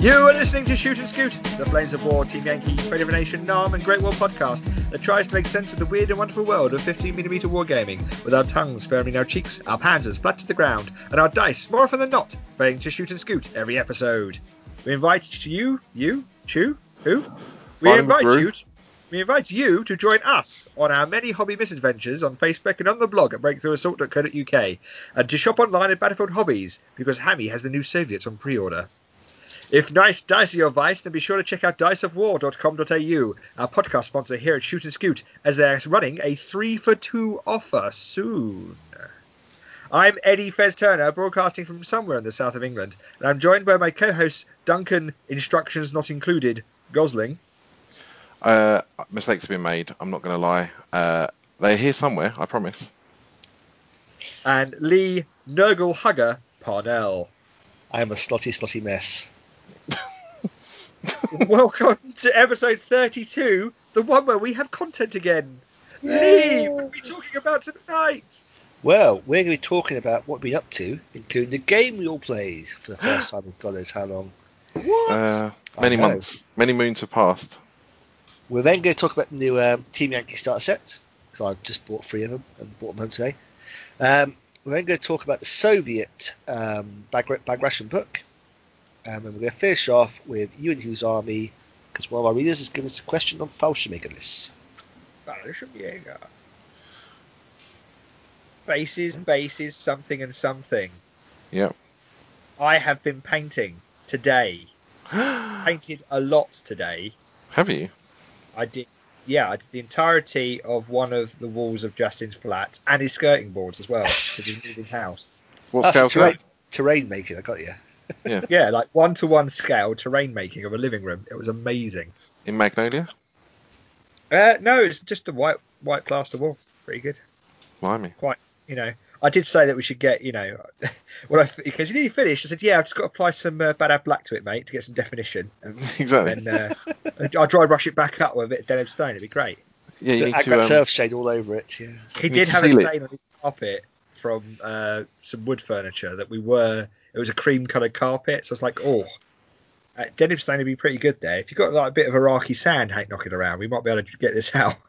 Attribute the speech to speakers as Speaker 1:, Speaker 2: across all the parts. Speaker 1: You are listening to Shoot and Scoot, the Flames of War, Team Yankee, Creative Nation, NAM, and Great War podcast that tries to make sense of the weird and wonderful world of 15mm wargaming, with our tongues firmly in our cheeks, our panzers flat to the ground, and our dice, more often than not, playing to shoot and scoot every episode. We invite you, you, Chew, who? We
Speaker 2: I'm
Speaker 1: invite
Speaker 2: Groot.
Speaker 1: you. t- we invite you to join us on our many hobby misadventures on Facebook and on the blog at breakthroughissault.co.uk and to shop online at Battlefield Hobbies because Hammy has the new Soviets on pre order. If nice dice are your vice, then be sure to check out diceofwar.com.au, our podcast sponsor here at Shoot and Scoot, as they're running a three for two offer soon. I'm Eddie Fez Turner, broadcasting from somewhere in the south of England, and I'm joined by my co host Duncan, instructions not included, Gosling.
Speaker 2: Uh, mistakes have been made. I'm not going to lie. Uh, they're here somewhere. I promise.
Speaker 1: and Lee Nurgle Hugger Parnell.
Speaker 3: I am a slutty, slutty mess.
Speaker 1: Welcome to episode 32, the one where we have content again. Lee, what are we talking about tonight?
Speaker 3: Well, we're going to be talking about what we've been up to, including the game we all played for the first time in God knows how long.
Speaker 1: What?
Speaker 2: Uh, many
Speaker 3: I know.
Speaker 2: months, many moons have passed.
Speaker 3: We're then going to talk about the new um, Team Yankee starter set, because I've just bought three of them and brought them home today. Um, we're then going to talk about the Soviet um, bag, bag ration book, Um, and then we're going to finish off with Ewan Hughes' army, because one of our readers has given us a question on Falschmaker lists.
Speaker 1: Ballashunyaga. Bases, bases, something and something.
Speaker 2: Yep.
Speaker 1: I have been painting today. Painted a lot today.
Speaker 2: Have you?
Speaker 1: I did, yeah, I did the entirety of one of the walls of Justin's flat and his skirting boards as well, because he's moving house.
Speaker 2: What
Speaker 3: That's
Speaker 2: scale's
Speaker 3: terrain,
Speaker 2: that?
Speaker 3: terrain making, I got you.
Speaker 1: Yeah, like one to one scale terrain making of a living room. It was amazing.
Speaker 2: In Magnolia?
Speaker 1: Uh, no, it's just the white white plaster wall. Pretty good.
Speaker 2: Blimey.
Speaker 1: You know, I did say that we should get you know, well, I because you nearly finished. I said, yeah, I've just got to apply some uh, bad black to it, mate, to get some definition, and
Speaker 2: Exactly.
Speaker 1: then uh, I'll dry brush it back up with a bit of denim stain. It'd be great.
Speaker 2: Yeah, you need
Speaker 3: I've got
Speaker 2: to. Um,
Speaker 3: surf shade all over it, yeah.
Speaker 1: He
Speaker 2: Need
Speaker 1: did
Speaker 2: to
Speaker 1: have a
Speaker 2: seal it.
Speaker 1: stain on his carpet from uh, some wood furniture that we were. It was a cream coloured carpet, so it's like, oh, uh, denim stain would be pretty good there. If you've got like a bit of Iraqi sand hang- knocking around, we might be able to get this out.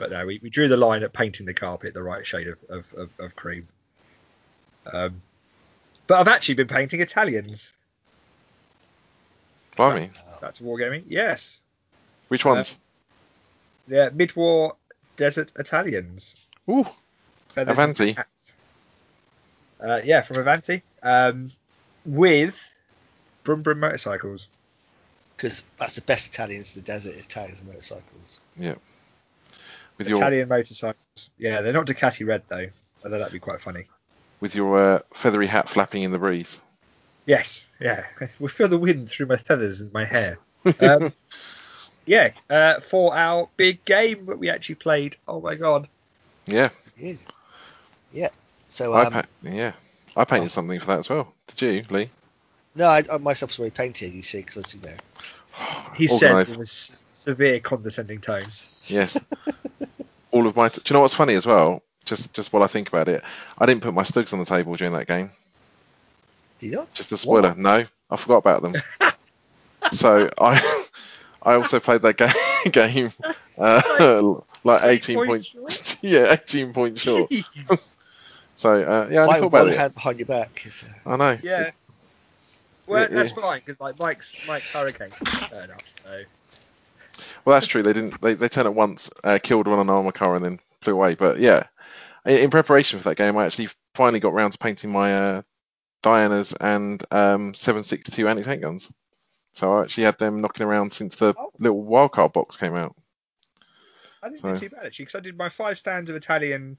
Speaker 1: but no, we, we drew the line at painting the carpet the right shade of, of, of, of cream. Um, but I've actually been painting Italians.
Speaker 2: blimey.
Speaker 1: Back to wargaming, yes.
Speaker 2: Which ones?
Speaker 1: Yeah, mid-war desert Italians.
Speaker 2: Ooh.
Speaker 1: Feathers
Speaker 2: Avanti.
Speaker 1: and hats. Uh, yeah, from Avanti. Um, with Brum Brum motorcycles.
Speaker 3: because that's the best Italians in the desert. is Italians and motorcycles.
Speaker 2: With your
Speaker 1: Italian motorcycles. Yeah, they're not Ducati red though. Although that'd be quite funny.
Speaker 2: with your uh, feathery hat flapping in the breeze.
Speaker 1: Yes, yeah. we feel the wind through my feathers and my hair. Um, yeah, uh, for our big game that we actually played. Oh my god.
Speaker 2: Yeah.
Speaker 3: Yeah, yeah. So
Speaker 2: I
Speaker 3: um,
Speaker 2: pa- yeah. I painted something for that as well. Did you, Lee?
Speaker 3: no, I, I myself was already painting. You see, because you know,
Speaker 1: He
Speaker 2: Organised.
Speaker 1: says in a s- severe condescending tone.
Speaker 2: Yes. All of my. T- Do you know what's funny as well? Just just while I think about it, I didn't put my stugs on the table during that game.
Speaker 3: do you not?
Speaker 2: Just a spoiler. No, I forgot about them. so I I also played that game game uh, like eighteen
Speaker 1: points
Speaker 2: points. yeah, eighteen points short.
Speaker 1: Jeez.
Speaker 2: So uh, yeah, I
Speaker 3: Why
Speaker 2: only thought
Speaker 3: with
Speaker 2: about
Speaker 3: one
Speaker 2: it.
Speaker 3: hand behind your back? Is, uh,
Speaker 2: I know.
Speaker 1: Yeah. Well,
Speaker 2: Yeah,
Speaker 1: that's
Speaker 2: yeah.
Speaker 1: fine because like Mike's Mike's hurricane. Fair enough. So.
Speaker 2: Well, that's true. They didn't. They they turned at once, uh, killed one on armor car, and then flew away. But yeah, in, in preparation for that game, I actually finally got round to painting my uh, Dianas and um, 762 anti tank guns. So I actually had them knocking around since the
Speaker 1: Oh.
Speaker 2: little wildcard box came out.
Speaker 1: I didn't
Speaker 2: So-
Speaker 1: do too bad actually because I did my five stands of Italian.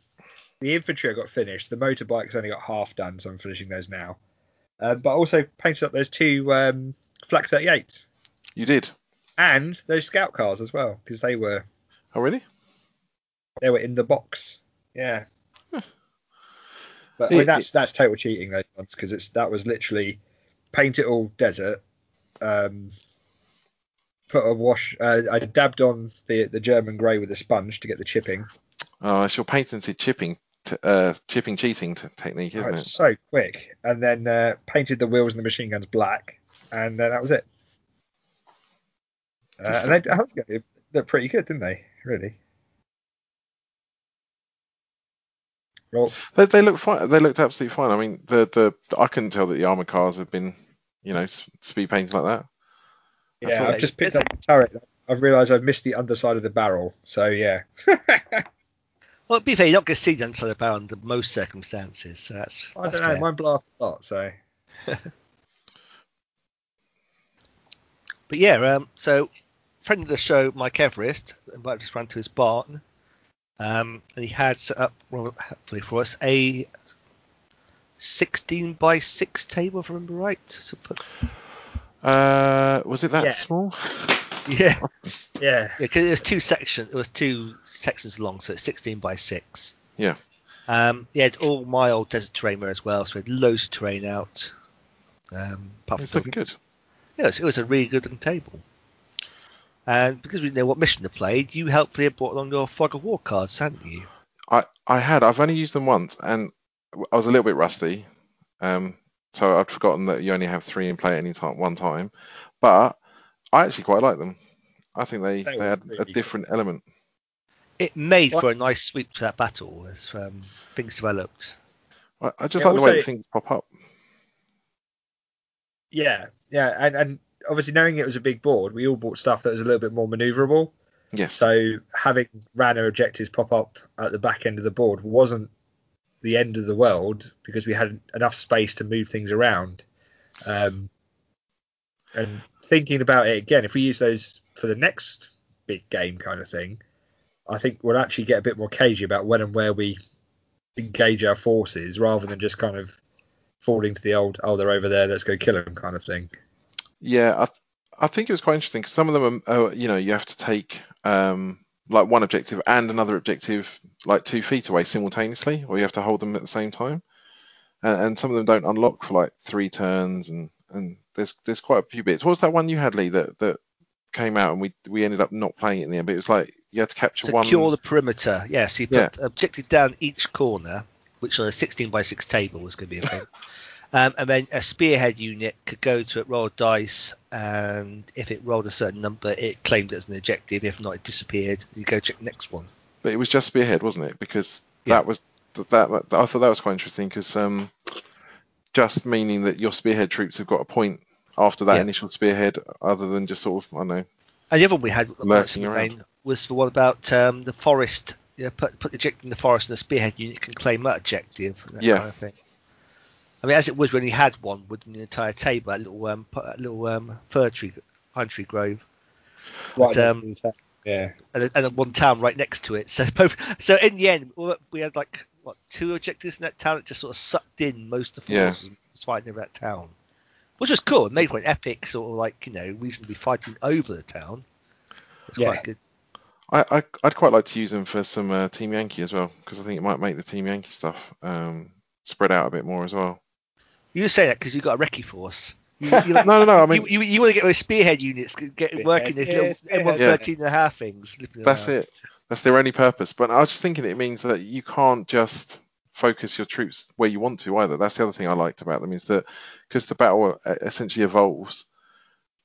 Speaker 1: The infantry I got finished. The motorbikes only got half done, so I'm finishing those now. Um, but I also painted up those two um, Flak 38s
Speaker 2: You did?
Speaker 1: and those scout cars as well because they were
Speaker 2: Oh, really?
Speaker 1: they were in the box. Yeah. But I
Speaker 2: It-
Speaker 1: mean, that's that's total cheating those ones because it's that was literally paint it all desert. Um, put a wash. Uh, I dabbed on the the German grey with a sponge to get the chipping.
Speaker 2: Oh, it's your patented chipping. t- uh, chipping cheating t- technique,
Speaker 1: Oh,
Speaker 2: isn't
Speaker 1: it's
Speaker 2: it?
Speaker 1: so quick. And then uh, painted the wheels and the machine guns black, and then that was it. Uh,
Speaker 2: Just-
Speaker 1: and they, I was gonna- they they're pretty good, didn't they? Really. Well,
Speaker 2: They, they look fine. They looked absolutely fine. I mean, the, the I couldn't tell that the armor cars have been, you know, s- speed painted like that. That's
Speaker 1: yeah,
Speaker 2: all
Speaker 1: I've
Speaker 3: right.
Speaker 1: just picked
Speaker 3: It's
Speaker 1: up the turret. I've realised I've missed the underside of the barrel. So yeah,
Speaker 3: Well, to be fair, you're not going to see the inside of the barrel under most circumstances, so that's.
Speaker 1: I
Speaker 3: that's
Speaker 1: don't know.
Speaker 3: fair.
Speaker 1: Mine blast a lot. So
Speaker 3: But yeah, um, so friend of the show, Mike Everest, I just ran to his barn, um, and he had set up, well, hopefully for us, a 16 by 6 table, if I remember right. So put-
Speaker 2: Uh, was it that
Speaker 1: Yeah.
Speaker 2: small?
Speaker 3: yeah,
Speaker 1: yeah,
Speaker 3: Yeah, 'cause it was two sections. It was two sections long, so it's sixteen by six.
Speaker 2: Yeah.
Speaker 3: Um, yeah, it's all mild desert terrain there as well, so we had loads of terrain out. Um, apart
Speaker 2: It's
Speaker 3: from
Speaker 2: looking good.
Speaker 3: yeah, it was, it was a really good looking table. And because we didn't know what mission to play, you helpfully brought along your fog of war cards, hadn't you?
Speaker 2: I I had. I've only used them once, and I was a little bit rusty. Um, so I'd forgotten that you only have three in play at any time, one time. But I actually quite like them. I think they
Speaker 1: They
Speaker 2: they,
Speaker 1: were
Speaker 2: had
Speaker 1: really
Speaker 2: a
Speaker 1: good.
Speaker 2: different element.
Speaker 3: It made
Speaker 1: What?
Speaker 3: for a nice sweep to that battle as um, things developed.
Speaker 2: I, I just
Speaker 1: Yeah,
Speaker 2: like the way
Speaker 1: also-
Speaker 2: things pop up.
Speaker 1: yeah, yeah. And and obviously knowing it was a big board, we all bought stuff that was a little bit more manoeuvrable.
Speaker 2: Yes.
Speaker 1: So having random objectives pop up at the back end of the board wasn't the end of the world because we had enough space to move things around. Um, and thinking about it again, if we use those for the next big game kind of thing, I think we'll actually get a bit more cagey about when and where we engage our forces rather than just kind of falling to the old, oh, they're over there, let's go kill them kind of thing.
Speaker 2: Yeah, I, th- I think it was quite interesting because some of them are, are, you know, you have to take um, like one objective and another objective like two feet away simultaneously, or you have to hold them at the same time. And, and some of them don't unlock for like three turns, and and there's there's quite a few bits. What was that one you had, Lee, that that came out and we we ended up not playing it in the end? But it was like you had to capture one.
Speaker 3: Secure the perimeter. Yeah, so you put
Speaker 2: Yeah.
Speaker 3: objective down each corner, which on a 16 by 6 table was going to be a thing. um, and then a spearhead unit could go to it, roll a dice, and if it rolled a certain number, it claimed it as an objective. If not, it disappeared. You go check the next one.
Speaker 2: But it was just Spearhead, wasn't it? Because
Speaker 3: Yeah.
Speaker 2: that was that, that I thought that was quite interesting because um, just meaning that your Spearhead troops have got a point after that
Speaker 3: Yeah.
Speaker 2: initial Spearhead, other than just sort of I don't know.
Speaker 3: And the other one we had that was
Speaker 2: Lurking
Speaker 3: in
Speaker 2: around.
Speaker 3: vain was the one about um, the forest. You know, put, put the objective in the forest, and the spearhead unit can claim that objective. and That
Speaker 2: Yeah.
Speaker 3: kind of thing. I mean, as it was, we only had one wood in the entire table, a little um, pu- a little um, fir tree, pine tree grove, But, um,
Speaker 1: yeah.
Speaker 3: and, a- and a one town right next to it. So both. So in the end, we- we had like what two objectives in that town that just sort of sucked in most of the
Speaker 2: Yeah.
Speaker 3: forces was fighting over that town, which was cool. It made for an epic sort of like you know reason to be fighting over the town. It's
Speaker 1: Yeah.
Speaker 3: quite good.
Speaker 2: I, I I'd quite like to use them for some uh, Team Yankee as well because I think it might make the Team Yankee stuff um, spread out a bit more as well.
Speaker 3: You say that because you've got a recce force. You, you, like,
Speaker 2: No, no, no. I
Speaker 3: you,
Speaker 2: mean
Speaker 3: you, want to get those spearhead units get, get working these little
Speaker 1: Yeah,
Speaker 3: M113
Speaker 2: spearhead.
Speaker 3: and a half things. flipping
Speaker 2: that's
Speaker 3: around.
Speaker 2: it. That's their only purpose. But I was just thinking it means that you can't just focus your troops where you want to either. That's the other thing I liked about them is that because the battle uh, essentially evolves,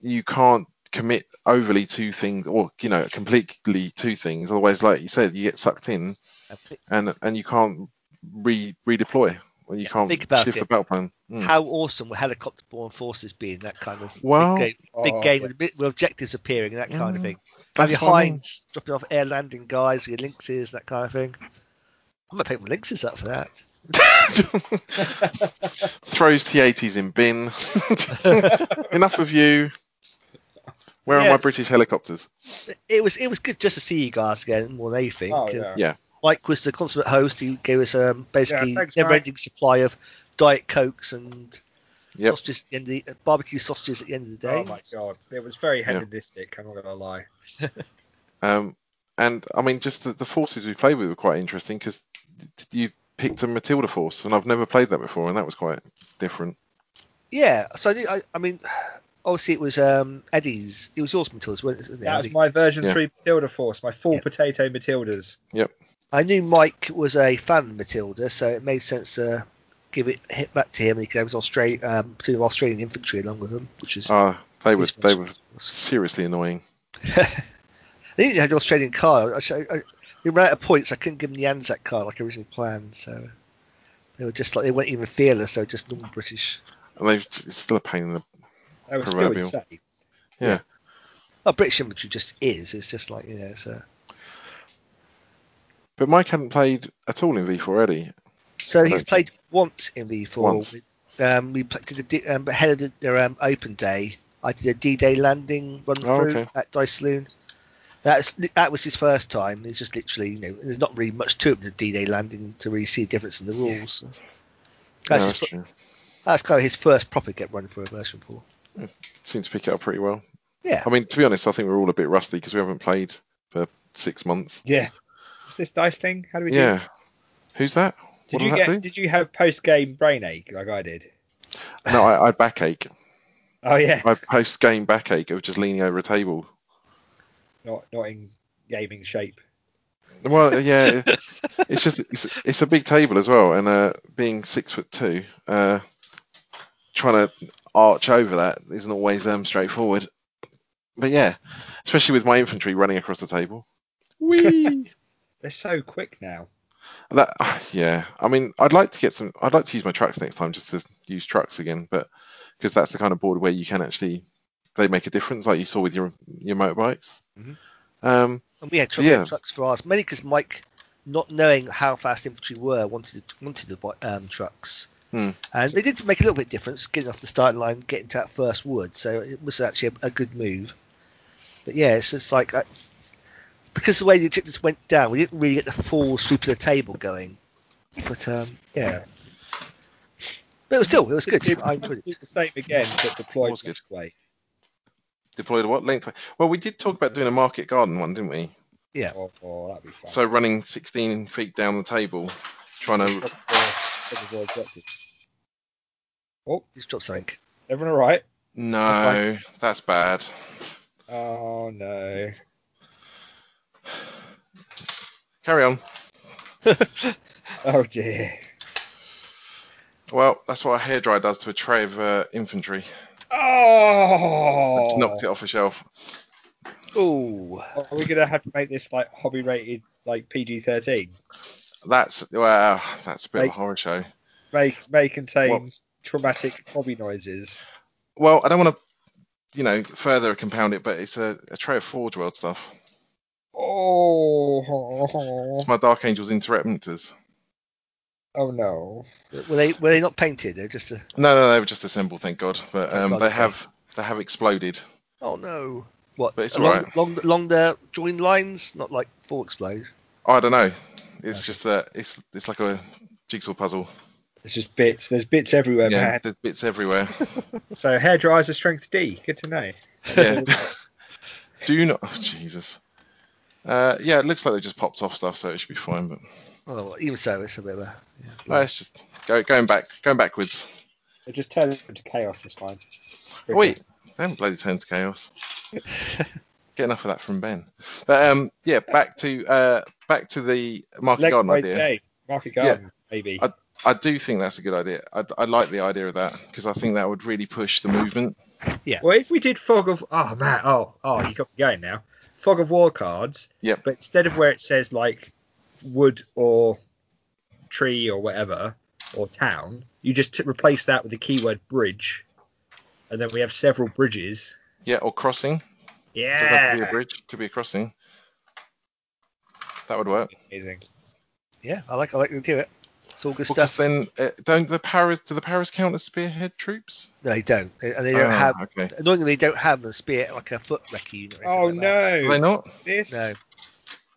Speaker 2: you can't commit overly to things or you know completely to things. Otherwise, like you said, you get sucked in and and you can't re redeploy. Or you can't
Speaker 3: think about
Speaker 2: shift
Speaker 3: it.
Speaker 2: the battle plan. Mm.
Speaker 3: How awesome would helicopter borne forces be in that kind of
Speaker 2: Well-
Speaker 3: big game, big
Speaker 1: Oh,
Speaker 3: game
Speaker 1: yeah.
Speaker 3: with, bit- with objectives appearing and that kind of
Speaker 2: Yeah,
Speaker 3: thing? Have
Speaker 2: That's
Speaker 3: your
Speaker 2: what I mean.
Speaker 3: hinds dropping off air landing guys, with your lynxes, that kind of thing. I'm going to pick my lynxes up for that.
Speaker 2: Throws T80s in bin.
Speaker 1: Oh,
Speaker 2: Enough of you. Where are my
Speaker 3: Yes.
Speaker 2: British helicopters?
Speaker 3: It was it was good just to see you guys again more than anything.
Speaker 1: Oh,
Speaker 3: And
Speaker 1: yeah.
Speaker 3: Mike was the consummate host. He gave us um, basically
Speaker 1: Yeah, thanks,
Speaker 3: never-ending supply of diet cokes and
Speaker 2: Yep.
Speaker 3: sausages at the end of the, barbecue sausages at the end of the
Speaker 1: Oh
Speaker 3: day.
Speaker 1: my god, it was very hedonistic. I'm not gonna lie.
Speaker 2: Um, and I mean, just the, the forces we played with were quite interesting because you picked a Matilda force, and I've never played that before, and that was quite different.
Speaker 3: Yeah. So I, do- I, I mean, obviously it was um, Eddie's. It was yours, Matilda, wasn't it?
Speaker 1: That
Speaker 3: Eddie?
Speaker 1: was my version
Speaker 2: Yeah.
Speaker 1: three Matilda Force, my full
Speaker 3: Yeah.
Speaker 1: potato Matildas.
Speaker 3: I knew Mike was a fan of Matilda, so it made sense to give it hit back to him. He goes Australia, um, to Australian infantry along with him, which is
Speaker 2: Ah, they were
Speaker 3: his
Speaker 2: they
Speaker 3: first
Speaker 2: were
Speaker 3: choice.
Speaker 2: seriously annoying.
Speaker 3: I think he had an Australian card. I, I, I, he ran out of points. I couldn't give him the Anzac card like originally planned. So they were just like they weren't even fearless. They were just normal British.
Speaker 2: And they it's still a pain in the
Speaker 1: That was still
Speaker 2: Proverbial.
Speaker 1: insane.
Speaker 3: Well, British infantry just is. It's just like you know. So
Speaker 2: But Mike hadn't played at all in V4 had he?
Speaker 3: so
Speaker 2: don't
Speaker 3: he's
Speaker 2: think-
Speaker 3: played once in V4.
Speaker 2: Once.
Speaker 3: Um, we pla- did a D, um, ahead of their um, open day. I did a D-Day landing run
Speaker 2: Oh,
Speaker 3: through
Speaker 2: okay.
Speaker 3: at Dice Saloon. That's that was his first time. It's just literally, you know, there's not really much to it. The D-Day landing to really see a difference in the rules.
Speaker 2: No,
Speaker 3: That's,
Speaker 2: that's
Speaker 3: his fir-
Speaker 2: true.
Speaker 3: that's kind of his first proper get run for a version four.
Speaker 2: Seemed to pick it up pretty well.
Speaker 3: Yeah.
Speaker 2: I mean, to be honest, I think we're all a bit rusty because we haven't played for six months.
Speaker 1: Yeah. What's this dice thing? How do we do
Speaker 2: Yeah. Who's that?
Speaker 1: Did
Speaker 2: what
Speaker 1: you
Speaker 2: did
Speaker 1: get?
Speaker 2: that do?
Speaker 1: Did you have post game brain ache like I did?
Speaker 2: No, I, I backache.
Speaker 1: Oh yeah,
Speaker 2: I post game backache of just leaning over a table.
Speaker 1: not not in gaming shape.
Speaker 2: Well, yeah, it's just it's, it's a big table as well, and uh, being six foot two, uh, trying to arch over that isn't always um, straightforward. But yeah, especially with my infantry running across the table. Whee!
Speaker 1: They're so quick now.
Speaker 2: that yeah, I mean, I'd like to get some. I'd like to use my trucks next time, just to use trucks again, but because that's the kind of board where you can actually they make a difference, like you saw with your your motorbikes.
Speaker 1: Mhm.
Speaker 2: Um,
Speaker 3: And we had tr-
Speaker 2: Yeah.
Speaker 3: trucks for ours, mainly because Mike, not knowing how fast infantry were, wanted to, wanted the bo- um, trucks.
Speaker 2: Hmm.
Speaker 3: And they did make a little bit of difference, getting off the starting line, getting to that first wood. So it was actually a, a good move. But yeah, it's just like I, because the way the objectives went down, we didn't really get the full sweep of the table going. But um, yeah, but it was still it was good. I enjoyed
Speaker 1: Did
Speaker 3: it.
Speaker 1: the same again, but deployed
Speaker 2: Was good.
Speaker 1: this way.
Speaker 2: deployed what lengthway? Well, we did talk about doing a market garden one, didn't we?
Speaker 1: Oh, oh, that'd be fun.
Speaker 2: So running 16 feet down the table, trying to.
Speaker 1: uh,
Speaker 3: Just dropped something.
Speaker 1: Everyone all right?
Speaker 2: No, that's bad.
Speaker 1: Oh no.
Speaker 2: Carry on.
Speaker 1: Oh dear.
Speaker 2: Well, that's what a hairdryer does to a tray of uh, infantry.
Speaker 1: Oh.
Speaker 2: I just knocked it off a shelf.
Speaker 3: Oh,
Speaker 1: Are we gonna have to make this like hobby rated like PG thirteen?
Speaker 2: That's well, that's a bit
Speaker 1: Right.
Speaker 2: of a horror show.
Speaker 1: May may contain
Speaker 2: What?
Speaker 1: traumatic hobby noises.
Speaker 2: Well, I don't want to, you know, further compound it, but it's a, a tray of Forge World stuff.
Speaker 1: Oh.
Speaker 2: It's my Dark Angels Interruptors.
Speaker 1: Oh no.
Speaker 3: were they were they not painted? They're just a,
Speaker 2: No, no, they were just assembled, thank God. But
Speaker 3: Thank
Speaker 2: um,
Speaker 3: God,
Speaker 2: they
Speaker 3: okay.
Speaker 2: have they have exploded.
Speaker 3: Oh no! What?
Speaker 2: But it's
Speaker 3: along,
Speaker 2: alright.
Speaker 3: along, along the joined lines, not like full explode.
Speaker 2: I don't know. It's
Speaker 3: Okay.
Speaker 2: just that it's it's like a jigsaw puzzle.
Speaker 1: There's just bits. There's bits everywhere,
Speaker 2: yeah,
Speaker 1: man.
Speaker 2: there's bits everywhere.
Speaker 1: So hair dryers are strength D. Good to know.
Speaker 2: yeah. Do you not? Oh, Jesus. Uh, yeah, it looks like they just popped off stuff, so it should be fine. But
Speaker 3: Oh, well, even so, it's a bit of a. Yeah.
Speaker 2: no, it's just go, going back, going backwards.
Speaker 1: It just turns into chaos. It's fine.
Speaker 2: Wait, they haven't bloody turned to chaos. Get enough of that from Ben. But um, yeah, back to uh, back to the market garden
Speaker 1: Legwise
Speaker 2: idea.
Speaker 1: game. Market garden, maybe.
Speaker 2: I- I do think that's a good idea. I, I like the idea of that because I think that would really push the movement.
Speaker 1: Well, if we did fog of oh man, oh oh, you got me going now. Fog of war cards.
Speaker 2: Yep.
Speaker 1: But instead of where it says like wood or tree or whatever or town, you just t- replace that with the keyword bridge, and then we have several bridges.
Speaker 2: Yeah, or crossing. Could be a
Speaker 1: Yeah.
Speaker 2: bridge. Could be a crossing. That would work.
Speaker 1: Amazing.
Speaker 3: yeah, I like I like to do it. It's all good
Speaker 2: Because
Speaker 3: stuff.
Speaker 2: then, uh, don't the paras do the paras count as spearhead troops?
Speaker 3: No, they don't, They- and they don't
Speaker 2: Ah,
Speaker 3: have.
Speaker 2: Okay.
Speaker 3: Annoyingly, they don't have a spear like a foot wrecker unit. or
Speaker 1: Oh
Speaker 3: anything like that.
Speaker 2: Are
Speaker 1: no!
Speaker 2: they not?
Speaker 1: This
Speaker 3: No,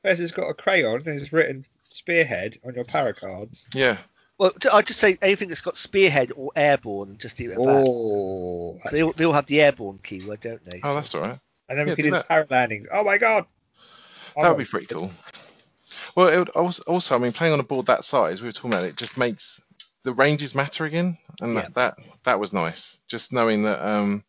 Speaker 1: person has got a crayon and it's written spearhead on your para cards.
Speaker 2: Yeah.
Speaker 3: well, t- I'd just say anything that's got spearhead or airborne, just leave it at that.
Speaker 1: Oh.
Speaker 3: So They all, they all have the airborne keyword, don't they?
Speaker 2: Oh,
Speaker 3: So-
Speaker 2: that's all right.
Speaker 1: And then
Speaker 2: Yeah,
Speaker 1: we could
Speaker 2: do
Speaker 1: do the
Speaker 2: that.
Speaker 1: power landings. Oh my god! Oh,
Speaker 2: That would be pretty cool. Well, it would also, also, I mean, playing on a board that size, we were talking about it, just makes the ranges matter again, and
Speaker 3: Yeah.
Speaker 2: that, that that was nice. Just knowing that, um,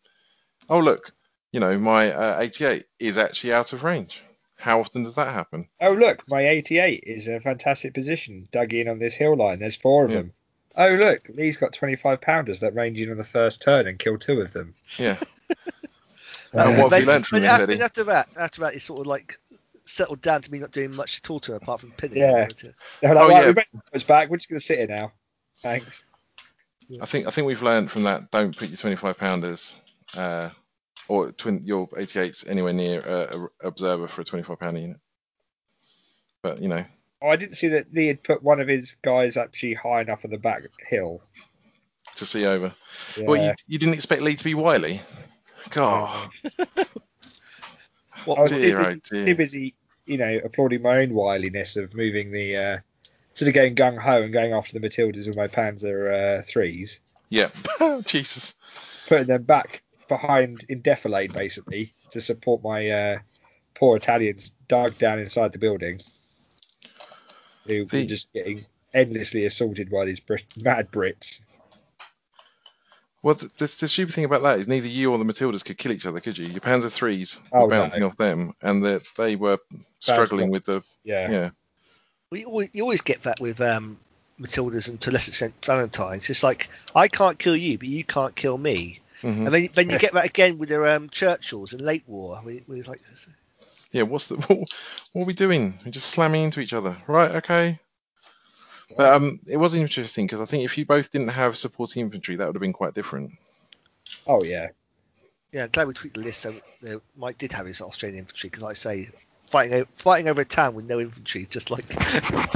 Speaker 2: oh look, you know, my uh, 88 is actually out of range. How often does that happen?
Speaker 1: Oh, look, my 88 is a fantastic position, dug in on this hill line. There's four of
Speaker 2: Yeah.
Speaker 1: them. Oh, look, Lee's got 25 pounders that range in on the first turn and kill two of them.
Speaker 2: Yeah.
Speaker 1: Uh,
Speaker 2: and what have
Speaker 3: They-
Speaker 2: you learned from
Speaker 3: but
Speaker 2: this,
Speaker 3: after,
Speaker 2: Eddie?
Speaker 3: after that, after that, it's sort of like settled down to me not doing much at all to her apart from pinning.
Speaker 1: Yeah. They're
Speaker 2: Oh,
Speaker 1: like, right,
Speaker 2: yeah.
Speaker 1: we bring the boys back. We're just going to sit here now. Thanks.
Speaker 2: I think I think we've learned from that. Don't put your twenty-five pounders uh, or twin, your 88s anywhere near uh, a observer for a twenty-five pounder unit. But you know,
Speaker 1: Oh, I didn't see that Lee had put one of his guys actually high enough on the back hill.
Speaker 2: to see over.
Speaker 1: Yeah.
Speaker 2: Well, you, you didn't expect Lee to be wily. God,
Speaker 1: I was too
Speaker 2: dear, oh
Speaker 1: busy,
Speaker 2: dear.
Speaker 1: too busy, you know, applauding my own wiliness of moving the uh, sort of going gung ho and going after the Matildas with my Panzer uh, threes,
Speaker 2: yeah, Jesus.
Speaker 1: putting them back behind in defilade basically to support my uh, poor Italians dug down inside the building, who
Speaker 2: The-
Speaker 1: were just getting endlessly assaulted by these Brit- mad Brits.
Speaker 2: Well, the, the, the stupid thing about that is neither you or the Matildas could kill each other, could you? Your Panzer threes were
Speaker 1: Oh, no.
Speaker 2: bouncing off them, and that they were struggling with the
Speaker 1: Yeah,
Speaker 2: yeah.
Speaker 3: We always, you always get that with um, Matildas and to a lesser extent Valentines. It's like I can't kill you, but you can't kill me.
Speaker 2: Mhm.
Speaker 3: And then, then you get that again with their um, Churchills in late war. We, we like
Speaker 2: Yeah, what's the what, what are we doing? We're just slamming into each other, right? Okay. But um, it was interesting because I think if you both didn't have supporting infantry, that would have been quite different.
Speaker 1: oh yeah,
Speaker 3: Yeah, glad we tweaked the list so that Mike did have his Australian infantry because I say fighting o- fighting over a town with no infantry, just like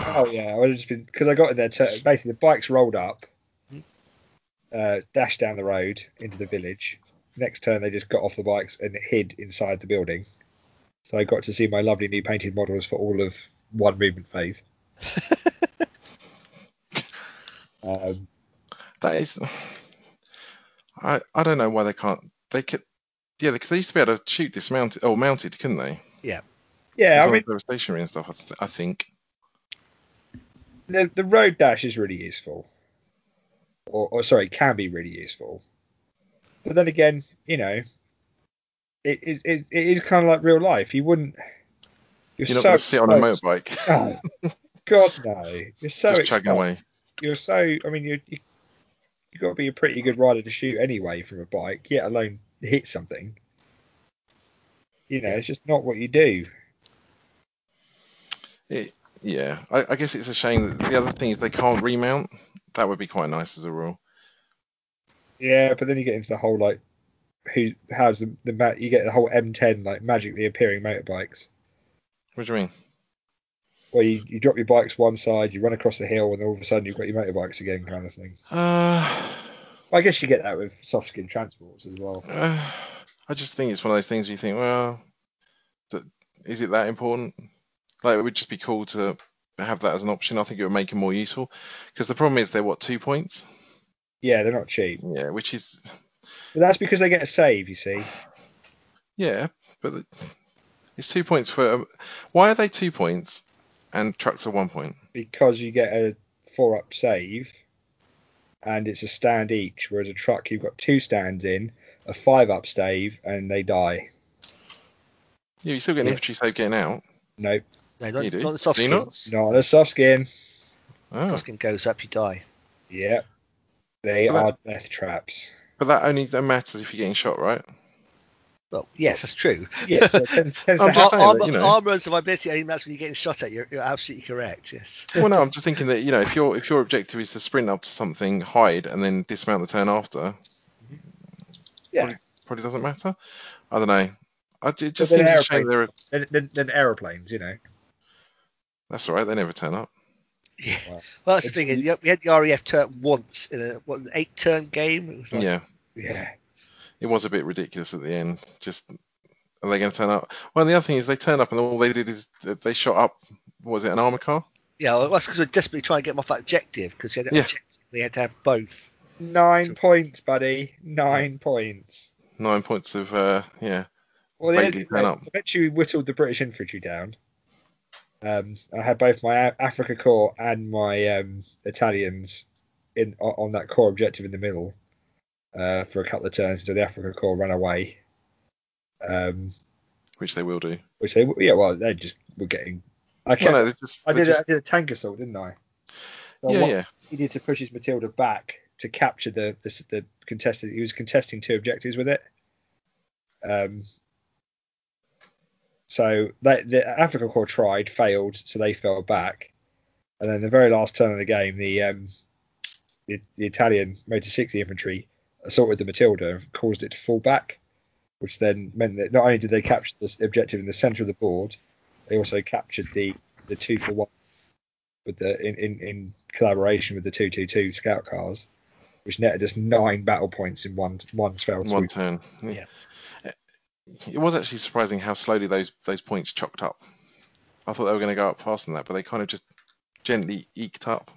Speaker 1: Oh yeah, I would have just been because I got in there. To, basically, the bikes rolled up, uh, dashed down the road into the village. Next turn, they just got off the bikes and hid inside the building. So I got to see my lovely new painted models for all of one movement phase. um,
Speaker 2: That is, I I don't know why they can't. They could, yeah, because they used to be able to shoot dismounted or mounted, couldn't they?
Speaker 1: yeah,
Speaker 2: As
Speaker 1: I
Speaker 2: long
Speaker 1: mean
Speaker 2: as they were stationary and stuff. I, th- I think.
Speaker 1: the the road dash is really useful, or, or sorry, can be really useful. But then again, you know, it it, it, it is kind of like real life. You wouldn't. You're,
Speaker 2: You're not
Speaker 1: so
Speaker 2: going to sit on a
Speaker 1: exposed.
Speaker 2: motorbike
Speaker 1: No. God no! You're so
Speaker 2: just chugging
Speaker 1: exposed.
Speaker 2: away.
Speaker 1: You're so. I mean, you you you got to be a pretty good rider to shoot anyway from a bike, yet alone hit something. You know, it's just not what you do.
Speaker 2: It, yeah, I, I guess it's a shame that the other thing is they can't remount. That would be quite nice as a rule.
Speaker 1: Yeah, but then you get into the whole like, who how's the the ma- you get the whole M10 like magically appearing motorbikes.
Speaker 2: What do you mean?
Speaker 1: Where you, you drop your bikes one side, you run across the hill, and all of a sudden you've got your motorbikes again, kind of thing.
Speaker 2: Uh,
Speaker 1: I guess you get that with soft skin transports as well.
Speaker 2: Uh, I just think it's one of those things where you think, well, th- is it that important? Like, it would just be cool to have that as an option. I think it would make it more useful because the problem is they're what two points,
Speaker 1: Yeah, they're not cheap.
Speaker 2: yeah, which is
Speaker 1: But that's because they get a save, you see.
Speaker 2: yeah, but the- it's two points for. Um, why are they two points and trucks are one point?
Speaker 1: because you get a four up save and it's a stand each, whereas a truck you've got two stands in, a five up save, and they die.
Speaker 2: Yeah, you still get an
Speaker 3: Yeah.
Speaker 2: infantry save getting out.
Speaker 1: Nope.
Speaker 3: no, not,
Speaker 2: You do.
Speaker 3: not the soft
Speaker 2: Do you not?
Speaker 3: skins.
Speaker 1: Not on a soft skin.
Speaker 2: Oh,
Speaker 3: Soft skin goes up, you die.
Speaker 1: Yep. They
Speaker 2: Well,
Speaker 1: are death traps.
Speaker 2: but that only that matters if you're getting shot, right?
Speaker 3: Well, yes, that's true.
Speaker 1: Yeah, so it tends, tends to
Speaker 2: I'm
Speaker 1: happen.
Speaker 2: just
Speaker 3: Ar-
Speaker 2: saying that,
Speaker 3: armor,
Speaker 2: you know.
Speaker 3: armor and survivability, I think that's when you're getting shot at. You're, you're absolutely correct. Yes.
Speaker 2: Well, no, I'm just thinking that you know if your if your objective is to sprint up to something, hide, and then dismount the turn after,
Speaker 1: Yeah.
Speaker 2: probably doesn't matter. I don't know. I, it just
Speaker 1: then
Speaker 2: seems a
Speaker 1: airplane-
Speaker 2: shame they're.
Speaker 1: Then, then, then aeroplanes, you know.
Speaker 2: That's all right. They never turn up.
Speaker 3: Yeah.
Speaker 1: Wow.
Speaker 3: Well, that's the
Speaker 1: It's-
Speaker 3: thing. is, We had the RAF turn once in a what an eight turn game. It was like,
Speaker 2: Yeah,
Speaker 1: Yeah.
Speaker 2: it was a bit ridiculous at the end. Just are they going to turn up? Well, the other thing is they turn up and all they did is that they shot up. What was it? An armor car?
Speaker 3: yeah. Well, that's because we're desperately trying to get them off that objective because
Speaker 2: Yeah.
Speaker 3: we had to have both.
Speaker 1: Nine points, buddy. Nine points.
Speaker 2: Nine points of uh, yeah.
Speaker 1: Well, they,
Speaker 2: Vaguely turn
Speaker 1: they
Speaker 2: up.
Speaker 1: eventually whittled the British infantry down. Um, I had both my A- Africa Corps and my um, Italians in o- on that core objective in the middle uh, for a couple of turns until the Africa Corps ran away. Um,
Speaker 2: which they will do.
Speaker 1: Which they, yeah, well, they just were getting. I
Speaker 2: Well,
Speaker 1: kept,
Speaker 2: no, they just,
Speaker 1: I
Speaker 2: they
Speaker 1: did,
Speaker 2: just-
Speaker 1: a, I did a tank assault, didn't I? So
Speaker 2: yeah,
Speaker 1: what
Speaker 2: yeah,
Speaker 1: He needed to push his Matilda back to capture the the, the contested. He was contesting two objectives with it. Um. So that the Africa Corps tried, failed, so they fell back, and then the very last turn of the game, the um, the, the Italian Motor 60 infantry assaulted the Matilda and caused it to fall back, which then meant that not only did they capture this objective in the centre of the board, they also captured the, the two for one with the in, in, in collaboration with the two two two scout cars, which netted us nine battle points in one one spell.
Speaker 2: one turn. Uh,
Speaker 3: Yeah.
Speaker 2: It was actually surprising how slowly those those points chocked up. I thought they were going to go up faster than that, but they kind of just gently eked up,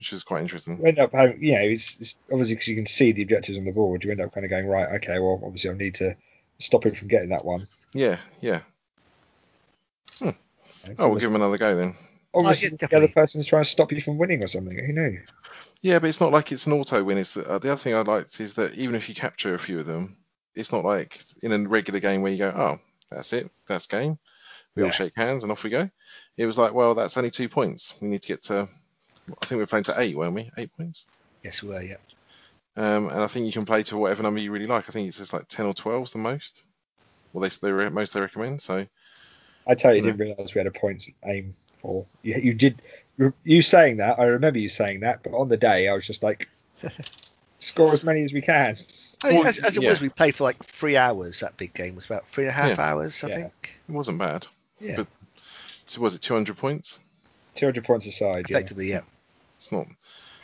Speaker 2: which was quite interesting.
Speaker 1: You end up having, you know, it's, it's obviously because you can see the objectives on the board, you end up kind of going right. Okay, well, obviously I need to stop him from getting that one.
Speaker 2: Yeah, yeah. Oh, we'll give them another go then.
Speaker 1: Obviously,
Speaker 3: Oh, yeah,
Speaker 1: the other
Speaker 3: definitely.
Speaker 1: person's trying to stop you from winning or something. Who knew?
Speaker 2: Yeah, but it's not like it's an auto win. It's the, uh, the other thing I liked is that even if you capture a few of them, it's not like in a regular game where you go, "Oh, that's it, that's game." We all
Speaker 1: Yeah.
Speaker 2: shake hands and off we go. It was like, well, that's only two points. We need to get to. I think we we're playing to eight, weren't we? Eight points.
Speaker 3: Yes, we were. Yeah.
Speaker 2: Um, and I think you can play to whatever number you really like. I think it's just like ten or twelve's the most. Well, they they re- most they recommend. So
Speaker 1: I totally
Speaker 2: Yeah.
Speaker 1: didn't realise we had a points aim for. You, you did. You saying that, I remember you saying that, but on the day I was just like, score as many as we can.
Speaker 3: I mean,
Speaker 2: Well,
Speaker 3: as, as it
Speaker 2: yeah.
Speaker 3: was, we played for like three hours. That big game was about three and a half
Speaker 2: Yeah.
Speaker 3: hours, I
Speaker 1: Yeah.
Speaker 3: think.
Speaker 2: it wasn't bad.
Speaker 3: Yeah,
Speaker 2: But- So was it two hundred points?
Speaker 1: 200 points aside, yeah.
Speaker 3: effectively, yeah.
Speaker 2: It's not.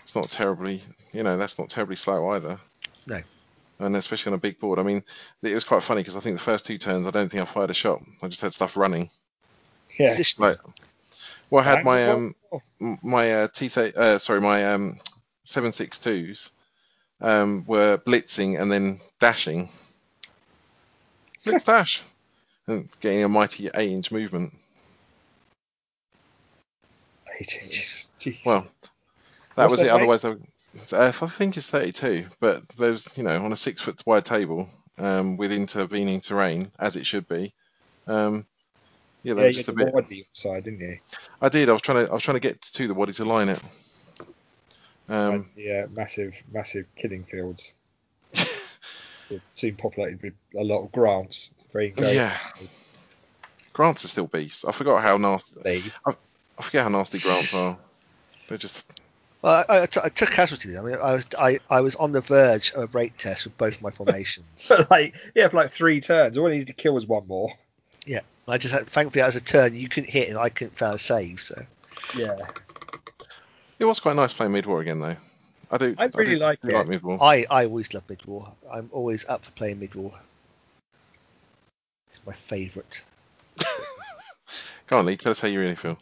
Speaker 2: It's not terribly. You know, that's not terribly slow either.
Speaker 3: No.
Speaker 2: And especially on a big board. I mean, it was quite funny because I think the first two turns, I don't think I fired a shot. I just had stuff running.
Speaker 1: yeah.
Speaker 3: Position-
Speaker 2: Like, well, I had
Speaker 1: Bang,
Speaker 2: my
Speaker 1: bang.
Speaker 2: um m- my uh, T th- uh sorry my um seven six twos um were blitzing and then dashing. Blitz dash, and getting a mighty eight inch movement.
Speaker 1: Eight inches. Jeez.
Speaker 2: Well, that
Speaker 1: What's
Speaker 2: was
Speaker 1: that
Speaker 2: it.
Speaker 1: make?
Speaker 2: Otherwise, I, I think it's 32, but there's, you know, on a six foot wide table um, with intervening terrain, as it should be. Um, yeah, they
Speaker 1: yeah,
Speaker 2: were
Speaker 1: you
Speaker 2: just a
Speaker 1: had the
Speaker 2: bit.
Speaker 1: body side, didn't you?
Speaker 2: I did. I was trying to. I was trying to get to the wadi to line it. Um,
Speaker 1: yeah, massive, massive killing fields. They're soon populated with a lot of grants. Very good.
Speaker 2: yeah, Grants are still beasts. I forgot how nasty. I forget how nasty Grants are. They're just.
Speaker 3: Well, I, I, t- I took casualties. I mean, I was I, I was on the verge of a break test with both my formations.
Speaker 1: So like, yeah, for like three turns, all I needed to kill was one more.
Speaker 3: I just had, thankfully that was a turn you couldn't hit and I couldn't fail a save. So
Speaker 1: Yeah,
Speaker 2: It was quite nice playing mid war again, though. I do.
Speaker 1: I really
Speaker 2: do
Speaker 1: like it.
Speaker 2: like mid war.
Speaker 3: I, I always love mid war. I'm always up for playing mid war. It's my favourite.
Speaker 2: Go on, Lee. Tell us how you really feel.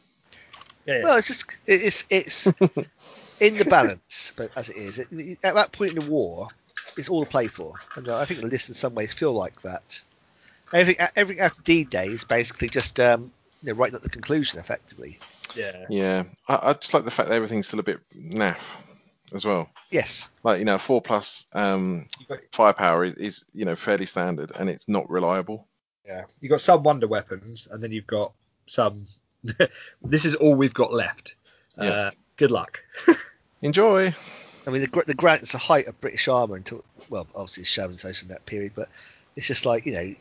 Speaker 1: yeah.
Speaker 3: Well, it's just it- it's it's in the balance, but as it is it, at that point in the war, it's all to play for. And uh, I think the lists in some ways feel like that. Everything uh, everything after D Day is basically just um, you know, right at the conclusion, effectively.
Speaker 1: yeah.
Speaker 2: Yeah, I, I just like the fact that everything's still a bit naff as well.
Speaker 3: Yes,
Speaker 2: Like you know, four plus um,
Speaker 1: You got,
Speaker 2: firepower is, is you know fairly standard, and it's not reliable.
Speaker 1: yeah, you got some wonder weapons, and then you've got some. this is all we've got left.
Speaker 2: Yeah.
Speaker 1: Uh, good luck.
Speaker 2: Enjoy.
Speaker 3: I mean the gr- the grant is the height of British armour until well, obviously it's Sherman's house in that period, but it's just like you know.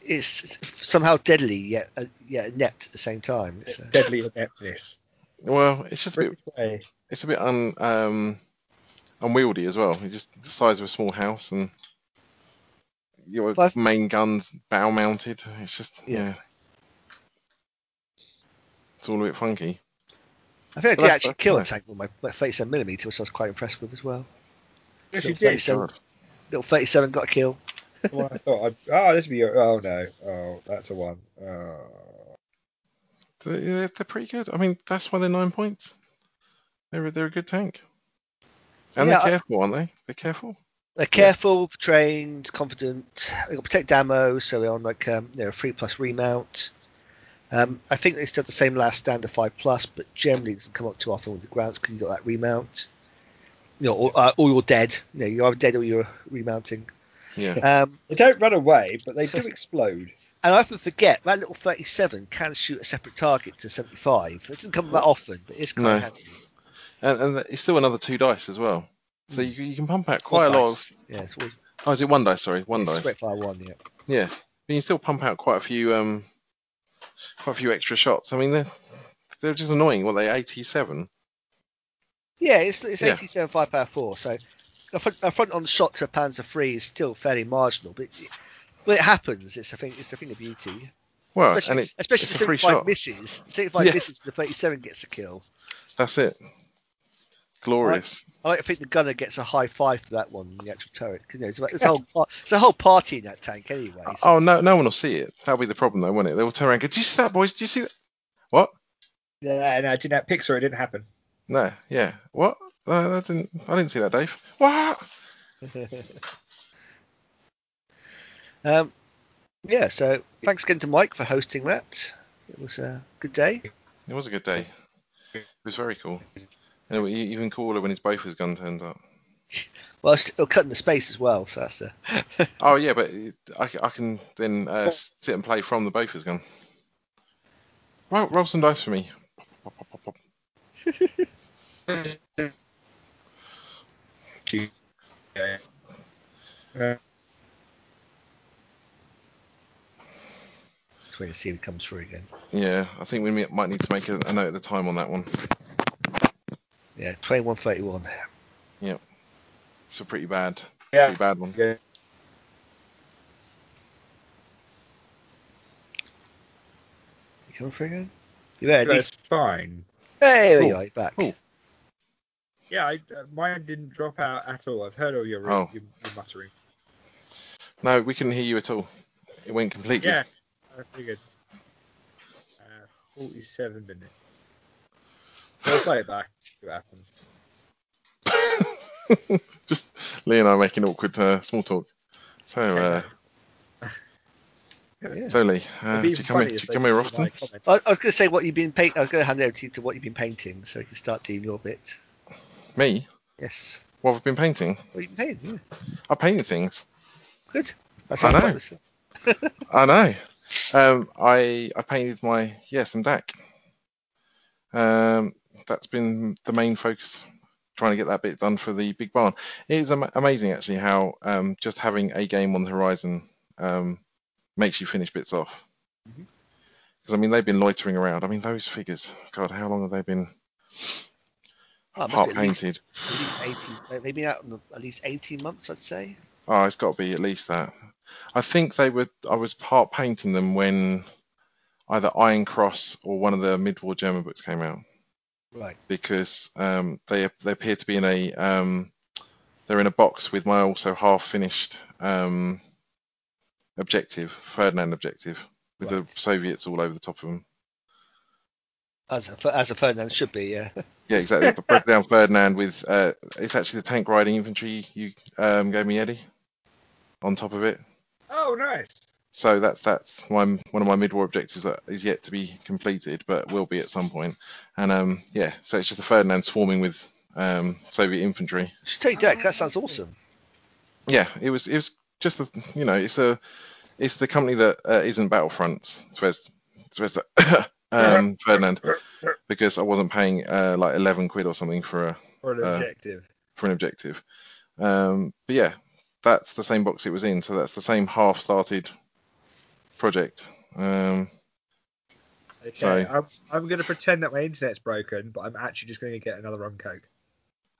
Speaker 3: It's somehow deadly yet uh, yet inept at the same time. It's, uh,
Speaker 1: Deadly adeptness.
Speaker 2: Well, it's just a bit,
Speaker 1: British way.
Speaker 2: it's a bit un, um, unwieldy as well. It's just the size of a small house, and your
Speaker 3: Well, I've-
Speaker 2: main guns bow mounted. It's just yeah.
Speaker 3: Yeah.
Speaker 2: It's all a bit funky.
Speaker 3: I
Speaker 2: Well,
Speaker 3: think I did
Speaker 2: that's
Speaker 3: actually
Speaker 2: fine,
Speaker 3: kill
Speaker 2: yeah.
Speaker 3: a tank with my, my 37 millimeter, which I was quite impressed with as well.
Speaker 1: Yes,
Speaker 3: Little
Speaker 1: you did.
Speaker 3: 37, little 37 got a kill.
Speaker 1: The one I thought. I'd, oh, this would be your. Oh no. Oh, that's a one. Oh.
Speaker 2: They're, they're they're pretty good. I mean, that's why they're nine points. They're they're a good tank, and
Speaker 3: Yeah, I-
Speaker 2: they're careful, aren't they? They're careful.
Speaker 3: They're careful, trained, confident. They got protect ammo, so they're on like um, you know three plus remount. Um, I think they still have the same last stand of five plus, but generally it doesn't come up too often with the grants because you got that remount. You know, or, uh, or you're dead. You know, you're either dead or you're remounting.
Speaker 2: Yeah.
Speaker 3: Um,
Speaker 1: They don't run away, but they do explode.
Speaker 3: And I often forget that little 37 can shoot a separate target to 75. It doesn't come that often, but it's kind
Speaker 2: No.
Speaker 3: of handy.
Speaker 2: and, and it's still another two dice as well. So you, you can pump out quite
Speaker 3: One
Speaker 2: a lot
Speaker 3: dice.
Speaker 2: of.
Speaker 3: Yeah, it's always,
Speaker 2: Oh, is it one dice? Sorry, one
Speaker 3: it's
Speaker 2: dice.
Speaker 3: straight fire one, yeah.
Speaker 2: Yeah, but you can still pump out quite a few, um, quite a few extra shots. I mean, they're they're just annoying. Were they eighty-seven?
Speaker 3: Yeah, it's, it's
Speaker 2: Yeah.
Speaker 3: 87 firepower 4, so a front, a front on shot to a Panzer 3 is still fairly marginal, but it- when it happens, it's a thing, it's a thing of beauty.
Speaker 2: Well,
Speaker 3: Especially,
Speaker 2: and it,
Speaker 3: especially
Speaker 2: it's
Speaker 3: the
Speaker 2: a free
Speaker 3: 75
Speaker 2: shot.
Speaker 3: misses. 75
Speaker 2: Yeah.
Speaker 3: misses, the 37 gets a kill.
Speaker 2: that's it. Glorious.
Speaker 3: I like to think the gunner gets a high five for that one in the actual turret. 'cause, you know, it's, about, it's, a whole, par- it's a whole party in that tank anyway. So
Speaker 2: Oh no, no one will see it. That'll be the problem, though, won't it? They will turn around. and go, Do you see that, boys? Do you see that? What?
Speaker 4: Yeah, no, I didn't have Pixar. It didn't happen.
Speaker 2: No. Yeah. What? No, that didn't. I didn't see that, Dave. What? Oh.
Speaker 3: um, yeah, so thanks again to Mike for hosting that. It was a good day.
Speaker 2: It was a good day. It was very cool. And it- even cooler when his bofer's gun turns up.
Speaker 3: Well, it's- it'll cut in the space as well, so that's the
Speaker 2: Oh yeah, but it- I, c- I can then uh, s- sit and play from the bofer's gun. Roll, roll some dice for me. Pop, pop, pop, pop.
Speaker 4: uh,
Speaker 3: that's where the see if it comes through again.
Speaker 2: Yeah, I think we mi- might need to make a, a note at the time on that one.
Speaker 3: Yeah, 2131.
Speaker 2: It's a pretty bad,
Speaker 4: Yeah.
Speaker 2: pretty bad one.
Speaker 3: You coming through again? You ready?
Speaker 4: That's fine.
Speaker 3: Hey, there
Speaker 2: Cool.
Speaker 3: you are, you're back.
Speaker 2: Cool.
Speaker 4: Yeah, I, uh, mine didn't drop out at all. I've heard all your,
Speaker 2: Oh.
Speaker 4: your, your muttering.
Speaker 2: No, we couldn't hear you at all. It went completely.
Speaker 4: Yeah, I figured. Uh, 47 minutes. I'll play it back. See what happens.
Speaker 2: Just Lee and I making awkward uh, small talk. So, uh,
Speaker 3: Yeah.
Speaker 2: so Lee, uh,
Speaker 4: It'd
Speaker 2: do
Speaker 4: be
Speaker 2: you
Speaker 4: even
Speaker 2: come
Speaker 4: funny
Speaker 2: here, do
Speaker 4: if
Speaker 2: you
Speaker 4: they
Speaker 2: come here
Speaker 4: did my
Speaker 2: often?
Speaker 4: comment.
Speaker 3: I, I was going to say what you've been painting. I was going to hand over to you to what you've been painting, so you can start doing your bit.
Speaker 2: Me?
Speaker 3: Yes.
Speaker 2: What have I been painting?
Speaker 3: What have you been painting? Yeah.
Speaker 2: I painted things.
Speaker 3: Good. That's
Speaker 2: I
Speaker 3: all
Speaker 2: know.
Speaker 3: promise.
Speaker 2: I know. Um, I I painted my yeah some DAC. Um, that's been the main focus, trying to get that bit done for the big barn. It is am- amazing actually how um, just having a game on the horizon um, makes you finish bits off.
Speaker 3: Mhm.
Speaker 2: Because I mean they've been loitering around. I mean those figures. God, how long have they been
Speaker 3: Oh, it must
Speaker 2: part
Speaker 3: be at least-
Speaker 2: painted?
Speaker 3: At least 18, like, they've been out in the, at least 18 months, I'd say.
Speaker 2: Oh, it's got to be at least that. I think they were. I was part painting them when either Iron Cross or one of the mid-war German books came out
Speaker 3: Right.
Speaker 2: because um, they they appear to be in a um, they're in a box with my also half-finished um, objective, Ferdinand objective, with
Speaker 3: Right.
Speaker 2: the Soviets all over the top of them.
Speaker 3: As a, as a Ferdinand should be, yeah.
Speaker 2: Yeah, exactly. But broken down Ferdinand with uh, it's actually the tank riding infantry you um, gave me, Eddie, on top of it.
Speaker 4: Oh, nice.
Speaker 2: So that's that's my one of my mid-war objectives that is yet to be completed, but will be at some point. And um, yeah, so it's just the Ferdinand swarming with um, Soviet infantry.
Speaker 3: should take Deck. That sounds awesome.
Speaker 2: Yeah, it was it was just the you know it's a it's the company that uh, isn't Battlefront, Zvezda, Zvezda, um, Ferdinand, because I wasn't paying uh, like eleven quid or something for a
Speaker 4: Or an
Speaker 2: Uh,
Speaker 4: objective.
Speaker 2: for an objective. Um, but yeah, that's the same box it was in, so that's the same half-started project. Um,
Speaker 4: Okay,
Speaker 2: sorry.
Speaker 4: I'm, I'm going to pretend that my internet's broken, but I'm actually just going to get another rum coke.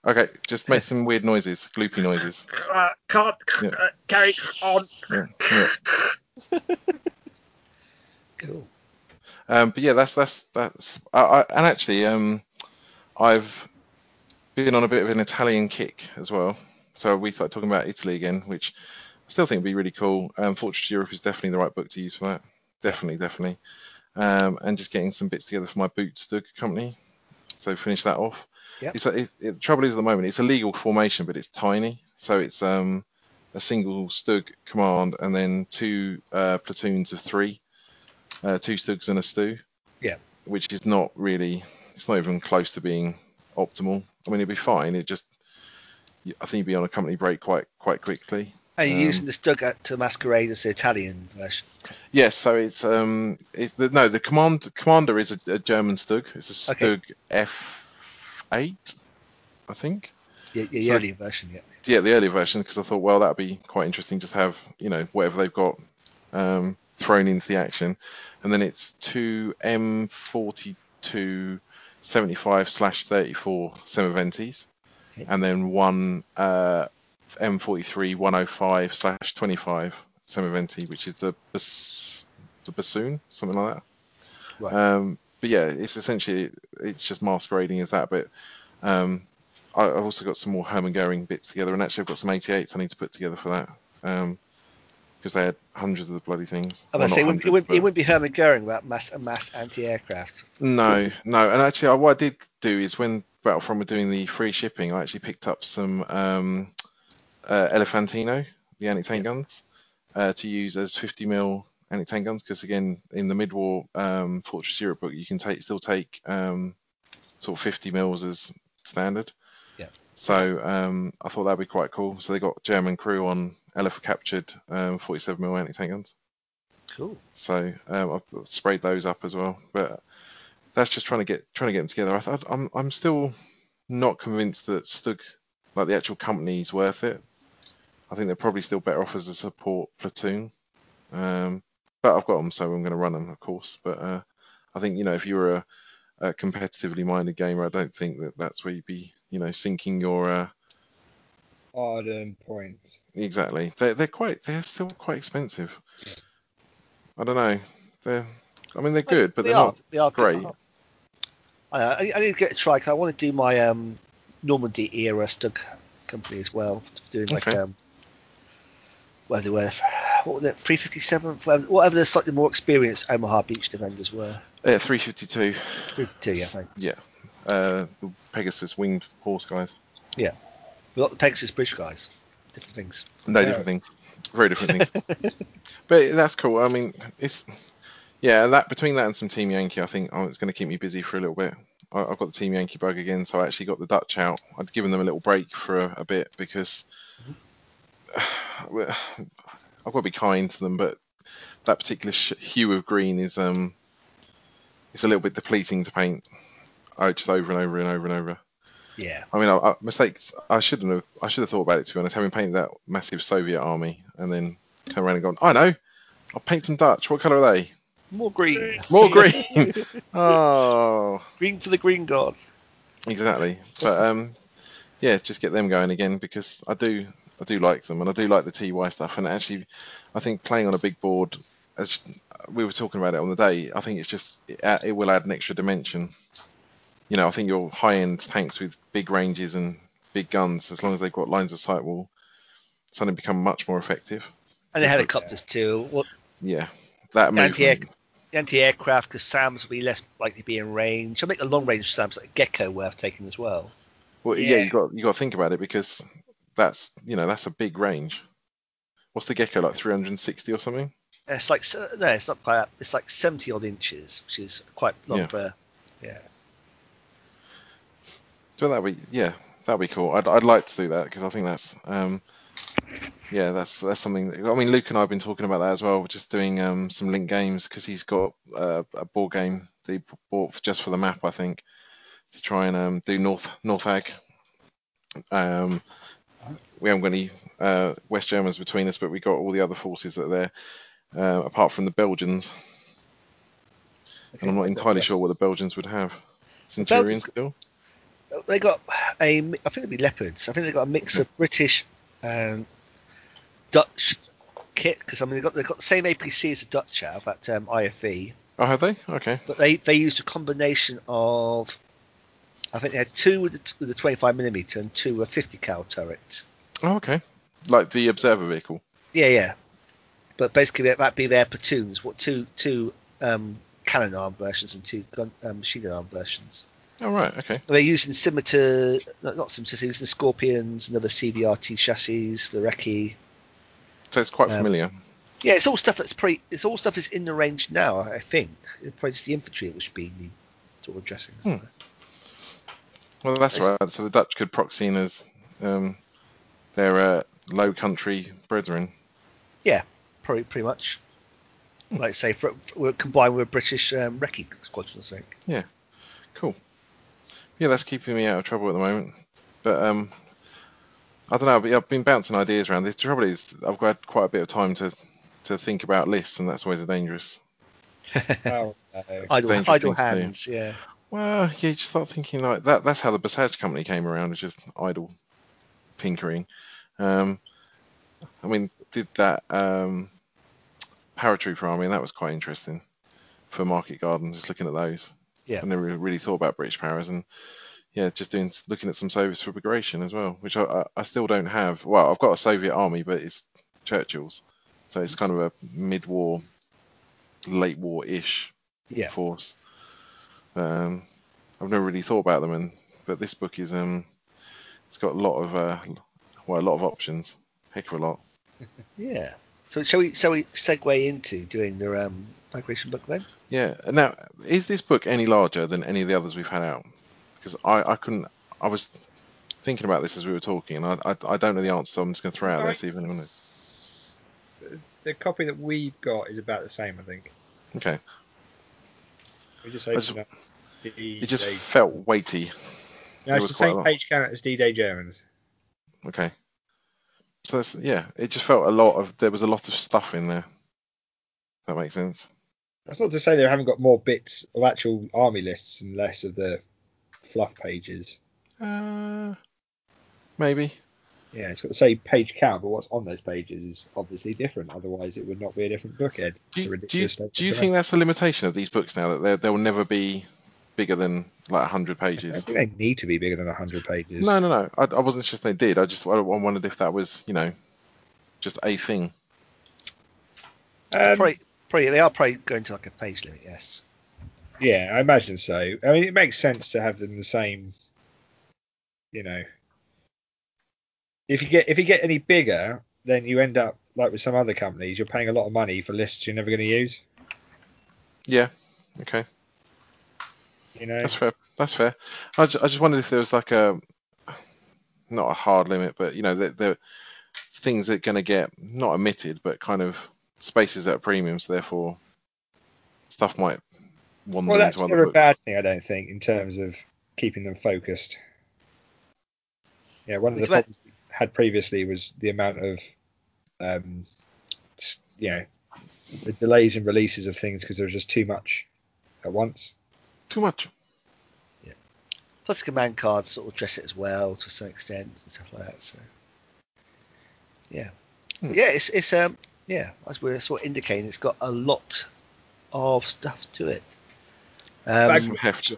Speaker 2: Okay, just make some weird noises, gloopy noises.
Speaker 4: Uh, can't
Speaker 2: Yeah.
Speaker 4: uh, carry on.
Speaker 2: Yeah, yeah.
Speaker 3: Cool.
Speaker 2: Um, but yeah, that's that's that's. I, I, and actually, um, I've been on a bit of an Italian kick as well. So we started talking about Italy again, which I still think would be really cool. Um, Fortress of Europe is definitely the right book to use for that. Definitely, definitely. Um, and just getting some bits together for my Bootstug company. So finish that off.
Speaker 3: Yep.
Speaker 2: It's, it, it, the trouble is at the moment it's a legal formation, but it's tiny. So it's um, a single Stug command and then two uh, platoons of three, uh, two Stugs and a Stew.
Speaker 3: Yeah.
Speaker 2: Which is not really. It's not even close to being optimal. I mean, it'd be fine. It just. I think you'd be on a company break quite quite quickly.
Speaker 3: And you're
Speaker 2: Um,
Speaker 3: using this dugout to masquerade as the Italian version.
Speaker 2: Yes, so it's um, it, the, no, the command commander is a, a German Stug. It's a
Speaker 3: Okay.
Speaker 2: Stug F eight, I think.
Speaker 3: Yeah, yeah,
Speaker 2: So-
Speaker 3: the earlier version, yeah.
Speaker 2: Yeah, the earlier version because I thought, well, that'd be quite interesting. Just have you know whatever they've got um, thrown into the action, and then it's two M forty two seventy five slash thirty four Semiventis,
Speaker 3: Okay.
Speaker 2: and then one uh, M forty three one hundred five slash twenty five Semiventi, which is the bas- the bassoon, something like that.
Speaker 3: Right.
Speaker 2: Um, but yeah, it's essentially it's just masquerading as that. But um, I, I've also got some more Hermann Goering bits together, and actually I've got some 88s I need to put together for that because they had hundreds of the bloody things.
Speaker 3: I
Speaker 2: Well,
Speaker 3: must say, it
Speaker 2: not
Speaker 3: wouldn't, it,
Speaker 2: hundreds,
Speaker 3: wouldn't,
Speaker 2: but-
Speaker 3: it wouldn't be Hermann Goering without mass, a mass anti-aircraft.
Speaker 2: no, no. And actually, I, what I did do is when Battlefront were doing the free shipping, I actually picked up some um, uh, Elefantino, the anti tank guns, uh, to use as 50 mil anti tank guns. Because again, in the mid-war um, Fortress Europe book, you can take still take um, sort of 50 mils as standard.
Speaker 3: Yeah.
Speaker 2: So um, I thought that'd be quite cool. So they got German crew on Elef captured um, 47 mil anti tank guns.
Speaker 3: Cool.
Speaker 2: So um, I've sprayed those up as well. But that's just trying to get trying to get them together. I thought I'm I'm still not convinced that Stug, like the actual company, is worth it. I think they're probably still better off as a support platoon. Um, but I've got them, so I'm going to run them, of course. But uh, I think you know if you were a, a competitively minded gamer, I don't think that that's where you'd be, you know, sinking your uh,
Speaker 1: Hard earned points.
Speaker 2: Exactly. They're they're quite they're still quite expensive. I don't know. They're I mean they're good, but
Speaker 3: They
Speaker 2: they're
Speaker 3: are-
Speaker 2: not.
Speaker 3: they are good.
Speaker 2: great.
Speaker 3: I, I, I need to get a try 'cause I want to do my um, Normandy era Stug company as well. Doing like
Speaker 2: Okay.
Speaker 3: um, where they were, what were they, 357th, whatever, whatever the slightly more experienced Omaha Beach defenders were.
Speaker 2: Yeah, three fifty two.
Speaker 3: 32, yeah. Thank
Speaker 2: Yeah. Uh, the Pegasus winged horse guys.
Speaker 3: you. Not the Pegasus Bridge guys. Different things.
Speaker 2: No
Speaker 1: Yeah.
Speaker 2: different things. Very different things. but that's cool. I mean, it's yeah. That between that and some Team Yankee, I think oh, it's going to keep me busy for a little bit. I, I've got the Team Yankee bug again, so I actually got the Dutch out. I'd given them a little break for a, a bit because well, I've got to be kind to them, but that particular sh- hue of green is um, it's a little bit depleting to paint. Oh, just over and over and over and over.
Speaker 3: Yeah.
Speaker 2: I mean, I, I, mistakes. I shouldn't have. I should have thought about it. To be honest, having painted that massive Soviet army and then turned around and gone, I know. I'll paint some Dutch. What colour are they?
Speaker 3: More green.
Speaker 2: More green. oh,
Speaker 3: Green for the green god.
Speaker 2: exactly. But um, yeah, just get them going again because I do. I do like them, and I do like the TY stuff. And actually, I think playing on a big board, as we were talking about it on the day, I think it's just it, a- it will add an extra dimension. You know, I think your high-end tanks with big ranges and big guns, as long as they've got lines of sight, will suddenly become much more effective.
Speaker 3: And the helicopters too. Well,
Speaker 2: Yeah, that
Speaker 3: Yeah,
Speaker 2: movement.
Speaker 3: anti-air- the anti-aircraft because SAMs will be less likely to be in range. I'll make the long-range SAMs like Gecko worth taking as well.
Speaker 2: Well, yeah,
Speaker 1: Yeah.
Speaker 2: you got you got to think about it because that's you know that's a big range. What's the gecko like? Three hundred and sixty or something?
Speaker 3: And It's like so- no, it's not quite. That. It's like seventy odd inches, which is quite long
Speaker 2: Yeah.
Speaker 3: for.
Speaker 2: So that would be yeah, that'd be cool. I'd I'd like to do that because I think that's um yeah that's that's something. I mean, Luke and I have been talking about that as well. We're just doing um some link games because he's got uh, a board game that he bought just for the map, I think, to try and um do North North Ag. Um, we haven't got any uh, West Germans between us, but we got all the other forces that are there, uh, apart from the Belgians. And I'm not entirely sure what the Belgians would have. Centurions still?
Speaker 3: They got a. mi- I think it'd be leopards. I think they got a mix of British and Dutch kit because I mean they got they got the same APC as the Dutch have at um, IFE,
Speaker 2: Oh, have they? Okay.
Speaker 3: but they they used a combination of. I think they had two with the, with the 25 millimeter and two with a 50 cal turret.
Speaker 2: Oh, okay. Like the observer vehicle.
Speaker 3: Yeah, yeah. But basically, that- that'd be their platoons. What two two um, cannon arm versions and two gun, um, machine gun arm versions.
Speaker 2: Oh, right. Okay.
Speaker 3: And they're using scimitar, no, not scimitar, they're using scorpions and other CBRT chassis for the recce.
Speaker 2: So it's quite
Speaker 3: Um,
Speaker 2: familiar.
Speaker 3: Yeah, it's all stuff that's pretty. It's all stuff that's in the range now. I think it's probably just the infantry which would be the sort of dressing.
Speaker 2: Hmm. Well, that's right. So the Dutch could proxy in as um, their uh, low country brethren.
Speaker 3: Probably pretty much.
Speaker 2: Hmm.
Speaker 3: Like I say, for, for, combined with a British um, recce squadron, I think.
Speaker 2: Cool. Yeah, that's keeping me out of trouble at the moment. But um, I don't know. I've been bouncing ideas around. The trouble is, I've had quite a bit of time to to think about lists, and that's always a dangerous.
Speaker 1: Oh, no.
Speaker 3: Idle,
Speaker 2: Dangerous
Speaker 3: idle
Speaker 2: thing to do.
Speaker 3: hands, yeah.
Speaker 2: Well, yeah, you just start thinking like that. That's how the Passage Company came around. It's just idle tinkering. Um, I mean, did that um, paratrooper army, and that was quite interesting for Market Garden. Just looking at those.
Speaker 3: Yeah.
Speaker 2: I never really thought about British powers, and yeah, just doing looking at some Soviets for immigration as well, which I, I, I still don't have. Well, I've got a Soviet army, but it's Churchill's, so it's kind of a mid-war, late war-ish
Speaker 3: Yeah.
Speaker 2: force. Um, I've never really thought about them, and but this book is um, it's got a lot of uh, well, a lot of options, heck of a lot.
Speaker 3: Yeah. So shall we shall we segue into doing the um, migration book then?
Speaker 2: Yeah. Now, is this book any larger than any of the others we've had out? Because I, I couldn't. I was thinking about this as we were talking, and I, I, I don't know the answer, so I'm just going to throw out there. See if anyone knows.
Speaker 1: S- The copy that we've got is about the same, I think.
Speaker 2: Okay.
Speaker 1: We just
Speaker 2: just-
Speaker 1: opened up D-Day.
Speaker 2: It just felt weighty.
Speaker 1: no,
Speaker 2: it
Speaker 1: it's
Speaker 2: was
Speaker 1: the
Speaker 2: quite a
Speaker 1: same
Speaker 2: lot.
Speaker 1: page count as D-Day Germans.
Speaker 2: Okay. So that's, yeah, it just felt a lot of. There was a lot of stuff in there. That makes sense.
Speaker 1: That's not to say they haven't got more bits of actual army lists and less of the fluff pages.
Speaker 2: Uh, maybe.
Speaker 1: Yeah, it's got the same page count, but what's on those pages is obviously different. Otherwise, it would not be a different book, Ed.
Speaker 2: Do
Speaker 1: It's a
Speaker 2: you, do you,
Speaker 1: ridiculous statement
Speaker 2: do you
Speaker 1: to
Speaker 2: think
Speaker 1: make.
Speaker 2: that's the limitation of these books now that they- they'll never be bigger than like hundred
Speaker 1: I
Speaker 2: pages?
Speaker 1: don't think they need to be bigger than 100 pages.
Speaker 2: No, no, no. I, I wasn't just they did. I just I wondered if that was you know just a thing.
Speaker 1: Um,
Speaker 3: probably, probably they are probably going to like a page limit. Yes.
Speaker 1: Yeah, I imagine so. I mean, it makes sense to have them the same. You know, if you get if you get any bigger, then you end up like with some other companies. You're paying a lot of money for lists you're never going to use.
Speaker 2: Yeah. Okay.
Speaker 1: You know,
Speaker 2: That's fair. That's fair. I just, I just wondered if there was like a not a hard limit, but you know the, the things that are going to get not omitted, but kind of spaces at a premium. So therefore, stuff might wander
Speaker 1: well, that's
Speaker 2: into other
Speaker 1: never a
Speaker 2: books.
Speaker 1: bad thing, I don't think, in terms of keeping them focused. Yeah, one of the
Speaker 3: Think about-
Speaker 1: problems we had previously was the amount of, um, s- you know, the delays and releases of things because there was just too much at once.
Speaker 2: Too much.
Speaker 3: Plus, command cards sort of dress it as well to some extent and stuff like that. So, yeah,
Speaker 2: Hmm.
Speaker 3: yeah, it's it's um yeah as we are sort of indicating, it's got a lot of stuff to it. Um,
Speaker 1: Bag-
Speaker 2: Some heft.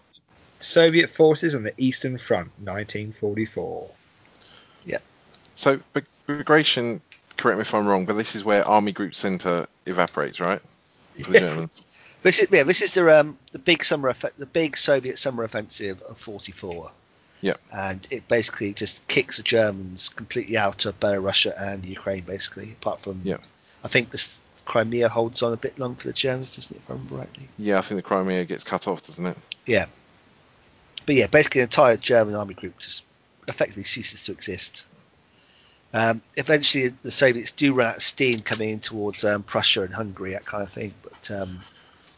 Speaker 1: Soviet forces on the Eastern Front, 1944.
Speaker 2: So but migration. Correct me if I'm wrong, but this is where Army Group Center evaporates, right? For the Germans.
Speaker 3: This is yeah. This is the um the big summer effect, the big Soviet summer offensive of forty four.
Speaker 2: Yeah.
Speaker 3: and it basically just kicks the Germans completely out of Belarus and Ukraine, basically. Apart from
Speaker 2: Yeah.
Speaker 3: I think this Crimea holds on a bit long for the Germans, doesn't it? If I remember rightly.
Speaker 2: Yeah, I think the Crimea gets cut off, doesn't it?
Speaker 3: But yeah, basically the entire German army group just effectively ceases to exist. Um, eventually, the Soviets do run out of steam coming in towards um, Prussia and Hungary, that kind of thing. But um,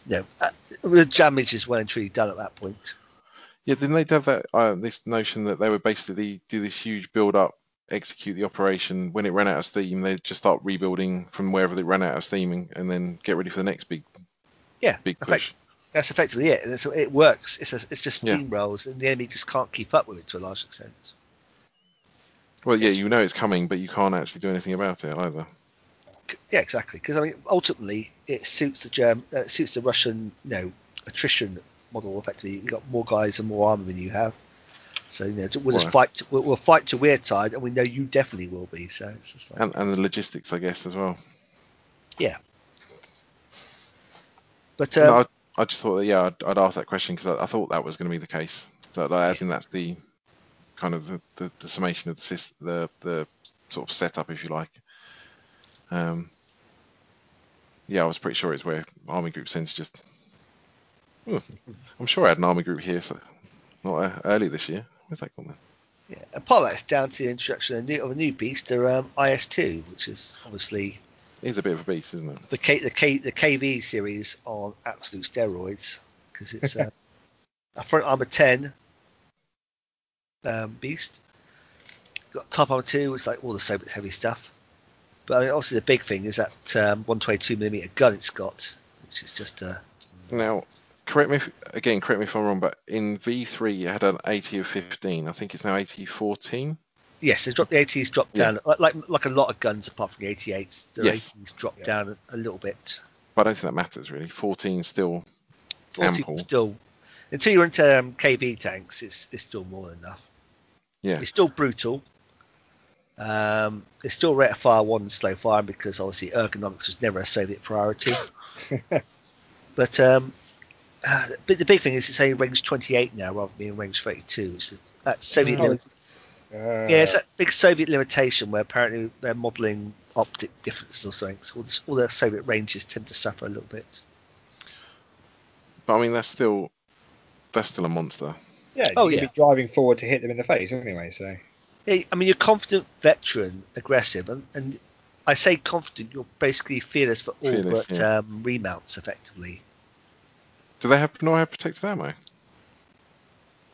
Speaker 3: you know, uh, the damage is well and truly done at that point.
Speaker 2: Yeah, didn't they have that uh, this notion that they would basically do this huge build up, execute the operation. When it ran out of steam, they'd just start rebuilding from wherever they ran out of steam, and, and then get ready for the next big
Speaker 3: Yeah,
Speaker 2: big
Speaker 3: effect-
Speaker 2: push.
Speaker 3: that's effectively it. And so it works. It's a, it's just
Speaker 2: Yeah.
Speaker 3: steamrolls, and the enemy just can't keep up with it to a large extent.
Speaker 2: Well, yeah, you know it's coming, but you can't actually do anything about it either.
Speaker 3: C- Yeah, exactly. Because I mean, ultimately, it suits the Germ, uh, it suits the Russian, you know, attrition model. Effectively, you got more guys and more armor than you have. So you know, we'll just
Speaker 2: Right.
Speaker 3: fight. To, we'll, we'll fight to we're tired, and we know you definitely will be. So it's just like,
Speaker 2: And and the logistics, I guess, as well.
Speaker 3: but um,
Speaker 2: No, I, I just thought that yeah, I'd, I'd ask that question because I, I thought that was going to be the case. That, that as in that's the kind of the, the, the summation of the, sys- the the sort of setup, if you like. Um, yeah, I was pretty sure it's where Army Group Centre just. Hmm, I'm sure I had an Army Group here, so not uh, early this year. Where's that gone then?
Speaker 3: Yeah. And part of that's down to the introduction of a new, of a new beast, the um, IS2, which is obviously
Speaker 2: He's a bit of a beast, isn't it?
Speaker 3: the K, the K, the KV series on absolute steroids because it's uh, a front armor ten um, beast. Got top armor two, which is like all the so heavy stuff. But I mean, obviously the big thing is that um, one twenty two millimeter gun it's got, which is just uh, a
Speaker 2: Now, correct me if, again. Correct me if I'm wrong, but in V3 you had an 80 of 15. I think it's now 80 14.
Speaker 3: yes. They dropped the eighties dropped
Speaker 2: Yeah.
Speaker 3: down like, like like a lot of guns apart from the eighty eights. The
Speaker 2: Yes.
Speaker 3: eighties dropped
Speaker 1: Yeah.
Speaker 3: down a, a little bit.
Speaker 2: But I don't think that matters really. 14 still.
Speaker 3: 40
Speaker 2: Ample.
Speaker 3: still until you're into um, KV tanks, it's it's still more than enough.
Speaker 2: Yeah.
Speaker 3: it's still brutal. Um, it's still rate of fire one and slow fire because obviously ergonomics was never a Soviet priority. but um, uh, but the big thing is it's only range 28 now rather than being range 32. Which is, that's Soviet
Speaker 1: Oh,
Speaker 3: lim-
Speaker 1: Uh,
Speaker 3: yeah, it's that big Soviet limitation where apparently they're modelling optic differences or something. So all, the, all the Soviet ranges tend to suffer a little bit.
Speaker 2: But I mean that's still that's still a monster.
Speaker 1: yeah, you
Speaker 3: oh,
Speaker 1: could
Speaker 3: yeah.
Speaker 1: be driving forward to hit them in the face anyway. So
Speaker 3: Yeah, I mean, you're confident, veteran, aggressive, and, and I say confident, you're basically fearless for all
Speaker 2: Fearless,
Speaker 3: but
Speaker 2: yeah.
Speaker 3: um, remounts, effectively.
Speaker 2: Do they have not have protected ammo?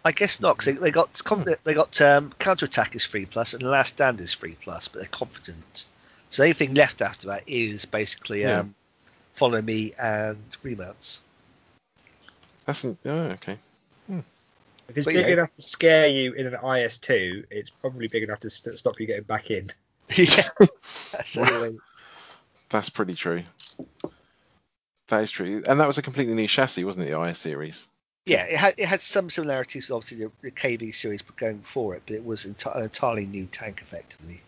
Speaker 3: I guess
Speaker 2: Mm-hmm.
Speaker 3: not, 'cause they, they got com- they got um, counter attack is three plus and the last stand is three plus, but they're confident. So anything left after that is basically
Speaker 2: Yeah.
Speaker 3: um, follow me and remounts.
Speaker 2: That's an, oh, okay.
Speaker 1: if it's
Speaker 3: But,
Speaker 1: big
Speaker 3: yeah.
Speaker 1: enough to scare you in an IS2, it's probably big enough to st- stop you getting back in.
Speaker 3: yeah, that's the only way.
Speaker 2: That's pretty true. That is true. And that was a completely new chassis, wasn't it? The IS series.
Speaker 3: Yeah, it had it had some similarities with obviously the, the KV series going for it, but it was enti- an entirely new tank, effectively,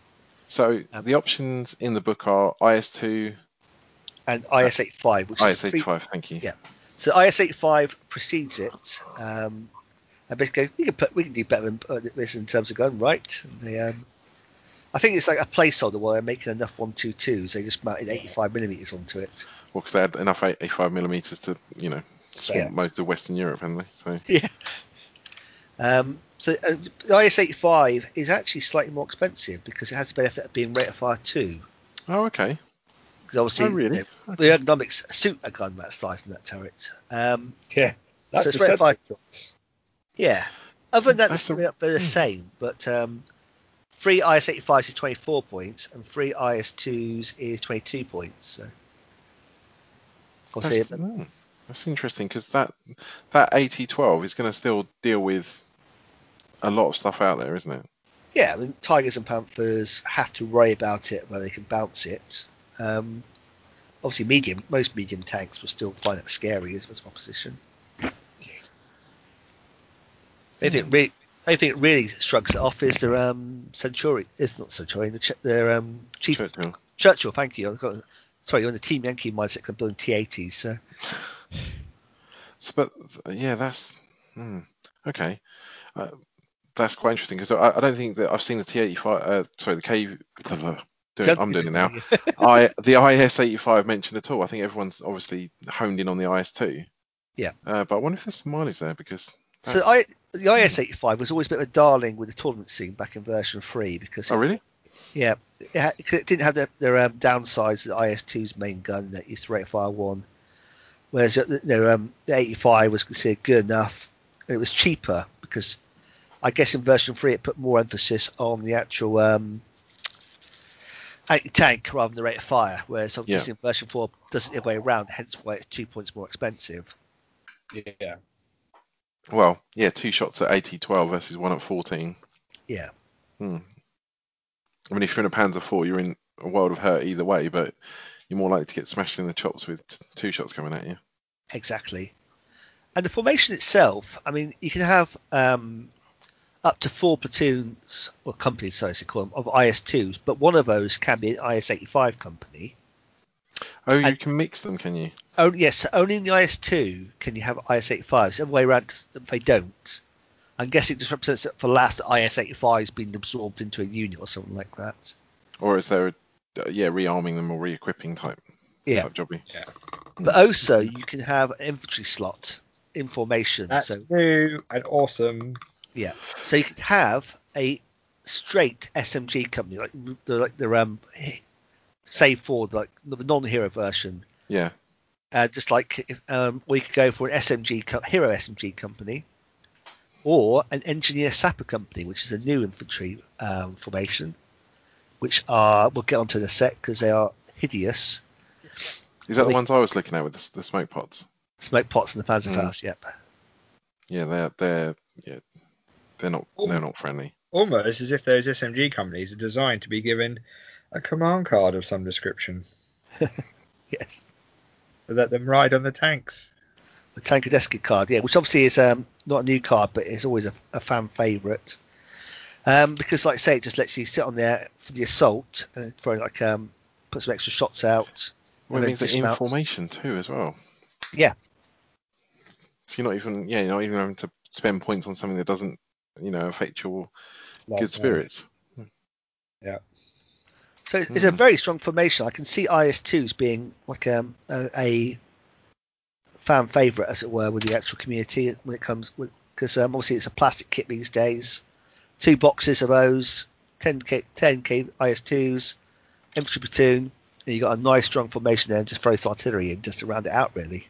Speaker 2: So
Speaker 3: Um,
Speaker 2: the options in the book are IS2,
Speaker 3: and IS85, which is the pre-
Speaker 2: IS85. Thank you.
Speaker 3: Yeah. So IS85 precedes it. Um, and basically, goes, we can put, we can do better than uh, this in terms of gun, right? And they, um, I think it's like a placeholder while they're making enough 122s. They just mounted 85 millimeters onto it.
Speaker 2: Well, because they had enough 85 millimeters to, you know, swamp
Speaker 3: Yeah.
Speaker 2: most of Western Europe, hadn't they? So
Speaker 3: Um, so uh, the IS85 is actually slightly more expensive because it has the benefit of being rate of fire two.
Speaker 2: Oh, okay.
Speaker 3: Because obviously,
Speaker 2: Oh, really?
Speaker 3: you know, the ergonomics suit a gun that size and that turret. Um,
Speaker 1: Yeah, that's
Speaker 3: So
Speaker 1: the
Speaker 3: it's red
Speaker 1: subject choice.
Speaker 3: Yeah. Other than that,
Speaker 2: That's
Speaker 3: that's
Speaker 2: a- hmm.
Speaker 3: they're the same. But um, three IS85s is 24 points, and three IS2s is 22 points. So.
Speaker 2: That's,
Speaker 3: Obviously,
Speaker 2: mm, that's interesting because that that 8012 is going to still deal with a lot of stuff out there, isn't it?
Speaker 3: yeah, I mean, Tigers and Panthers have to worry about it, where they can bounce it. Um, obviously, medium most medium tanks will still find it scary as, as opposition. They think really, they think really shrugs it off is their um, Centurion. It's not Centurion. The ch- their um, chief
Speaker 2: Churchill.
Speaker 3: Churchill, thank you. I've got, sorry, you're on the Team Yankee mindset 'cause I'm building T80s. So
Speaker 2: So, but yeah, that's hmm, okay. Uh, that's quite interesting because I, I don't think that I've seen the T85. Uh, sorry, the K. Doing, I'm doing it now. I the IS85 mentioned at all. I think everyone's obviously honed in on the IS2.
Speaker 3: Yeah.
Speaker 2: Uh, but I wonder if there's some mileage there because oh,
Speaker 3: so I, the IS85 was always a bit of a darling with the tournament scene back in version three because
Speaker 2: oh really?
Speaker 3: yeah, it, ha- 'cause it didn't have their, their um, downsides. that The IS2's main gun that used to rate fire one, whereas uh, the- their um, the 85 was considered good enough. And it was cheaper because I guess in version three it put more emphasis on the actual um, anti-tank rather than the rate of fire. Whereas
Speaker 2: Yeah.
Speaker 3: obviously in version four does it the other way around, hence why it's two points more expensive.
Speaker 1: Yeah,
Speaker 2: Well, yeah, two shots at 80 12 versus one at 14.
Speaker 3: Yeah.
Speaker 2: Hmm. I mean, if you're in a Panzer 4, you're in a world of hurt either way, but you're more likely to get smashed in the chops with t- two shots coming at you.
Speaker 3: Exactly. And the formation itself, I mean, you can have um, up to four platoons, or companies, sorry, as they call them, of IS2s, but one of those can be an IS85 company.
Speaker 2: Oh, you
Speaker 3: And-
Speaker 2: can mix them, can you?
Speaker 3: Oh, yes, only in the IS2 can you have IS85s. The other way around, they don't. I guess it just represents that for last IS85 has been absorbed into a unit or something like that.
Speaker 2: Or is there, a, uh, yeah, rearming them or re equipping type,
Speaker 3: Yeah.
Speaker 2: type jobby?
Speaker 3: But also, you can have an infantry slot in formation.
Speaker 1: that's
Speaker 3: so
Speaker 1: new and awesome.
Speaker 3: Yeah. So you could have a straight SMG company, like the like the um, save for like the non-hero version,
Speaker 2: Yeah.
Speaker 3: uh, just like if, um, we could go for an SMG co- hero SMG company, or an engineer sapper company, which is a new infantry um, formation, which are we'll get onto in a sec because they are hideous.
Speaker 2: Is that the
Speaker 3: Like-
Speaker 2: ones I was looking at with the, s- the smoke pods?
Speaker 3: Smoke pots and the
Speaker 2: Mm.
Speaker 3: Panzerfaust. Yep.
Speaker 2: Yeah, they're they're yeah, they're not they're not friendly.
Speaker 1: Almost as if those SMG companies are designed to be given a command card of some description
Speaker 3: Yes.
Speaker 1: to let them ride on the tanks.
Speaker 3: The Tankadeski card, yeah, which obviously is um, not a new card, but it's always a, a fan favourite. Um, because, like I say, it just lets you sit on there for the assault and throw like um, put some extra shots out.
Speaker 2: Well, it
Speaker 3: then
Speaker 2: means they're in
Speaker 3: dismount.
Speaker 2: formation too as well.
Speaker 3: Yeah.
Speaker 2: So you're not even yeah, you're not even having to spend points on something that doesn't you know affect your
Speaker 1: Like, uh,
Speaker 2: good spirits.
Speaker 3: So it's,
Speaker 2: Hmm.
Speaker 3: it's a very strong formation. I can see IS2s being like um, a, a fan favourite, as it were, with the actual community when it comes with because um, obviously it's a plastic kit these days. Two boxes of those, 10k, 10k IS2s, infantry platoon, and you got a nice strong formation there and just throw some artillery in just to round it out, really.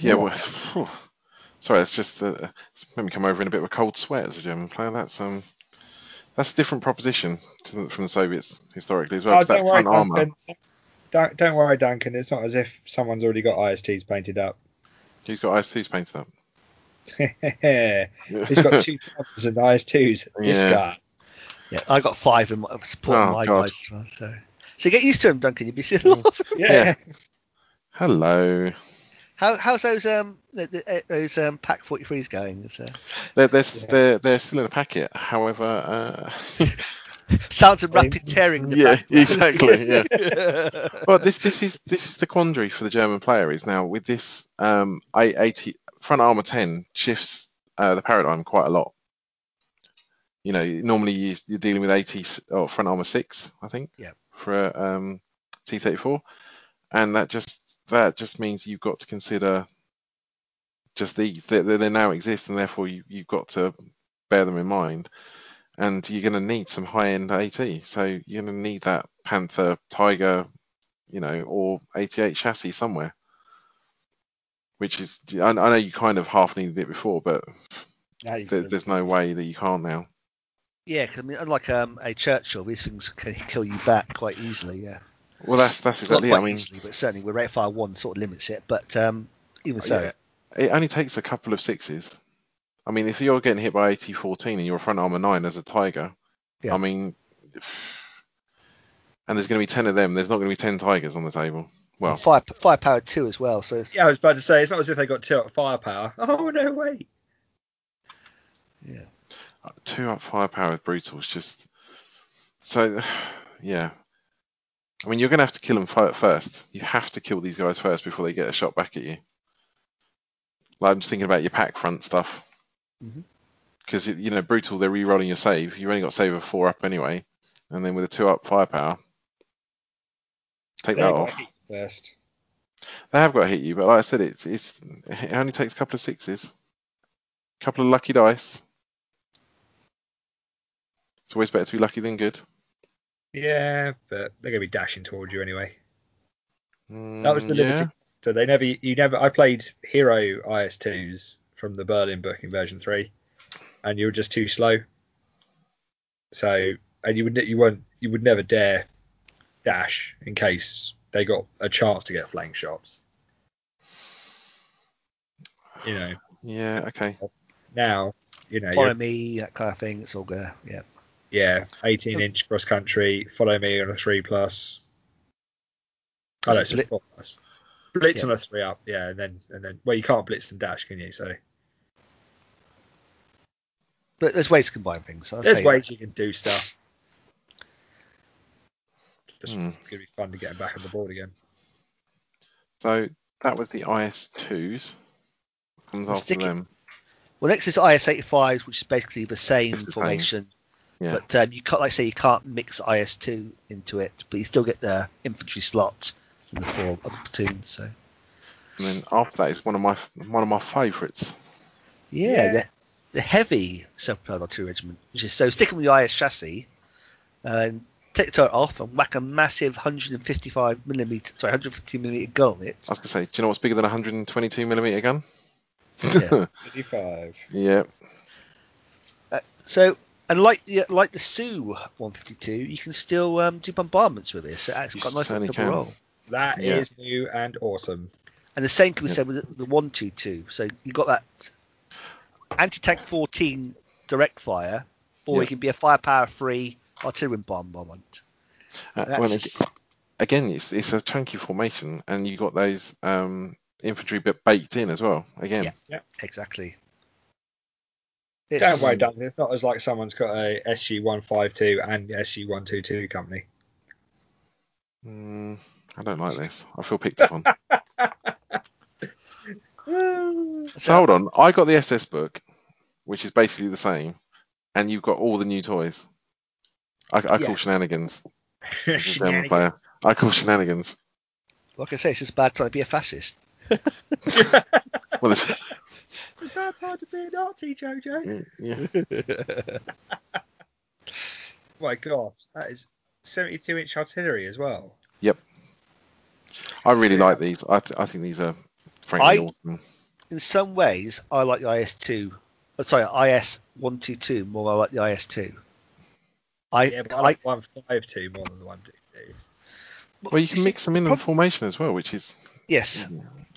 Speaker 2: Yeah, well, phew. sorry, it's just uh, it's made me come over in a bit of a cold sweat as a German player. That's um, that's a different proposition to, the- from the Soviets historically as well.
Speaker 1: Oh,
Speaker 2: 'cause
Speaker 1: don't
Speaker 2: that
Speaker 1: worry,
Speaker 2: front armor,
Speaker 1: Duncan. Don't, don't worry, Duncan. It's not as if someone's already got ISTs painted up.
Speaker 2: he's got ISTs painted up.
Speaker 1: He's got two thumbs and IS2s. This
Speaker 2: Yeah.
Speaker 1: guy.
Speaker 3: Yeah, I got five in my support
Speaker 2: Oh,
Speaker 3: my
Speaker 2: God.
Speaker 3: guys as well. So, so get used to them, Duncan. You'll be seeing a lot of 'em.
Speaker 1: Yeah.
Speaker 2: Hello.
Speaker 3: How, how's those um th- th- eh, those um pack 43s going? It's, uh,
Speaker 2: They're they're, s
Speaker 1: Yeah.
Speaker 2: they're they're still in a packet. However, uh,
Speaker 3: sounds of
Speaker 1: Well,
Speaker 3: rapid tearing. in the
Speaker 2: yeah,
Speaker 3: background.
Speaker 2: exactly. Yeah. well, this this is this is the quandary for the German player is now with this um, I- 80 front armor ten shifts uh, the paradigm quite a lot. You know, normally you- you're dealing with eighty s- or front armor six, I think.
Speaker 3: Yeah.
Speaker 2: For a, um, T thirty four, and that just that just means you've got to consider just these they, they they now exist, and therefore you, you've got to bear them in mind. And you're going to need some high end AT, so you're going to need that Panther, Tiger, you know, or 88 chassis somewhere. Which is, I, I know you kind of half needed it before, but
Speaker 1: Now you
Speaker 2: there,
Speaker 1: can-
Speaker 2: there's no way that you can't now.
Speaker 3: Yeah, 'cause I mean, unlike um, a Churchill, these things can kill you back quite easily. Yeah,
Speaker 2: Well, that's that's exactly. it. I
Speaker 3: not quite
Speaker 2: mean,
Speaker 3: easily, but certainly with Fire One sort of limits it. But um, even so,
Speaker 2: Oh, yeah, it only takes a couple of sixes. I mean, if you're getting hit by AT 14 and you're a front armor nine as a Tiger,
Speaker 3: Yeah.
Speaker 2: I mean, and there's going to be 10 of them. There's not going to be 10 Tigers on the table. Well,
Speaker 3: Fire Firepower Two as well. So it's,
Speaker 1: Yeah, I was about to say, it's not as if they got two up firepower. Oh, no, wait.
Speaker 2: two up firepower with brutal is just so yeah i mean you're going to have to kill them fi- first you have to kill these guys first before they get a shot back at you like i'm just thinking about your pack front stuff
Speaker 3: Mhm.
Speaker 2: because you know brutal they're re-rolling your save you've only got save of four up anyway and then with a two up firepower take
Speaker 1: They
Speaker 2: that
Speaker 1: got
Speaker 2: off
Speaker 1: hit First.
Speaker 2: they have got to hit you but like i said it's it's it only takes a couple of sixes a couple of lucky dice it's always better to be lucky than good
Speaker 1: Yeah, but they're going to be dashing towards you anyway.
Speaker 2: That Mm,
Speaker 1: That was the limiting. So they never, you never. I played Hero IS2s from the Berlin book in version three, and you were just too slow. So, and you would, ne- you weren't, you would never dare dash in case they got a chance to get flank shots. You know,
Speaker 2: Yeah. okay.
Speaker 1: now you know,
Speaker 3: follow
Speaker 1: you're-
Speaker 3: me, that kind of thing. It's all good. Yeah,
Speaker 1: yeah, eighteen
Speaker 3: Oh.
Speaker 1: inch cross country. Follow me on a three plus. Oh no, it's a
Speaker 3: Blit-
Speaker 1: four plus. Blitz
Speaker 3: Yeah.
Speaker 1: on a three up, yeah, and then and then well, you can't blitz and dash, can you? So.
Speaker 3: but there's ways to combine things. I'll
Speaker 1: There's
Speaker 3: say
Speaker 1: ways you can do stuff. Just
Speaker 2: Hmm.
Speaker 1: gonna be fun to get him back on the board again.
Speaker 2: So that was the IS2s. Comes
Speaker 3: I'm
Speaker 2: after
Speaker 3: sticking-
Speaker 2: them.
Speaker 3: Well, next is IS85s, which is basically the same
Speaker 2: It's the same.
Speaker 3: formation,
Speaker 2: Yeah.
Speaker 3: but um, you can't, like I say, you can't mix IS2 into it, but you still get the infantry slot in the form of the platoon. So
Speaker 2: And then after that is one of my one of my favourites.
Speaker 3: Yeah,
Speaker 1: Yeah.
Speaker 3: The, the heavy Super Artillery Regiment, which is so sticking with the IS chassis, uh, and take the turret off and whack a massive 155 millimeter, sorry, 150 millimeter gun on it.
Speaker 2: I was gonna say, do you know what's bigger than a 122 millimeter gun?
Speaker 3: Yeah.
Speaker 1: Fifty-five.
Speaker 2: yeah.
Speaker 3: So, and like the like the Su 152, you can still um, do bombardments with this. So it's
Speaker 2: You
Speaker 3: got a nice little
Speaker 2: certainly
Speaker 3: double
Speaker 2: can.
Speaker 3: roll.
Speaker 1: That is
Speaker 2: Yeah.
Speaker 1: new and awesome.
Speaker 3: And the same can be
Speaker 2: Yeah.
Speaker 3: said with the 122. So you got that anti tank 14 direct fire, or
Speaker 2: Yeah.
Speaker 3: it can be a firepower free artillery bombardment.
Speaker 2: Uh,
Speaker 3: That's
Speaker 2: well, ag-
Speaker 3: just-
Speaker 2: again, it's it's a chunky formation, and you got those um, infantry bit baked in as well. Again,
Speaker 3: Yeah. exactly.
Speaker 1: Don't
Speaker 3: It's-
Speaker 1: worry, Duncan. It's not as like someone's got a SU one five two and SU one two two company.
Speaker 2: Mm, I don't like this. I feel picked up on. so hold on, I got the SS book, which is basically the same, and you've got all the new toys. I, I
Speaker 1: Yeah.
Speaker 2: call shenanigans. as a German
Speaker 1: Shenanigans.
Speaker 2: player. I call shenanigans.
Speaker 3: Like I say, it's just a bad time to be a fascist.
Speaker 2: Well, it's,
Speaker 1: It's a bad time to be a Nazi, Jojo.
Speaker 2: yeah.
Speaker 1: my God, that is seventy-two inch artillery as well.
Speaker 2: I really like these. I, th- I think these are
Speaker 3: I-
Speaker 2: frankly awesome.
Speaker 3: In some ways, I like the IS2. oh, Sorry, IS 122 more than I like the IS2. I,
Speaker 1: Yeah, but I
Speaker 3: I
Speaker 1: like one five two more than the one two two.
Speaker 2: Well, you can
Speaker 3: is it-
Speaker 2: mix them in in formation as well, which is
Speaker 3: Yes.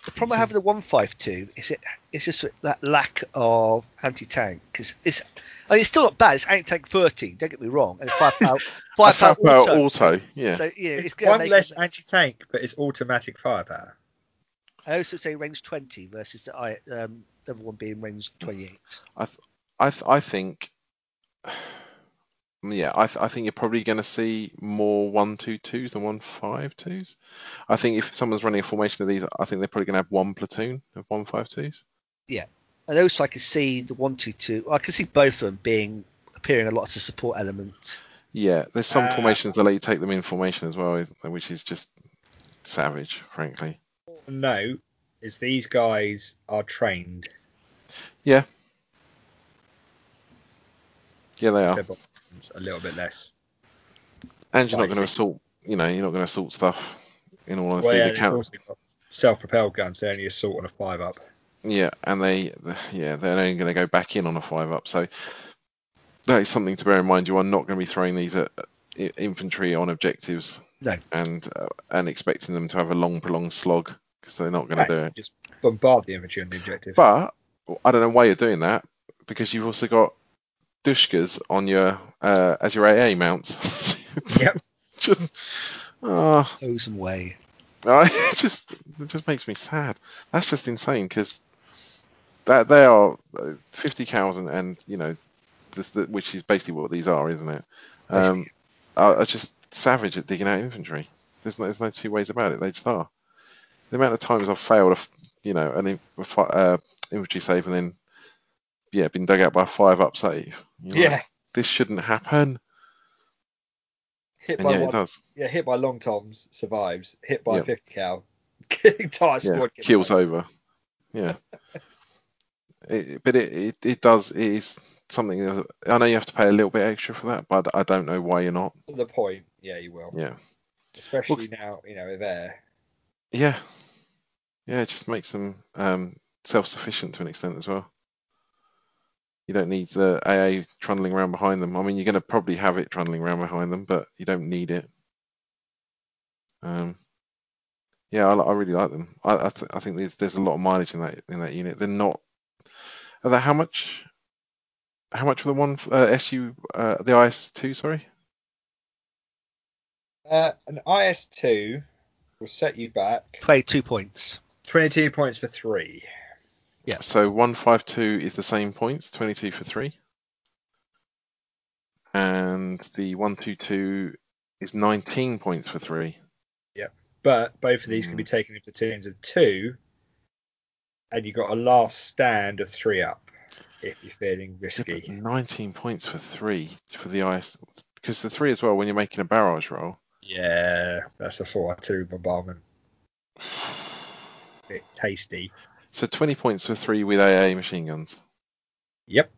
Speaker 3: The problem I have with the 152 is it it's just that lack of anti tank because it's I mean, it's still not bad. It's anti tank 13. Don't get me wrong. And it's five power
Speaker 2: I
Speaker 3: five power
Speaker 2: felt about
Speaker 3: auto.
Speaker 2: auto. Yeah,
Speaker 3: So you know, it's,
Speaker 1: It's
Speaker 3: going to
Speaker 1: one
Speaker 3: make.
Speaker 1: less
Speaker 3: Less
Speaker 1: anti tank, but it's automatic firepower.
Speaker 3: I also say range 20 versus the I um, the other one being range 28.
Speaker 2: I th- I think. Yeah, I, th- I think you're probably going to see more one two twos than one five twos. I think if someone's running a formation of these, I think they're probably going to have one platoon of one five twos.
Speaker 3: And also, I can see the 122. I can see both of them being appearing a lot as a support element.
Speaker 2: Yeah, there's some
Speaker 1: Uh,
Speaker 2: formations that let you take them in formation as well, isn't there, which is just savage, frankly.
Speaker 1: No, is these guys are trained.
Speaker 2: Yeah, they are.
Speaker 1: Their bombs A little bit less.
Speaker 2: And you're not going to
Speaker 1: Spicy.
Speaker 2: assault. You know, you're not going to assault stuff. In all honesty,
Speaker 1: Well, yeah,
Speaker 2: they
Speaker 1: they've
Speaker 2: count.
Speaker 1: also got self-propelled guns. They only assault on a five up.
Speaker 2: Yeah, and they, yeah, they're only going to go back in on a five up. So that is something to bear in mind. You are not going to be throwing these at i- infantry on objectives.
Speaker 3: No.
Speaker 2: And uh, and expecting them to have a long, prolonged slog because they're not going
Speaker 1: Right.
Speaker 2: to do it.
Speaker 1: Just bombard the infantry on the objective.
Speaker 2: But I don't know why you're doing that because you've also got dushkas on your uh, as your AA mounts.
Speaker 1: Yep.
Speaker 2: just, ah,
Speaker 3: Oh, some way.
Speaker 2: I Oh, it just it just makes me sad. That's just insane because that they are uh, fifty cows and, and you know, this, the, which is basically what these are, isn't it? Um, are, are just savage at digging out infantry. There's no, there's no two ways about it. They just are. The amount of times I've failed, a f- you know, an in, a fi- uh, infantry save and then yeah, been dug out by a five up save. You're like, this shouldn't happen,
Speaker 1: hit
Speaker 2: and
Speaker 1: by
Speaker 2: yet it
Speaker 1: one,
Speaker 2: does.
Speaker 1: yeah, hit by long toms survives. Hit by
Speaker 2: Yeah.
Speaker 1: fifty cal, entire squad
Speaker 2: yeah,
Speaker 1: gets
Speaker 2: keels
Speaker 1: wiped.
Speaker 2: over. Yeah, it, but it, it it does it is something. that- I know you have to pay a little bit extra for that, but I don't know why you're not.
Speaker 1: To the point, yeah, you will.
Speaker 2: Yeah,
Speaker 1: Especially now, you know, with air.
Speaker 2: yeah, yeah. It just makes them um, self-sufficient to an extent as well. You don't need the AA trundling around behind them. I mean, you're going to probably have it trundling around behind them, but you don't need it. Um, yeah, I, li- I really like them. I I, th- I think there's there's a lot of mileage in that in that unit. They're not. Are they how much? How much for the one uh, SU uh, the IS two? Sorry,
Speaker 1: Uh, an IS two will set you back
Speaker 3: 22 points.
Speaker 1: twenty-two points for three.
Speaker 2: so one five two is the same points, twenty two for three, and the one two two is nineteen points for three.
Speaker 1: But both of these can be taken in platoons of two, and you got a last stand of three up if you're feeling
Speaker 2: Yeah, but
Speaker 1: risky.
Speaker 2: nineteen points for three for the IS because the three as well when you're making a barrage roll.
Speaker 1: Yeah, that's a full artillery bombardment. Bit tasty.
Speaker 2: So twenty points for three with AA machine guns.
Speaker 1: Yep.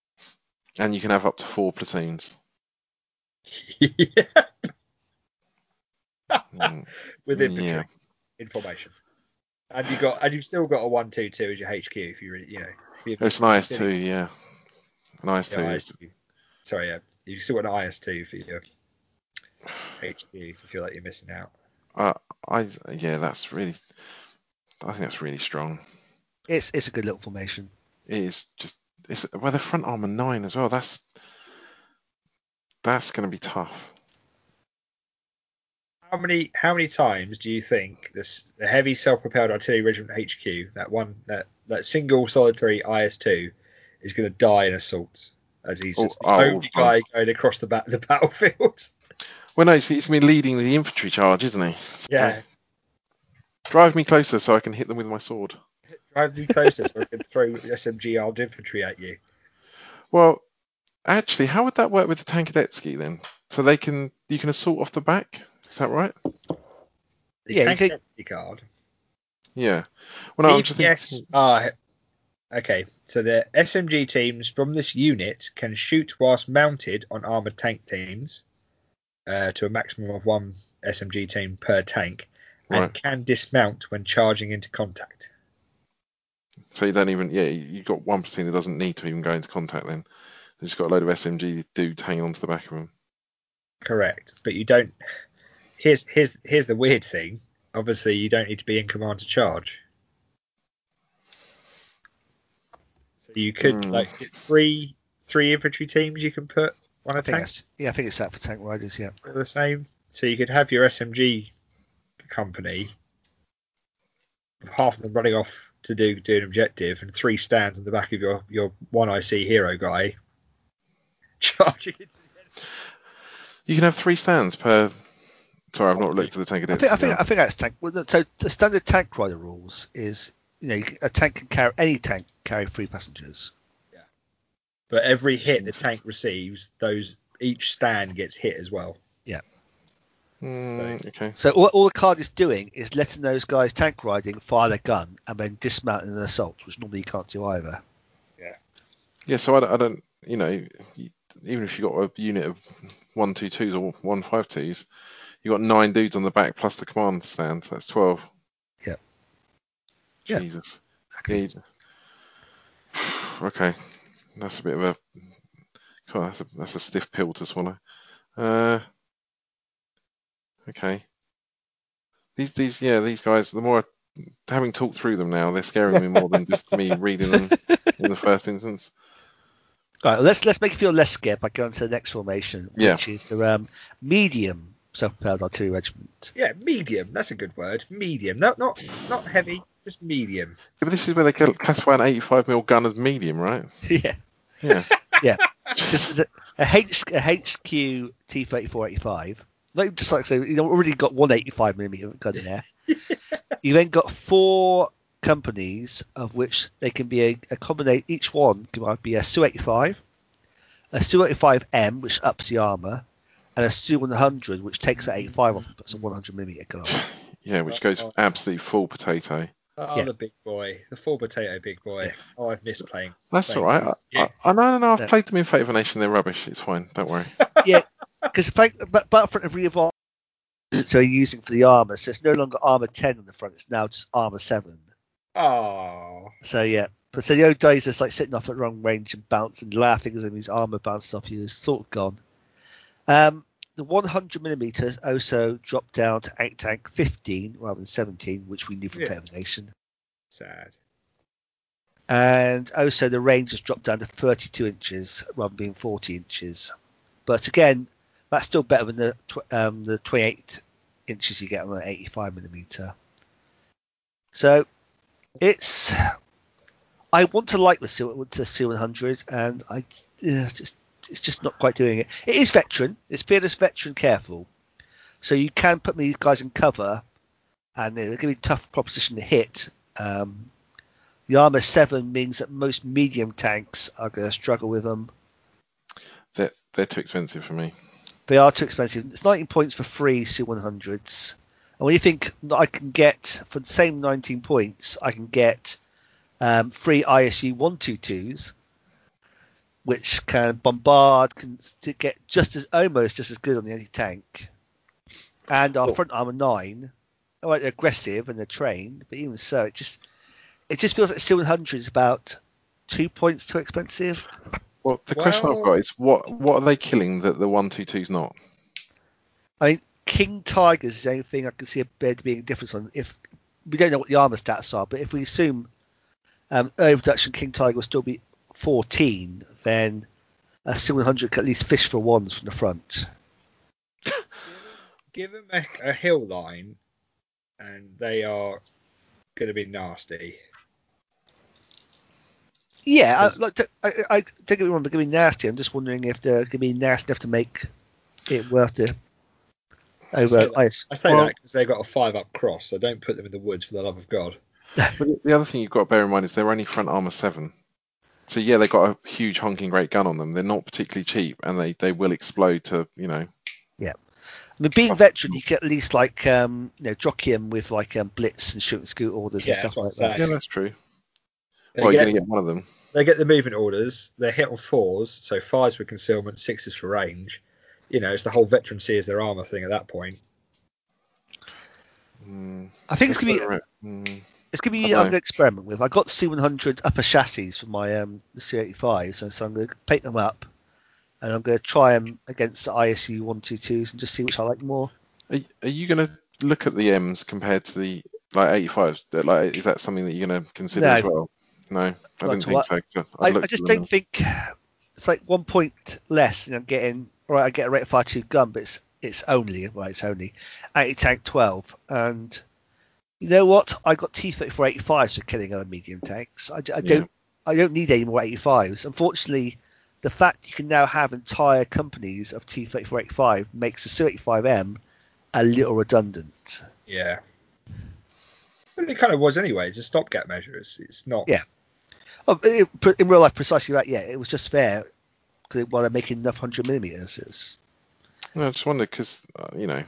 Speaker 2: and you can have up to four platoons. Mm,
Speaker 1: With infantry
Speaker 2: Yeah.
Speaker 1: information. And you got and you've still got a one two two as your HQ if you really you know. if you-
Speaker 2: it's nice
Speaker 1: Did
Speaker 2: too, yeah. Nice
Speaker 1: Yeah,
Speaker 2: too.
Speaker 1: IS2. Sorry, yeah. You've still got an IS2 for your HQ if you feel like you're missing out.
Speaker 2: I yeah, that's really. I think that's really strong.
Speaker 3: It's it's a good little formation.
Speaker 2: It is just it's well the front armor nine as well. That's that's going to be tough.
Speaker 1: How many how many times do you think this the heavy self propelled artillery regiment HQ, that one that, that single solitary IS two, is gonna die in assaults as he's
Speaker 2: Oh,
Speaker 1: just the
Speaker 2: oh, all
Speaker 1: only
Speaker 2: the
Speaker 1: guy
Speaker 2: time.
Speaker 1: going across the back the battlefield?
Speaker 2: Well, no, it's, it's me leading the infantry charge, isn't he?
Speaker 1: yeah.
Speaker 2: Drive me closer so I can hit them with my sword.
Speaker 1: Drive me closer so I can throw SMG armed infantry at you.
Speaker 2: Well, actually, how would that work with the Tankadetsky then? So they can you can assault off the back. Is that right?
Speaker 1: The
Speaker 3: Yeah, you
Speaker 1: tank
Speaker 3: could-
Speaker 1: safety card.
Speaker 2: Yeah. Well, no, I'm just
Speaker 1: TPS
Speaker 2: thinking.
Speaker 1: are okay. So the SMG teams from this unit can shoot whilst mounted on armored tank teams uh, to a maximum of one SMG team per tank,
Speaker 2: Right.
Speaker 1: and can dismount when charging into contact.
Speaker 2: So you don't even yeah. You have got one platoon that doesn't need to even go into contact. Then they've just got a load of SMG dudes hanging onto the back of them.
Speaker 1: Correct, but you don't. Here's here's here's the weird thing. Obviously, you don't need to be in command to charge. So you could
Speaker 2: Hmm.
Speaker 1: like get three three infantry teams you can put on a
Speaker 3: I think
Speaker 1: tank.
Speaker 3: that's, yeah, I think it's that for tank riders. Yeah,
Speaker 1: are the same. So you could have your SMG company, half of them running off to do do an objective, and three stands in the back of your your one IC hero guy charging. into the enemy.
Speaker 2: You can have three stands per. Sorry, I've not looked at the Tankadetsky.
Speaker 3: I think I think I
Speaker 2: now.
Speaker 3: think that's tank. Well, so the standard tank rider rules is you know a tank can carry any tank carry three passengers.
Speaker 1: But every hit the tank receives, those each stand gets hit as well.
Speaker 2: Mm, okay.
Speaker 3: So all, all the card is doing is letting those guys tank riding fire their gun and then dismounting an assault, which normally you can't do either.
Speaker 2: Yeah, so I don't, I don't you know, you- even if you've got a unit of one two twos or one five twos, you've got nine dudes on the back plus the command stand. So that's twelve.
Speaker 3: Yep. Yeah.
Speaker 2: Jesus.
Speaker 3: Okay.
Speaker 2: Need- Okay. That's a bit of a. God, that's a that's a stiff pill to swallow. Uh. Okay. These these yeah these guys. The more I- having talked through them now, they're scaring me more than just me reading them in the first instance.
Speaker 3: All right, let's let's make you feel less scared by going to the next formation,
Speaker 2: Yeah.
Speaker 3: which is the um, medium self-propelled artillery regiment.
Speaker 1: Yeah, medium. That's a good word. Medium. No, not not heavy. Just medium.
Speaker 2: Yeah, but this is where they cl- classify an 85 mil gun as medium, right?
Speaker 3: yeah,
Speaker 2: Yeah.
Speaker 3: this is a, a, H, a HQ T thirty four eighty five. Like just like so, you know, already got one eighty five millimeter gun there. you then got four companies of which they can be a, a combinate. Each one can be a Su eighty five, a Su eighty five M, which ups the armor, and a Su one hundred, which takes that eighty five off and puts a one hundred millimeter gun. on.
Speaker 2: Yeah, which goes absolutely full potato.
Speaker 1: Oh,
Speaker 3: Yeah.
Speaker 1: the big boy, the full potato big boy.
Speaker 3: Yeah.
Speaker 1: Oh, I've missed playing.
Speaker 2: That's
Speaker 1: Thank
Speaker 2: all right.
Speaker 1: you.
Speaker 2: I, I, I, no, no, no. I've
Speaker 3: Yeah.
Speaker 2: played them in Favour Nation. They're rubbish. It's fine. Don't worry.
Speaker 3: yeah, because but but front of revolve. So you're using for the armor, so it's no longer armor ten on the front. It's now just armor seven.
Speaker 1: Oh,
Speaker 3: So yeah, but so the old days, it's like sitting off at wrong range and bouncing, laughing because his armor bounced off you is sort of gone. Um, the 100 millimeters also dropped down to eight tank 15 rather than 17, which we knew from
Speaker 1: Yeah.
Speaker 3: Favour Nation.
Speaker 1: sad.
Speaker 3: And also the range has dropped down to 32 inches rather than being 40 inches. But again, that's still better than the tw- um, the 28 inches you get on an 85 millimeter. So it's. I want to like the C the C100, and I yeah, it's just it's just not quite doing it. It is veteran. It's fearless, veteran, careful. So you can put these guys in cover, and they're going to be a tough proposition to hit. Um, the armor seven means that most medium tanks are going to struggle with them.
Speaker 2: They're, they're too expensive for me.
Speaker 3: They are too expensive. It's 19 points for free C100s. And when you think that I can get, for the same 19 points, I can get um, free ISU 122s which can bombard, can to get just as almost just as good on the anti tank. And our
Speaker 4: Cool.
Speaker 3: front armor nine, all right, they're aggressive and they're trained, but even so, it just it just feels like Steel Hundred is about two points too expensive.
Speaker 2: Well, the question I've
Speaker 1: Well-
Speaker 2: got is what what are they killing that the one two two's not?
Speaker 3: King Tigers is the only thing I can see a bed being a difference on. If we don't know what the armor stats are, but if we assume um, early production King Tiger will still be 14, then a Steel Hundred can at least fish for ones from the front.
Speaker 1: Give them a, a hill line, and they are going to be nasty.
Speaker 3: Yeah, I,
Speaker 1: Yes.
Speaker 3: like, th- I, I I don't get me wrong, they're going to be nasty. I'm just wondering if they're going to be nasty enough to make it worth the over
Speaker 1: Still-
Speaker 3: ice.
Speaker 1: I say that
Speaker 2: Well-
Speaker 1: that because they've got a five up cross, so don't put them in the woods for the love of God.
Speaker 2: But the other thing you've got to bear in mind is they're only front armor seven. So yeah, they've got a huge honking great gun on them. They're not particularly cheap, and they, they will explode to you know.
Speaker 3: I mean, being veteran, you get at least like um, you know jockey 'em with like um, blitz and shoot and scoot orders
Speaker 1: Yeah,
Speaker 3: and stuff like
Speaker 1: that's
Speaker 3: that.
Speaker 2: Yeah, that's true.
Speaker 1: They,
Speaker 2: well, you're
Speaker 1: get,
Speaker 2: going to get one of them.
Speaker 1: they get the movement orders, they're hit on fours, so fives for concealment, sixes for range. You know, it's the whole veteran sees their armour thing at that point.
Speaker 2: Mm,
Speaker 3: I think it's going to be
Speaker 2: Mm.
Speaker 3: it's going to
Speaker 2: I
Speaker 3: be
Speaker 2: don't
Speaker 3: I'm
Speaker 2: know.
Speaker 3: going to experiment with. I got C100 upper chassis for my um, C85s, and so I'm going to paint them up, and I'm going to try them against the ISU 122s and just see which I like more.
Speaker 2: Are, are you going to look at the M's compared to the like 85? Like, is that something that you're going to consider
Speaker 3: No.
Speaker 2: as well? No, I didn't
Speaker 3: to
Speaker 2: think
Speaker 3: what-
Speaker 2: so. 'cause
Speaker 3: I,
Speaker 2: I've
Speaker 3: I
Speaker 2: looked
Speaker 3: just
Speaker 2: at them
Speaker 3: don't think it's like one point less, and I'm getting all right. I get a rate fire two gun, but it's it's only well, it's only anti tank twelve, and you know what? I got T thirty four eighty fives for killing other medium tanks. I, d- I
Speaker 2: Yeah.
Speaker 3: don't I don't need any more eighty fives. Unfortunately, the fact you can now have entire companies of T thirty four eighty five makes the Su eighty five M a little redundant.
Speaker 1: Yeah. But it kind of was anyway. It's a stopgap measure. It's, it's not.
Speaker 3: Yeah. Oh, but it- In real life, precisely that. Yeah, it was just fair because while they're making enough hundred millimeters, it's
Speaker 2: No, I just wonder because uh, you know,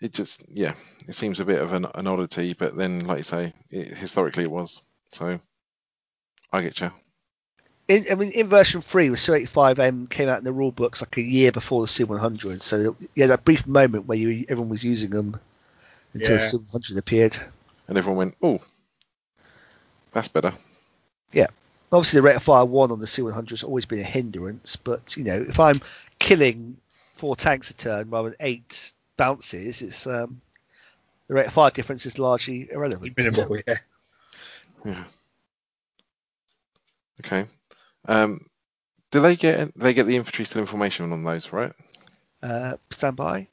Speaker 2: it just yeah, it seems a bit of an, an oddity, but then like you say, it, historically it was. So I get you.
Speaker 3: In, I mean, in version three, the Su 85M came out in the rule books like a year before the Su 100. So yeah, that brief moment where you everyone was using them until the
Speaker 1: Yeah.
Speaker 3: Su 100 appeared.
Speaker 2: And everyone went, oh, that's better.
Speaker 3: Obviously, the rate of fire one on the Su 100 has always been a hindrance, but you know, if I'm killing four tanks a turn rather than eight bounces, it's um, the rate of fire difference is largely irrelevant.
Speaker 1: Minimal, yeah.
Speaker 2: Yeah. Okay. Um, do they get they get the infantry still information on those, right?
Speaker 3: Uh, stand by.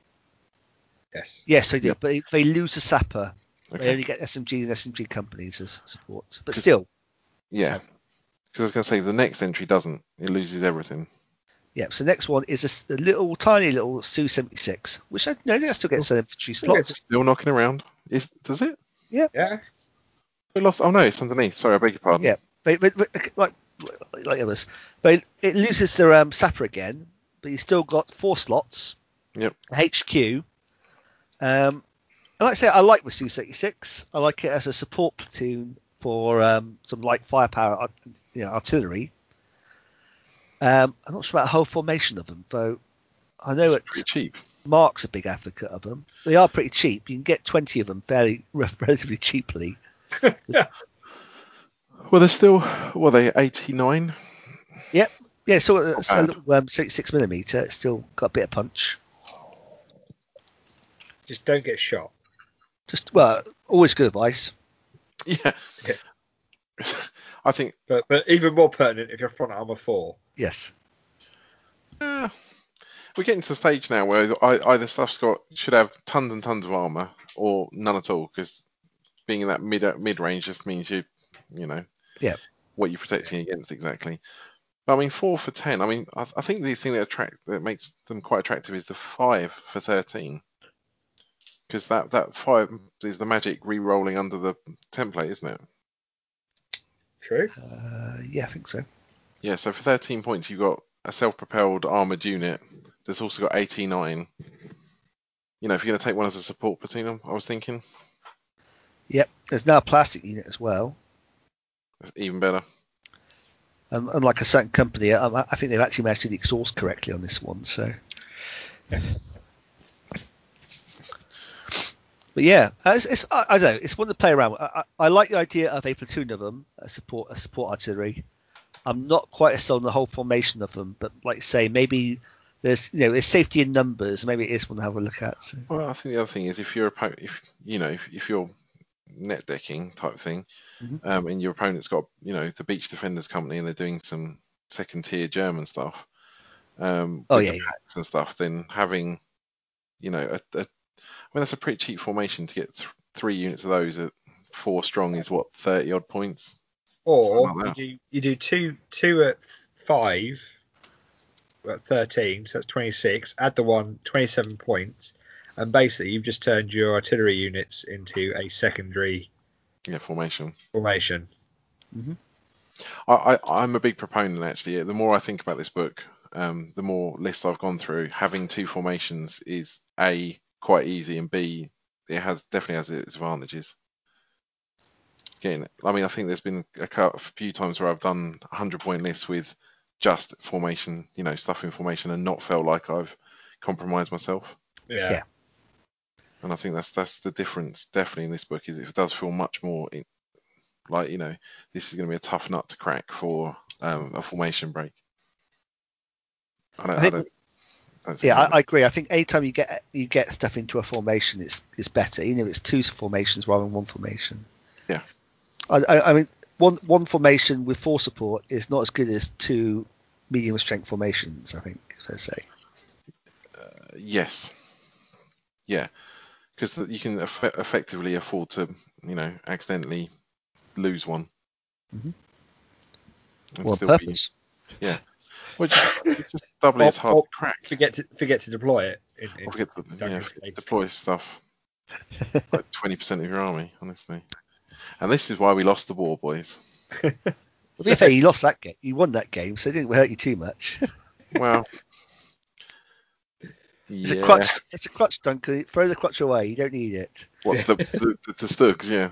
Speaker 1: Yes.
Speaker 3: Yes, they do,
Speaker 2: Yeah.
Speaker 3: but they- they lose the sapper. They
Speaker 2: Okay.
Speaker 3: only get SMG and SMG companies as support, but
Speaker 2: Just-
Speaker 3: still.
Speaker 2: Yeah. Because I was going to say the next entry doesn't. It loses everything.
Speaker 3: Yep. So next one is a s- a, little tiny little Su seventy six, which I no, that still gets an infantry slot.
Speaker 2: Still knocking around. Is does it?
Speaker 1: Yeah.
Speaker 2: It lost. Oh no, it's underneath. Sorry, I beg your pardon.
Speaker 3: Yeah. But, but, but, like like others, but it loses their um, sapper again. But he's still got four slots.
Speaker 2: Yep.
Speaker 3: HQ. Um, and like I say, I like the Su seventy six. I like it as a support platoon for um, some light firepower, uh, you know, artillery. Um, I'm not sure about the whole formation of them, though. I know
Speaker 2: It's
Speaker 3: it's
Speaker 2: pretty cheap.
Speaker 3: Mark's a big advocate of them. They are pretty cheap. You can get 20 of them fairly relatively cheaply.
Speaker 2: Well, they're still. Were they eighty nine?
Speaker 3: Yeah, so it's a
Speaker 2: bad.
Speaker 3: little um, 66 millimeter. It's still got a bit of punch.
Speaker 1: Just don't get shot.
Speaker 3: Just well, always good advice.
Speaker 2: Yeah.
Speaker 1: Yeah.
Speaker 2: I think.
Speaker 1: But but even more pertinent if you're front armour four.
Speaker 3: Yes.
Speaker 2: eh, we're getting to the stage now where ei- either stuff's got should have tons and tons of armor or none at all because being in that mid mid range just means you you know
Speaker 3: Yeah.
Speaker 2: what you're protecting against exactly. But I mean four for ten. I mean I, I think the thing that attract that makes them quite attractive is the five for thirteen because that that five is the magic re-rolling under the template, isn't it?
Speaker 1: True.
Speaker 3: Uh, yeah, I think so.
Speaker 2: Yeah, so for 13 points, you've got a self propelled armoured unit that's also got 89. You know, if you're going to take one as a support platoon, I was thinking,
Speaker 3: Yep. There's now a plastic unit as well.
Speaker 2: even better.
Speaker 3: And unlike a certain company, I, I think they've actually managed to do the exhaust correctly on this one. So, but yeah, uh, it's, it's I, I don't know. It's one to play around. With. I, I, I like the idea of a platoon of them, a support a support artillery. I'm not quite as sold on the whole formation of them, but like you say, maybe there's you know there's safety in numbers. Maybe it is one to have a look at. So.
Speaker 2: Well, I think the other thing is if you're oppo- if you know if, if you're net decking type thing,
Speaker 3: Mhm.
Speaker 2: um, and your opponent's got you know the Beach Defenders company and they're doing some second tier German stuff, um,
Speaker 3: Oh
Speaker 2: with
Speaker 3: yeah,
Speaker 2: the
Speaker 3: yeah.
Speaker 2: packs and stuff, then having you know a, a I mean that's a pretty cheap formation to get th- three units of those at four strong is what thirty odd points.
Speaker 1: Or
Speaker 2: Something like
Speaker 1: you do, you do two two at five, at 13, so that's 26. Add the one, 27 points. And basically, you've just turned your artillery units into a secondary
Speaker 2: Yeah, formation.
Speaker 1: formation.
Speaker 2: I, I, I'm a big proponent actually. The more I think about this book, um, the more lists I've gone through, having two formations is a quite easy, and b it has definitely has its advantages. Again, I mean, I think there's been a cou- a few times where I've done 100 point lists with just formation, you know, stuff in formation, and not felt like I've compromised myself.
Speaker 1: Yeah.
Speaker 3: Yeah.
Speaker 2: And I think that's that's the difference definitely in this book is it does feel much more in, like you know this is going to be a tough nut to crack for um, a formation break. I don't,
Speaker 3: I
Speaker 2: I
Speaker 3: think-
Speaker 2: don't, I don't
Speaker 3: Yeah, I, I agree. I think anytime you get you get stuff into a formation, it's it's better. You know, it's two formations rather than one formation.
Speaker 2: Yeah.
Speaker 3: I, I, I mean, one one formation with four support is not as good as two medium strength formations. I think is fair to say.
Speaker 2: yes, yeah, because you can eff- effectively afford to you know accidentally lose one.
Speaker 3: Mhm.
Speaker 2: And
Speaker 3: Well,
Speaker 2: still be-
Speaker 3: purpose.
Speaker 2: which is just doubly as hard
Speaker 1: Or-
Speaker 2: to crack.
Speaker 1: Forget to forget to deploy it. In, in
Speaker 2: I forget to
Speaker 1: Duncan's
Speaker 2: yeah,
Speaker 1: case.
Speaker 2: deploy stuff. like twenty percent of your army, honestly. And this is why we lost the war, boys.
Speaker 3: To be fair, you lost that game. You won that game, so it didn't hurt you too much.
Speaker 2: Well,
Speaker 3: It's
Speaker 2: yeah.
Speaker 3: a crutch. It's a crutch, Duncan. Throw the crutch away. You don't need it.
Speaker 2: What the the, the, the Stugs? Yeah,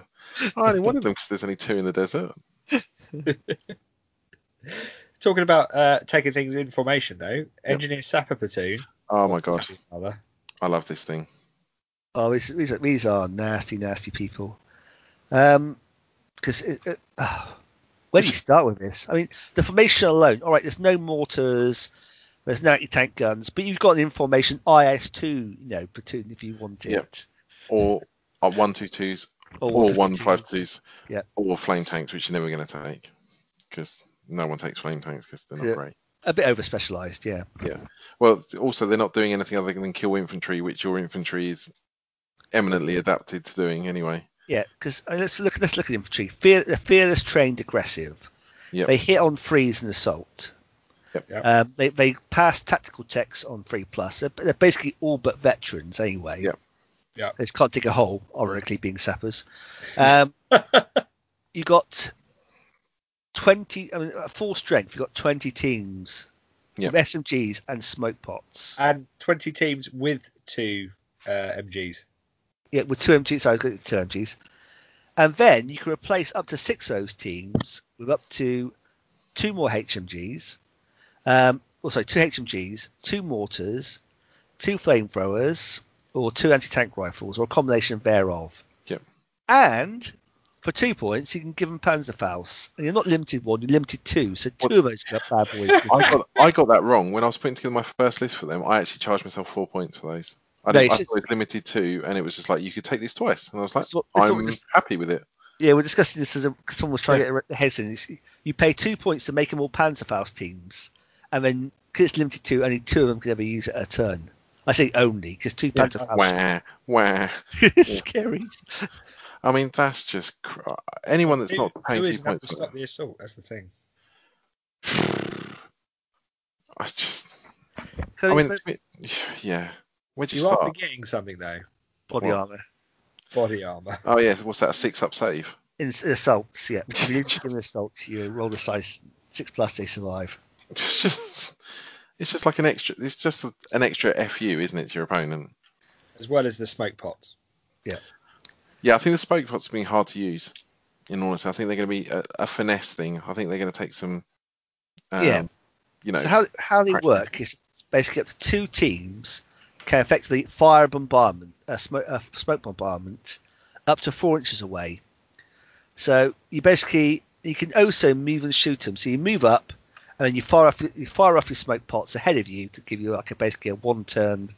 Speaker 2: I only wanted them because there's only two in the desert.
Speaker 1: Talking about uh, taking things in formation, though, Engineer Sapper Platoon.
Speaker 2: Oh my gosh,
Speaker 1: Rather.
Speaker 2: I love this thing.
Speaker 3: Oh, these, these, are, these are nasty, nasty people. Um, because it, it, ah, where do you start with this? I mean, the formation alone. All right, there's no mortars, there's no anti-tank guns, but you've got an information IS two, you know, platoon if you want it,
Speaker 2: Or uh, one two twos, or one five twos,
Speaker 3: Yeah.
Speaker 2: or flame tanks, which you're never going to take because no one takes flame tanks because they're not
Speaker 3: Yeah.
Speaker 2: great.
Speaker 3: A bit over specialised, yeah.
Speaker 2: Well, also they're not doing anything other than kill infantry, which your infantry is eminently adapted to doing anyway.
Speaker 3: Yeah, because let's look. Let's look at infantry. Fear, they're fearless, trained, aggressive.
Speaker 2: Yep.
Speaker 3: They hit on threes and assault.
Speaker 2: Yep.
Speaker 1: Yep.
Speaker 3: Um, they they pass tactical checks on three plus. They're, they're basically all but veterans anyway.
Speaker 2: Yep.
Speaker 1: Yep.
Speaker 3: They just can't dig a hole. Ironically, being sappers. Um, you got twenty. I mean, at full strength. You have got twenty teams.
Speaker 2: Yep.
Speaker 3: With SMGs and smoke pots.
Speaker 1: And 20 teams with two uh, MGs.
Speaker 3: Yeah, with two MGs. Sorry, I was going to two MGs. And then you can replace up to six of those teams with up to two more HMGs. Um, well, sorry, two HMGs, two mortars, two flamethrowers, or two anti-tank rifles, or a combination thereof.
Speaker 2: Yep.
Speaker 3: And for two points, you can give them Panzerfaust. And you're not limited one; you're limited two. So two of those bad boys.
Speaker 2: I got I got that wrong when I was putting together my first list for them. I actually charged myself four points for those. I,
Speaker 3: No,
Speaker 2: didn't, I
Speaker 3: it's
Speaker 2: thought
Speaker 3: just-
Speaker 2: it was limited to, and it was just like you could take this twice, and I was like,
Speaker 3: It's what- it's what
Speaker 2: I'm
Speaker 3: we just-
Speaker 2: happy with it.
Speaker 3: Yeah, we're discussing this as a, 'cause someone was trying to get their heads in. It's- You pay two points to make them all Panzerfaust teams, and then because it's limited to only two of them can ever use it a turn. I say only because two
Speaker 1: Yeah.
Speaker 3: Panzerfaust.
Speaker 2: Wah wah.
Speaker 3: it's scary.
Speaker 2: I mean, that's just cr- anyone that's
Speaker 1: Who-
Speaker 2: not
Speaker 1: who
Speaker 2: paying two
Speaker 1: is enough
Speaker 2: points.
Speaker 1: to stop the assault? That's the thing.
Speaker 2: I just,
Speaker 3: So
Speaker 2: I mean,
Speaker 3: but
Speaker 2: it's a bit, yeah. Where'd you,
Speaker 1: You are
Speaker 2: start?
Speaker 1: forgetting something, though.
Speaker 3: body
Speaker 2: what?
Speaker 3: armor
Speaker 1: Body armor.
Speaker 2: Oh yeah, what's that? A six up save.
Speaker 3: in assaults. Yeah, if you give an assault, you roll the size six plus, they survive.
Speaker 2: It's just, it's just like an extra. It's just an extra fu, isn't it, to your opponent?
Speaker 1: As well as the smoke pots.
Speaker 2: Yeah, I think the spoke pot's been hard to use. In all honesty, I think they're going to be a, a finesse thing. I think they're going to take some Um,
Speaker 3: Yeah.
Speaker 2: You know,
Speaker 3: so how how they
Speaker 2: practice.
Speaker 3: work is basically up to two teams can effectively fire a bombardment, a smoke, a smoke bombardment, up to four inches away. So you basically you can also move and shoot them. So you move up, and then you fire off you fire off your smoke pots ahead of you to give you like a basically a one turn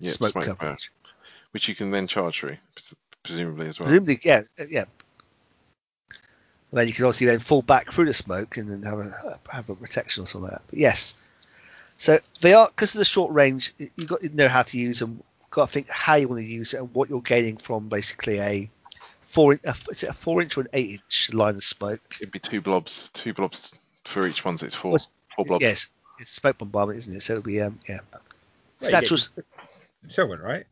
Speaker 2: yeah,
Speaker 3: smoke,
Speaker 2: smoke
Speaker 3: coverage.
Speaker 2: power, which you can then charge through, pres- presumably as well.
Speaker 3: Presumably, yeah, uh, yeah. And then you can obviously then fall back through the smoke and then have a have a protection or something like that. But yes, so they are because of the short range. You have got to know how to use them. Got to think how you want to use it and what you're gaining from basically a four in- a, is it a four inch or an eight inch line of smoke.
Speaker 2: It'd be two blobs, two blobs for each one. So it's four,
Speaker 3: What's-
Speaker 2: four blobs.
Speaker 3: Yes, it's smoke bombardment, isn't it? So it'll be um, yeah.
Speaker 1: Well,
Speaker 3: It's
Speaker 1: you
Speaker 3: natural-
Speaker 1: get- Someone, right?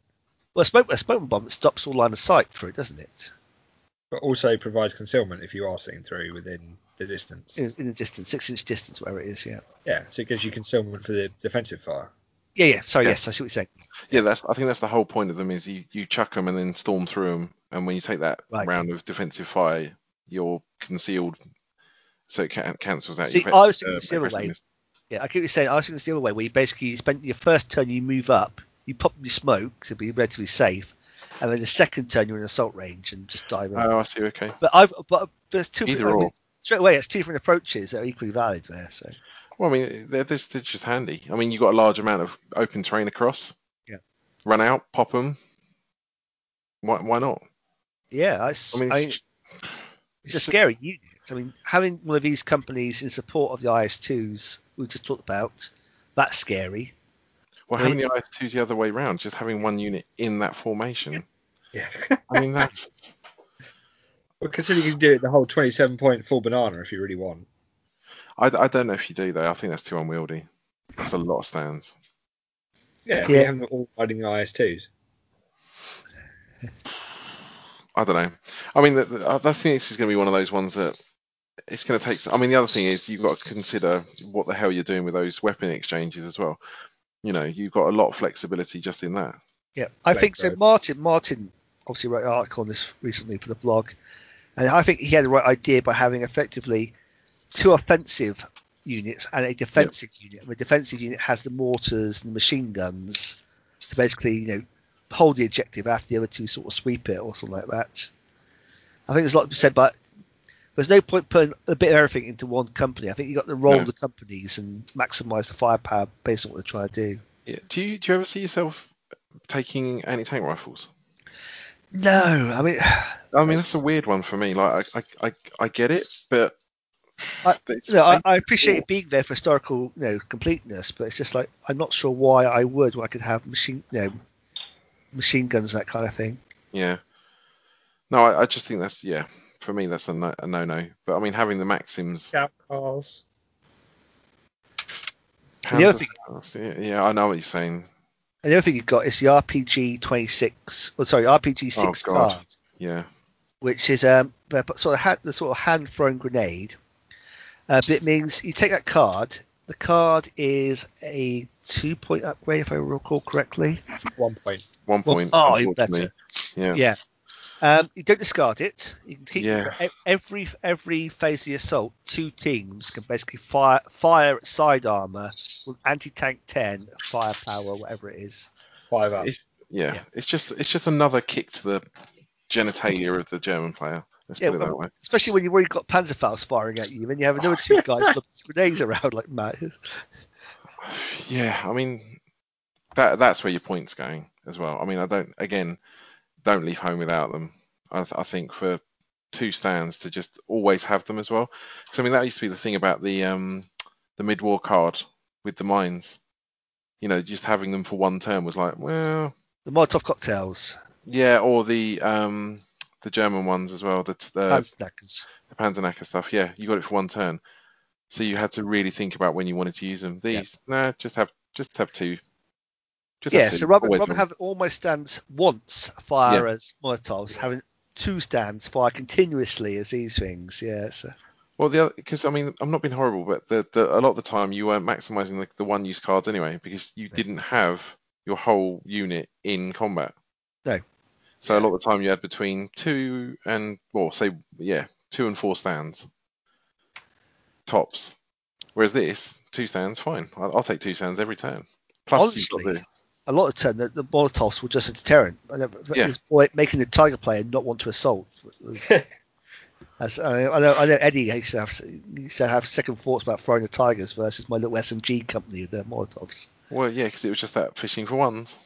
Speaker 3: Well, smoke a smoke bombardment stops all line of sight through it, doesn't it?
Speaker 1: But also provides concealment if you are seeing through within the distance.
Speaker 3: In, in the distance, six inch distance, whatever it is. Yeah.
Speaker 1: Yeah, so it gives you concealment for the defensive fire.
Speaker 3: Yeah, yeah. Sorry,
Speaker 2: Yeah.
Speaker 3: yes, I see what you're saying.
Speaker 2: Yeah, that's. I think that's the whole point of them is you, you chuck them and then storm through them, and when you take that
Speaker 3: Right.
Speaker 2: round of defensive fire, you're concealed, so it can, cancels out.
Speaker 3: See,
Speaker 2: your
Speaker 3: I was
Speaker 2: effect-
Speaker 3: thinking
Speaker 2: uh,
Speaker 3: it's the other way.
Speaker 2: aggressiveness.
Speaker 3: Yeah, I keep saying I was thinking it's the other way, where you basically you spend your first turn, you move up, you pop your smoke to be relatively safe, and then the second turn you're in assault range and just dive in.
Speaker 2: Oh, I see. Okay.
Speaker 3: but I've but there's two
Speaker 2: Either
Speaker 3: I mean,
Speaker 2: or.
Speaker 3: straight away. It's two different approaches that are equally valid there. So
Speaker 2: Well, I mean, they're, they're just they're just handy. I mean, you've got a large amount of open terrain across.
Speaker 3: Yeah.
Speaker 2: Run out, pop them. Why, why not?
Speaker 3: yeah, I, s-
Speaker 2: I mean,
Speaker 3: I-
Speaker 2: it's-
Speaker 3: it's a scary unit. I mean, having one of these companies in support of the IS2s we just talked about, that's scary.
Speaker 2: well,
Speaker 3: I
Speaker 2: having the IS twos the other way round, just having one unit in that formation.
Speaker 1: Yeah.
Speaker 2: I mean, that's
Speaker 1: Well, consider you can do it the whole 27 point full banana if you really want.
Speaker 2: I, I don't know if you do though. I think that's too unwieldy. That's a lot of stands.
Speaker 1: Yeah, if
Speaker 3: Yeah.
Speaker 1: you have them all riding the IS2s.
Speaker 2: I don't know. I mean, the, the, I think this is going to be one of those ones that it's going to take. I mean, the other thing is you've got to consider what the hell you're doing with those weapon exchanges as well. You know, you've got a lot of flexibility just in that.
Speaker 3: Yeah, I
Speaker 1: Blake
Speaker 3: think so.
Speaker 1: Road.
Speaker 3: Martin Martin obviously wrote an article on this recently for the blog, and I think he had the right idea by having effectively two offensive units and a defensive unit. And the defensive unit has the mortars and the machine guns to basically you know hold the objective after the other two sort of sweep it or something like that. I think there's a lot to be said, but there's no point putting a bit of everything into one company. I think you got to roll
Speaker 2: No.
Speaker 3: the companies and maximise the firepower based on what they're trying to do.
Speaker 2: Yeah. Do you do you ever see yourself taking anti tank rifles?
Speaker 3: No, I mean.
Speaker 2: I mean, that's a weird one for me. Like, I I, I, I get it, but it's-
Speaker 3: No, I, I appreciate it being there for historical, you know, completeness, but it's just like I'm not sure why I would when I could have machine, you know, machine guns that kind of thing.
Speaker 2: Yeah. No, I, I just think that's yeah. For me, that's a no, a no-no. But I mean, having the Maxims,
Speaker 1: Cap cars.
Speaker 3: The other
Speaker 2: Panzerfaust, yeah, yeah, I know what you're saying.
Speaker 3: And the other thing you've got is the RPG 26, or sorry, RPG
Speaker 2: Oh,
Speaker 3: 6
Speaker 2: God.
Speaker 3: card,
Speaker 2: Yeah,
Speaker 3: which is um, the p- sort of hand, the sort of hand thrown grenade. Uh, but it means you take that card. The card is a two point upgrade, if I recall correctly.
Speaker 1: One point.
Speaker 2: one point.
Speaker 3: oh, even
Speaker 2: unfortunately.
Speaker 3: better.
Speaker 2: Yeah.
Speaker 3: Yeah. Um, you don't discard it. You can keep
Speaker 2: Yeah.
Speaker 3: e- every every phase of the assault. Two teams can basically fire fire at side armor with anti tank ten firepower, whatever it is.
Speaker 1: Five up.
Speaker 2: It's, yeah.
Speaker 3: Yeah.
Speaker 2: it's just it's just another kick to the genitalia of the German player. Let's
Speaker 3: Yeah,
Speaker 2: put it that
Speaker 3: well-
Speaker 2: way.
Speaker 3: Especially when you've already got Panzerfaust firing at you, and you have another two guys with grenades around like mad.
Speaker 2: Yeah, I mean, that that's where your points going as well. I mean, I don't again, don't leave home without them. I, th- I think for two stands to just always have them as well. Because I mean, that used to be the thing about the um the mid-war card with the mines. You know, just having them for one turn was like, well,
Speaker 3: The Molotov cocktails,
Speaker 2: yeah, or the um the German ones as well. The t-
Speaker 3: Oh,
Speaker 2: the,
Speaker 3: Panzerknackers.
Speaker 2: the Panzernaka stuff. Yeah, you got it for one turn, so you had to really think about when you wanted to use them. These, nah, just have just have two. Just have
Speaker 3: Yeah,
Speaker 2: two.
Speaker 3: so rather,
Speaker 2: Always
Speaker 3: rather
Speaker 2: one.
Speaker 3: have all my stands once fire as Molotovs, having two stands fire continuously as these things. Yeah, so
Speaker 2: Well, the other because I mean I'm not being horrible, but the, the a lot of the time you weren't maximizing the, the one use cards anyway because you didn't have your whole unit in combat.
Speaker 3: No.
Speaker 2: So a lot of the time you had between two and well, say yeah, two and four stands tops. Whereas this, two stands, fine. I'll, I'll take two stands every turn. Plus, you've got
Speaker 3: Honestly.
Speaker 2: the-
Speaker 3: A lot of the time, the, the Molotovs were just a deterrent. I never,
Speaker 2: Yeah.
Speaker 3: it's like making the Tiger player not want to assault. That's, I, I, know, I know Eddie used to, have, used to have second thoughts about throwing the Tigers versus my little SMG company with their Molotovs.
Speaker 2: well, yeah, because it was just that fishing for ones.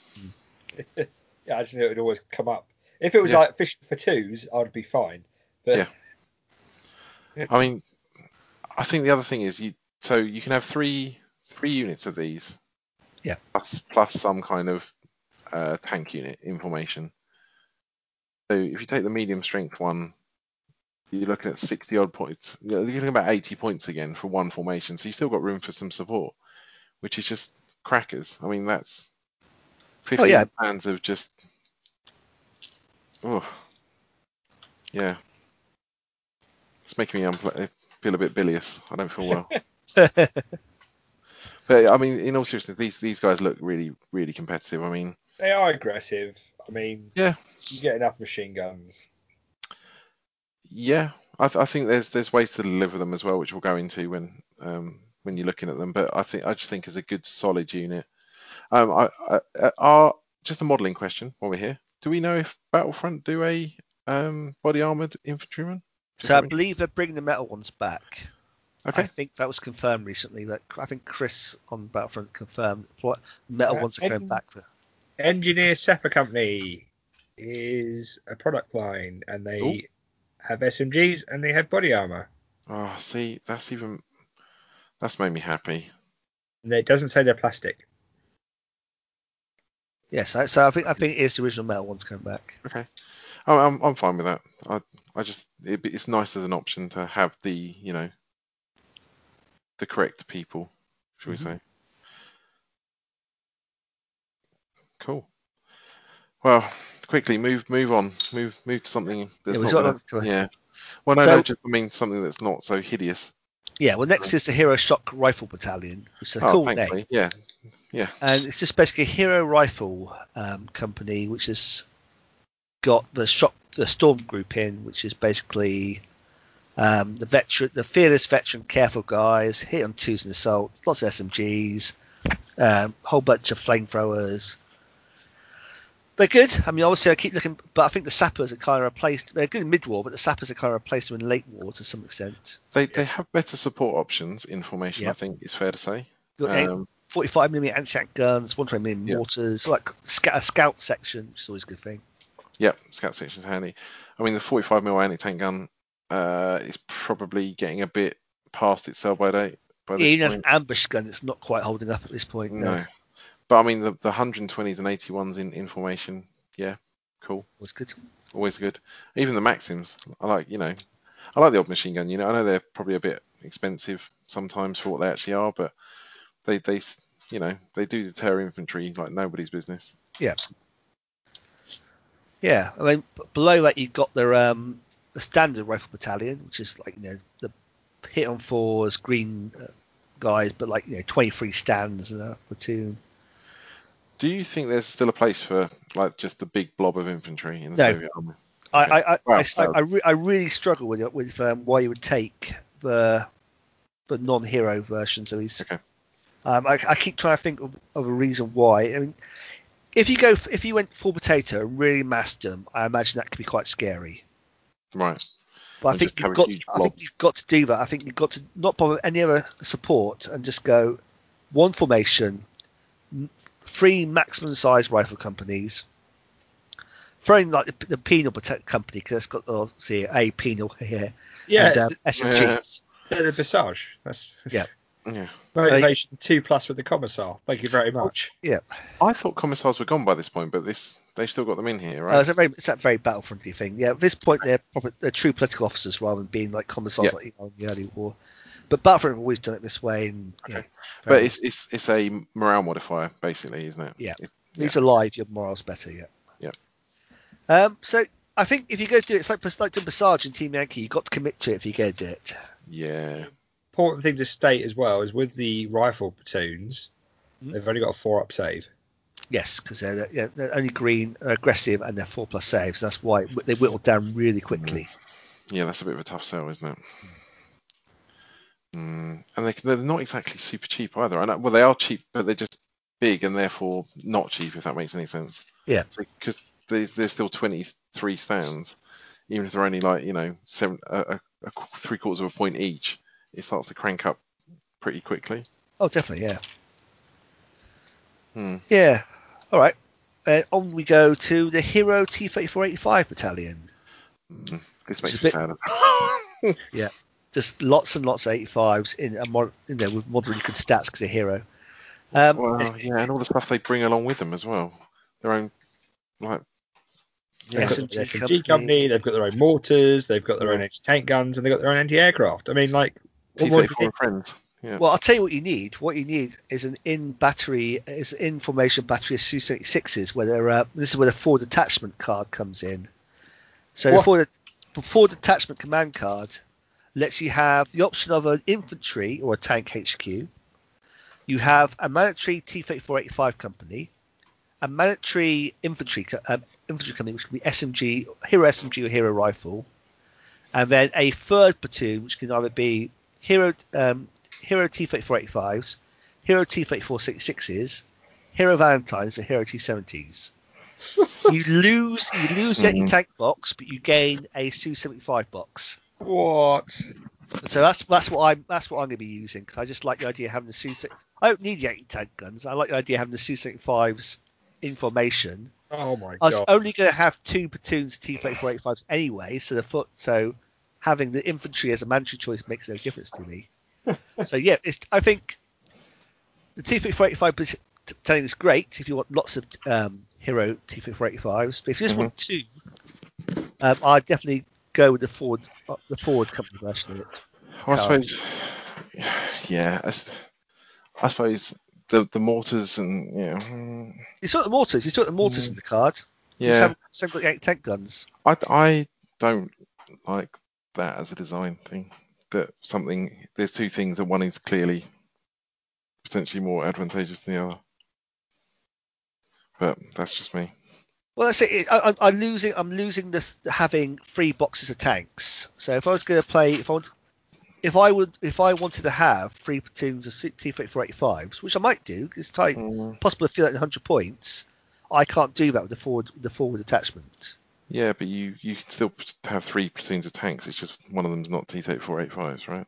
Speaker 1: Yeah, I just knew it would always come up. If it was
Speaker 2: Yeah.
Speaker 1: like fishing for twos, I'd be fine. But
Speaker 2: Yeah. I mean, I think the other thing is you. So you can have three three units of these.
Speaker 3: Yeah.
Speaker 2: Plus plus some kind of uh, tank unit information. So if you take the medium strength one, you're looking at sixty odd points. You're looking at about eighty points again for one formation. So you still got room for some support, which is just crackers. I mean, that's fifteen
Speaker 3: Oh, yeah.
Speaker 2: pounds of just. Oh. Yeah. It's making me unpl- feel a bit bilious. I don't feel well. but I mean, in all seriousness, these these guys look really really competitive. I mean,
Speaker 1: they are aggressive. I mean,
Speaker 2: Yeah.
Speaker 1: you get enough machine guns.
Speaker 2: yeah, I, th- I think there's there's ways to deliver them as well, which we'll go into when um, when you're looking at them. But I think I just think it's a good solid unit. Um, I, I, uh, are just a modelling question while we're here. Do we know if Battlefront do a um, body armoured infantryman?
Speaker 3: So I believe they're bringing the metal ones back.
Speaker 2: Okay.
Speaker 3: I think that was confirmed recently. That I think Chris on Battlefront confirmed what metal
Speaker 1: Uh,
Speaker 3: ones are going
Speaker 1: Ed-
Speaker 3: back.
Speaker 1: Engineer Sepper Company is a product line, and they
Speaker 2: Ooh.
Speaker 1: have SMGs and they have body armor.
Speaker 2: Oh, see, that's even that's made me happy.
Speaker 1: And it doesn't say they're plastic.
Speaker 3: Yes, I so I think I think it is the original metal ones coming back.
Speaker 2: I'm, I'm I'm fine with that. I I just it, it's nice as an option to have the you know the correct people, should
Speaker 3: Mm-hmm.
Speaker 2: we say? Cool. Well, quickly move move on move move to something that's
Speaker 3: Yeah, we've got
Speaker 2: not
Speaker 3: that to-
Speaker 2: gonna, yeah. Well, no,
Speaker 3: So-
Speaker 2: no, just I mean something that's not so hideous.
Speaker 3: Yeah, well, next is the Hero Shock Rifle Battalion, which is a
Speaker 2: oh,
Speaker 3: cool name.
Speaker 2: thankfully, yeah.
Speaker 3: And it's just basically a Hero Rifle um, company, which has got the shock, the Storm group in, which is basically um, the veteran, the fearless veteran, careful guys, hit on twos and assault, lots of SMGs, um, whole bunch of flamethrowers. They're good. I mean, obviously, I keep looking, but I think the sappers are kind of replaced. They're good in mid war, but the sappers are kind of replaced them in late war to some extent.
Speaker 2: They they have better support options in formation. I
Speaker 3: Yep.
Speaker 2: think it's fair to say.
Speaker 3: You've got
Speaker 2: Um,
Speaker 3: 45 mm anti-tank guns, 120 mm
Speaker 2: Yeah.
Speaker 3: mortars, like sc- a scout section, which is always a good thing.
Speaker 2: Yep, scout section's handy. I mean, the 45mm anti tank gun uh, is probably getting a bit past its sell by date. By
Speaker 3: Yeah,
Speaker 2: this
Speaker 3: even as an
Speaker 2: point.
Speaker 3: ambush gun, it's not quite holding up at this point. No,
Speaker 2: No. But I mean, the, the 120s and 81s in, in formation, yeah, cool.
Speaker 3: it's good.
Speaker 2: Always good. Even the Maxims, I like, you know, I like the old machine gun. You know, I know they're probably a bit expensive sometimes for what they actually are, but they, they s- you know, they do deter infantry like nobody's business.
Speaker 3: Yeah, I mean, b- below that you've got their um, the standard rifle battalion, which is like you know the hit on fours, green uh, guys, but like you know 23 stands and a platoon.
Speaker 2: Do you think there's still a place for like just the big blob of infantry in the
Speaker 3: No.
Speaker 2: Soviet army? Okay.
Speaker 3: I I I,
Speaker 2: Wow,
Speaker 3: I, I,
Speaker 2: so-
Speaker 3: I, re- I really struggle with it, with um, why you would take the the non-hero version. So he's
Speaker 2: Okay.
Speaker 3: Um, I, I keep trying to think of, of a reason why. I mean, if you go f- if you went full potato and really massed them, I imagine that could be quite scary.
Speaker 2: Right.
Speaker 3: But I
Speaker 2: And
Speaker 3: think
Speaker 2: just
Speaker 3: you've
Speaker 2: have a
Speaker 3: got
Speaker 2: huge
Speaker 3: I think
Speaker 2: blob.
Speaker 3: you've got to do that. I think you've got to not bother any other support and just go one formation, m- three maximum size rifle companies. Throwing like the, the penal protect company because it's got the see a penal here
Speaker 1: Yeah,
Speaker 3: and
Speaker 1: it's-
Speaker 3: um, SMGs.
Speaker 1: they're the Passage. That's,
Speaker 3: Yeah.
Speaker 2: Yeah.
Speaker 1: motivation two plus with the commissar. Thank you very much.
Speaker 3: Oh. Uh,
Speaker 2: I thought commissars were gone by this point, but this they still got them in here,
Speaker 3: Uh,
Speaker 2: right?
Speaker 3: it's that very it's that very battlefronty thing. Yeah, at this point they're proper, they're true political officers rather than being like commissars
Speaker 2: Yeah.
Speaker 3: like you know, in the early war. But Battlefront have always done it this way, and yeah,
Speaker 2: Okay.
Speaker 3: fair
Speaker 2: but
Speaker 3: enough.
Speaker 2: it's it's it's a morale modifier, basically, isn't it?
Speaker 3: Yeah.
Speaker 2: It-
Speaker 3: At least alive, your morale's better. Yeah.
Speaker 2: Yeah.
Speaker 3: Um, so I think if you go through it, it's like it's like doing Passage and Team Yankee. You've got to commit to it if you go do it.
Speaker 2: yeah.
Speaker 1: Important thing to state as well is with the rifle platoons,
Speaker 3: Mhm.
Speaker 1: they've only got a four up save.
Speaker 3: Yes, because they're, they're, yeah, they're only green, they're aggressive, and they're four plus saves. That's why it-
Speaker 2: Mm.
Speaker 3: they whittled down really quickly.
Speaker 2: Yeah, that's a bit of a tough sell, isn't it?
Speaker 3: Hmm.
Speaker 2: Mm, and they, they're not exactly super cheap either. I know, well, they are cheap, but they're just big and therefore not cheap, if that makes any sense.
Speaker 3: Yeah.
Speaker 2: Because there's, there's still 23 stands, even if they're only like, you know, seven, uh, a, a qu- three quarters of a point each, it starts to crank up pretty quickly.
Speaker 3: Oh, definitely, yeah.
Speaker 2: Hmm.
Speaker 3: Yeah. All right. Uh, on we go to the Hero T3485 Battalion.
Speaker 2: This makes
Speaker 3: It's a
Speaker 2: me
Speaker 3: bit-
Speaker 2: sad.
Speaker 3: Just lots and lots of 85s in a mod, you know, with moderately good stats because they're hero. Um,
Speaker 2: Well, yeah, and all the stuff they bring along with them as well. Their own, like, yeah,
Speaker 3: Yes.
Speaker 1: They've got
Speaker 3: SMG
Speaker 1: their SMG
Speaker 3: company.
Speaker 1: company. they've got their own mortars, they've got their own anti-tank guns, and they've got their own anti-aircraft. I mean, like, what more do
Speaker 2: T34
Speaker 1: you
Speaker 2: and friends. Yeah.
Speaker 3: Well, I'll tell you what you need. What you need is an in battery, is in formation battery of C seventy sixes. Where they're, uh, this is where the four detachment card comes in. So the
Speaker 1: What?
Speaker 3: four, the four detachment command card lets you have the option of an infantry or a tank HQ. You have a mandatory T thirty four eighty five company, a mandatory infantry co- um, infantry company which can be SMG, Hero SMG or Hero Rifle, and then a third platoon which can either be Hero um, Hero T3485s, Hero T3466s, Hero Valentines, and Hero T70s. you lose you lose the
Speaker 2: Mhm.
Speaker 3: anti-tank box, but you gain a Su-75 box.
Speaker 1: What?
Speaker 3: So that's that's what I'm that's what I'm going to be using because I just like the idea of having the Su. I don't need the anti-tank guns. I like the idea of having the Su-75s in formation.
Speaker 1: Oh my
Speaker 3: I
Speaker 1: god!
Speaker 3: was only going to have two platoons of T3485s anyway, so the foot so having the infantry as a mandatory choice makes no difference to me. so yeah, it's, I think the T3485 bat- battalion is great if you want lots of um, hero T3485s, but if you just want two, um, I definitely go with the Ford uh, the Ford company version of it.
Speaker 2: Well, I
Speaker 3: colours.
Speaker 2: suppose, yeah, I, s- I suppose the the mortars and you know, mm,
Speaker 3: It's not the mortars. It's not the mortars in the card. It's
Speaker 2: yeah,
Speaker 3: some got the eight tank guns.
Speaker 2: I I don't like that as a design thing. That something there's two things and one is clearly potentially more advantageous than the other. But that's just me.
Speaker 3: Well, that's it. I, I, I'm losing. I'm losing this having three boxes of tanks. So if I was going to play, if I want, if I would, if I wanted to have three platoons of T3485s, which I might do, 'cause it's tight,
Speaker 2: Hmm. Mm.
Speaker 3: possible to feel like 100 points. I can't do that with the forward, the forward attachment.
Speaker 2: Yeah, but you you can still p- have three platoons of tanks. It's just one of them's not T eight four eight fives, right?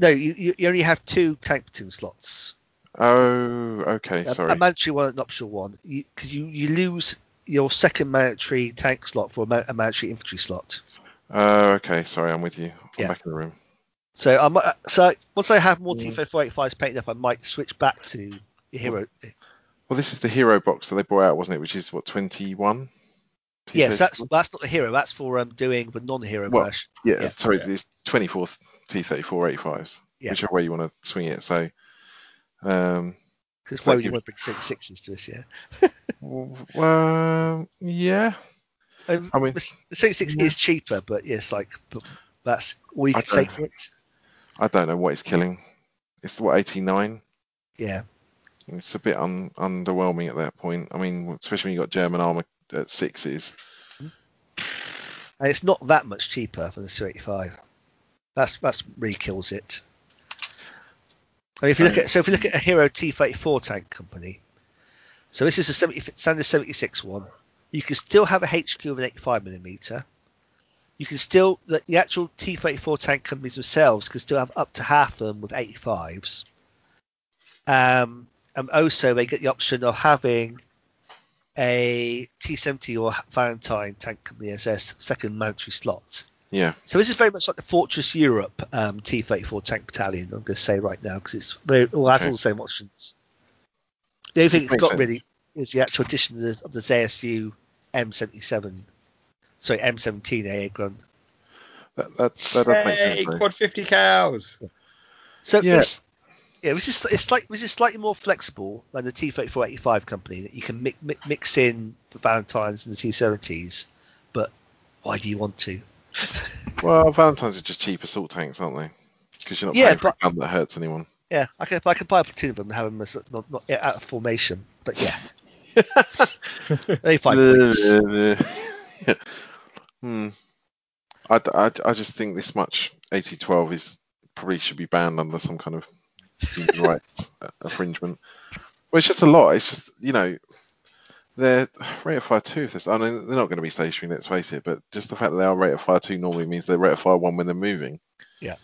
Speaker 3: No, you, you, you only have two tank platoon slots.
Speaker 2: Oh, okay,
Speaker 3: A-
Speaker 2: sorry.
Speaker 3: A mandatory one and an optional one, because you, you lose your second mandatory tank slot for a, ma- a mandatory infantry slot.
Speaker 2: Oh, okay, sorry. I'm with you. I'm
Speaker 3: Yeah.
Speaker 2: back in the room.
Speaker 3: So I might, uh, so once I have more T3485s painted up, I might switch back to the hero.
Speaker 2: Well, this is the hero box that they brought out, wasn't it? Which is what twenty one.
Speaker 3: Yes, that's that's not the hero. That's for um, doing the non-hero
Speaker 2: Well,
Speaker 3: version.
Speaker 2: yeah,
Speaker 3: yeah.
Speaker 2: Sorry, it's twenty four T thirty four eighty fives.
Speaker 3: Yeah.
Speaker 2: Whichever way you want to swing it. So, um,
Speaker 3: Because
Speaker 2: so that
Speaker 3: why would you
Speaker 2: gives-
Speaker 3: want to bring six sixes to us? Yeah,
Speaker 2: w- well, yeah.
Speaker 3: um,
Speaker 2: I mean,
Speaker 3: the six six is cheaper, but yes, like but that's all you
Speaker 2: I
Speaker 3: can say
Speaker 2: don't-
Speaker 3: for it.
Speaker 2: I don't know what it's killing. It's what eighty nine.
Speaker 3: Yeah,
Speaker 2: It's a bit un- underwhelming at that point. I mean, especially when you got German armor at sixes.
Speaker 3: and it's not that much cheaper than the two eighty five. That's that's really kills it. I mean, if you look
Speaker 2: Um,
Speaker 3: at so if you look at a hero T thirty four tank company, so this is a 70, standard seventy six one. You can still have a HQ of an eighty five millimeter. You can still the, the actual T thirty four tank companies themselves can still have up to half of them with eighty fives. Um, and also they get the option of having a T seventy or Valentine tank company as their second mandatory slot.
Speaker 2: Yeah.
Speaker 3: So this is very much like the Fortress Europe um, T-34 tank battalion. I'm going to say right now because it's very, well, that's all the same options. The only thing it's
Speaker 2: Makes
Speaker 3: got
Speaker 2: sense.
Speaker 3: really is the actual addition of the, of the ZSU M77, sorry M17 AA gun.
Speaker 2: That that, that does make
Speaker 1: Hey,
Speaker 2: sense. though.
Speaker 1: quad fifty cows.
Speaker 3: So
Speaker 2: Yeah.
Speaker 3: this, yeah, this is it's like this is slightly more flexible than the T3485 company that you can mi- mi- mix in the Valentines and the T70s, but why do you want to?
Speaker 2: Well, Valentines are just cheap assault tanks, aren't they? Because you're not
Speaker 3: Yeah,
Speaker 2: paying for
Speaker 3: but-
Speaker 2: a gun that hurts anyone.
Speaker 3: Yeah, I can I can buy a platoon of them and have them as not, not out of formation, but yeah. they five points.
Speaker 2: Yeah. Hmm. I, d- I d- I just think this much 80-12 is probably should be banned under some kind of human rights uh, infringement. Well, it's just a lot. It's just you know, they're rate of fire two. If this, I mean, they're not going to be stationary. Let's face it. But just the fact that they are rate of fire two normally means they're rate of fire one when they're moving.
Speaker 3: Yeah.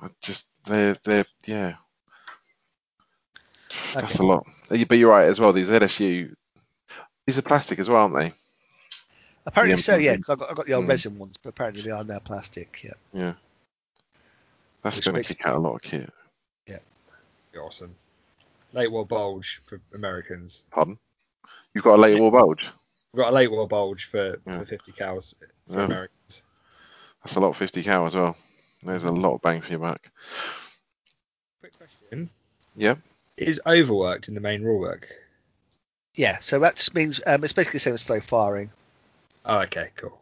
Speaker 2: I just they're they're yeah. That's
Speaker 3: Okay.
Speaker 2: a lot. But you're right as well. These ZSU, these are plastic as well, aren't they?
Speaker 3: Apparently
Speaker 2: Yeah,
Speaker 3: so, yeah.
Speaker 2: something.
Speaker 3: Because I got, I got the old
Speaker 2: Hmm.
Speaker 3: resin ones, but apparently they are now plastic. Yeah.
Speaker 2: Yeah. That's
Speaker 3: Which
Speaker 2: going to
Speaker 3: makes-
Speaker 2: kick out a lot of kit.
Speaker 1: Awesome. Late war bulge for Americans.
Speaker 2: Pardon? You've got a late wall bulge.
Speaker 1: We've got a late war bulge for,
Speaker 2: Yeah.
Speaker 1: for 50 cows for
Speaker 2: Yeah.
Speaker 1: Americans.
Speaker 2: That's a lot of 50 cow as well. There's a lot of bang for your buck.
Speaker 1: Quick question.
Speaker 2: Yeah.
Speaker 1: Is overworked in the main rule book?
Speaker 3: Yeah. So that just means um, it's basically the same as slow firing.
Speaker 1: Oh, okay, cool.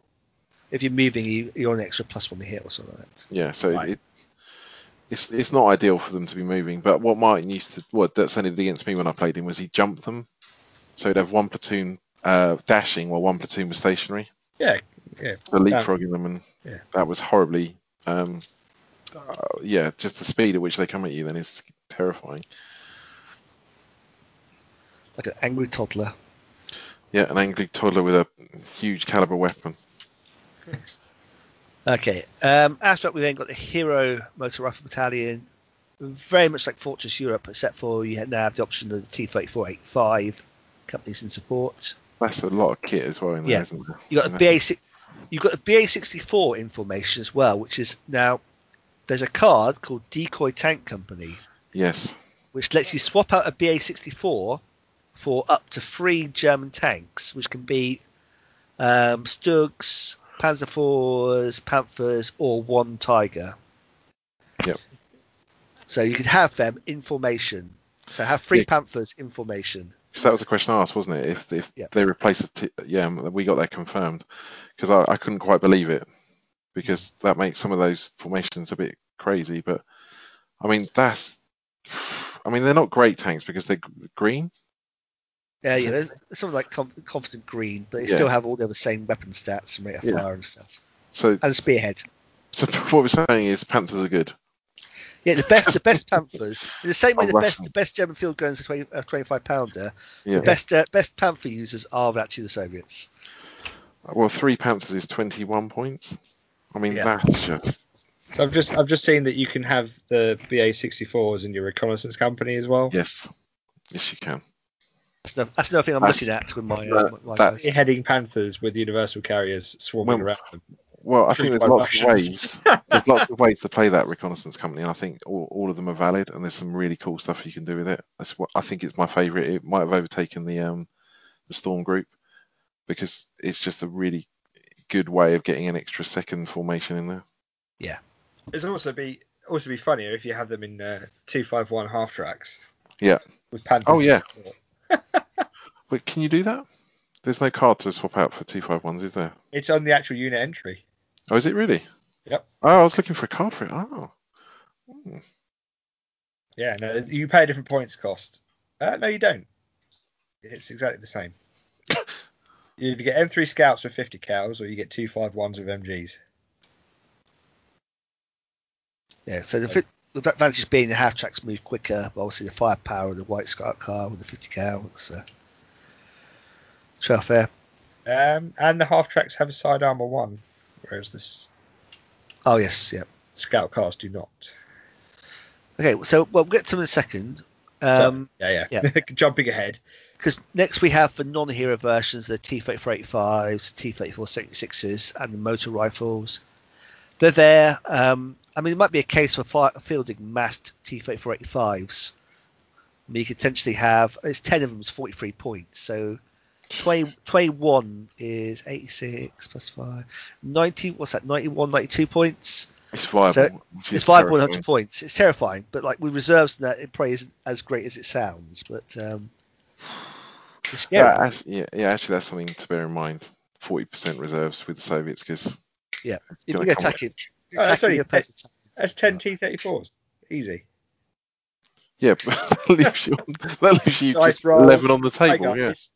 Speaker 3: If you're moving, you, you're an extra plus one to hit or something like that.
Speaker 2: Yeah, so
Speaker 1: Right.
Speaker 2: it, it's it's not ideal for them to be moving. But what Martin used to what that sounded against me when I played him was he jumped them, so he'd have one platoon uh, dashing while one platoon was stationary.
Speaker 1: Yeah, yeah. Um,
Speaker 2: So leapfrogging them, and
Speaker 1: Yeah.
Speaker 2: that was horribly. Um, uh, yeah, just the speed at which they come at you then is terrifying.
Speaker 3: Like an angry toddler.
Speaker 2: Yeah, an angry toddler with a huge caliber weapon.
Speaker 3: Okay. Um, after that, we then got the Hero Motor Rifle Battalion, very much like Fortress Europe, except for you now have the option of the T-3485 companies in support.
Speaker 2: That's a lot of kit as well in there,
Speaker 3: Yeah.
Speaker 2: not there?
Speaker 3: You got
Speaker 2: And that-
Speaker 3: a BA six, you got a BA sixty four information as well, which is now there's a card called Decoy Tank Company,
Speaker 2: Yes.
Speaker 3: which lets you swap out a BA sixty four for up to three German tanks, which can be um, Stugs, Panzerfours, Panthers, or one Tiger.
Speaker 2: Yep.
Speaker 3: So you could have them in formation. So have three
Speaker 2: Yeah.
Speaker 3: Panthers in formation.
Speaker 2: Because that was a question I asked, wasn't it? If if
Speaker 3: Yeah.
Speaker 2: they replace it, t- yeah, we got that confirmed. Because I, I couldn't quite believe it, because that makes some of those formations a bit crazy. But I mean, that's, I mean, they're not great tanks because they're g- green.
Speaker 3: Yeah, yeah, there's there's something like com- confident green, but they
Speaker 2: Yeah.
Speaker 3: still have all the other same weapon stats and rate of
Speaker 2: Yeah.
Speaker 3: fire and stuff,
Speaker 2: So
Speaker 3: and spearhead.
Speaker 2: so what we're saying is Panthers are good.
Speaker 3: Yeah, the best, the best Panthers. In the same way,
Speaker 2: Oh,
Speaker 3: the
Speaker 2: Russian.
Speaker 3: best, the best German field guns are 20, uh, twenty-five pounder.
Speaker 2: Yeah.
Speaker 3: The best, uh, best Panther users are actually the Soviets.
Speaker 2: Well, three Panthers is twenty-one points. I mean,
Speaker 3: Yeah.
Speaker 2: that's just
Speaker 1: So I've just I've just seen that you can have the BA sixty fours in your reconnaissance company as well.
Speaker 2: yes, yes, you can.
Speaker 3: That's, no, that's another thing I'm
Speaker 2: That's-
Speaker 3: looking at with my, uh,
Speaker 2: that-
Speaker 3: my
Speaker 2: that's-
Speaker 3: guys.
Speaker 1: Heading panthers with universal carriers swarming
Speaker 2: Well,
Speaker 1: around them.
Speaker 2: Well, I
Speaker 1: Three
Speaker 2: think
Speaker 1: by
Speaker 2: there's lots
Speaker 1: Russians.
Speaker 2: of ways. there's lots of ways to play that reconnaissance company, and I think all, all of them are valid. And there's some really cool stuff you can do with it. That's what I think it's my favourite. It might have overtaken the um, the Storm Group because it's just a really good way of getting an extra second formation in there.
Speaker 1: It's also be also be funnier if you have them in uh, two five one half tracks.
Speaker 2: Yeah.
Speaker 1: With panthers.
Speaker 2: Oh, yeah.
Speaker 1: support.
Speaker 2: But can you do that? There's no card to swap out for two five ones, is there?
Speaker 1: It's on the actual unit entry.
Speaker 2: Oh, is it really?
Speaker 1: Yep.
Speaker 2: Oh, I was looking for a card for it. Oh, Hmm.
Speaker 1: Yeah, no, you pay a different points cost. Uh, no, you don't. It's exactly the same. you either get M3 scouts with 50 cows, or you get two five ones with MGs.
Speaker 3: Yeah, so the, fi- the advantage being the half tracks move quicker, but obviously the firepower of the White Scout car with the fifty cal. It's uh, trail fair.
Speaker 1: Um, and the half tracks have a side armor one, whereas the s-
Speaker 3: Oh yes, yeah.
Speaker 1: scout cars do not.
Speaker 3: Okay, so well, we'll get to them in a second. Um,
Speaker 1: Yeah, yeah. Jumping ahead.
Speaker 3: Because next we have the non-hero versions, the T-3485s, T-3476s, and the motor rifles. They're there. Um, I mean, it might be a case for fi fielding massed T-3485s. I mean, you could potentially have it's ten of them is forty-three points, so 20, 21 is eighty-six plus five, 90, What's that? 91, 92 points.
Speaker 2: it's viable.
Speaker 3: So,
Speaker 2: which is
Speaker 3: It's five one
Speaker 2: terrifying.
Speaker 3: hundred points. It's terrifying, but like with reserves, and that it probably isn't as great as it sounds. But um, it's
Speaker 2: Yeah,
Speaker 3: scary.
Speaker 2: Uh, act- yeah, yeah, actually, that's something to bear in mind. Forty percent reserves with the Soviets because
Speaker 3: Yeah. If you attack it,
Speaker 1: Oh, that's
Speaker 3: attacking
Speaker 1: only
Speaker 3: your
Speaker 1: ten-
Speaker 3: person's attack.
Speaker 1: That's 10 T34s. Easy.
Speaker 2: yeah, but that leaves you that leaves you
Speaker 1: Dice
Speaker 2: just
Speaker 1: roll.
Speaker 2: eleven on the
Speaker 1: Hi,
Speaker 2: table.
Speaker 1: guys.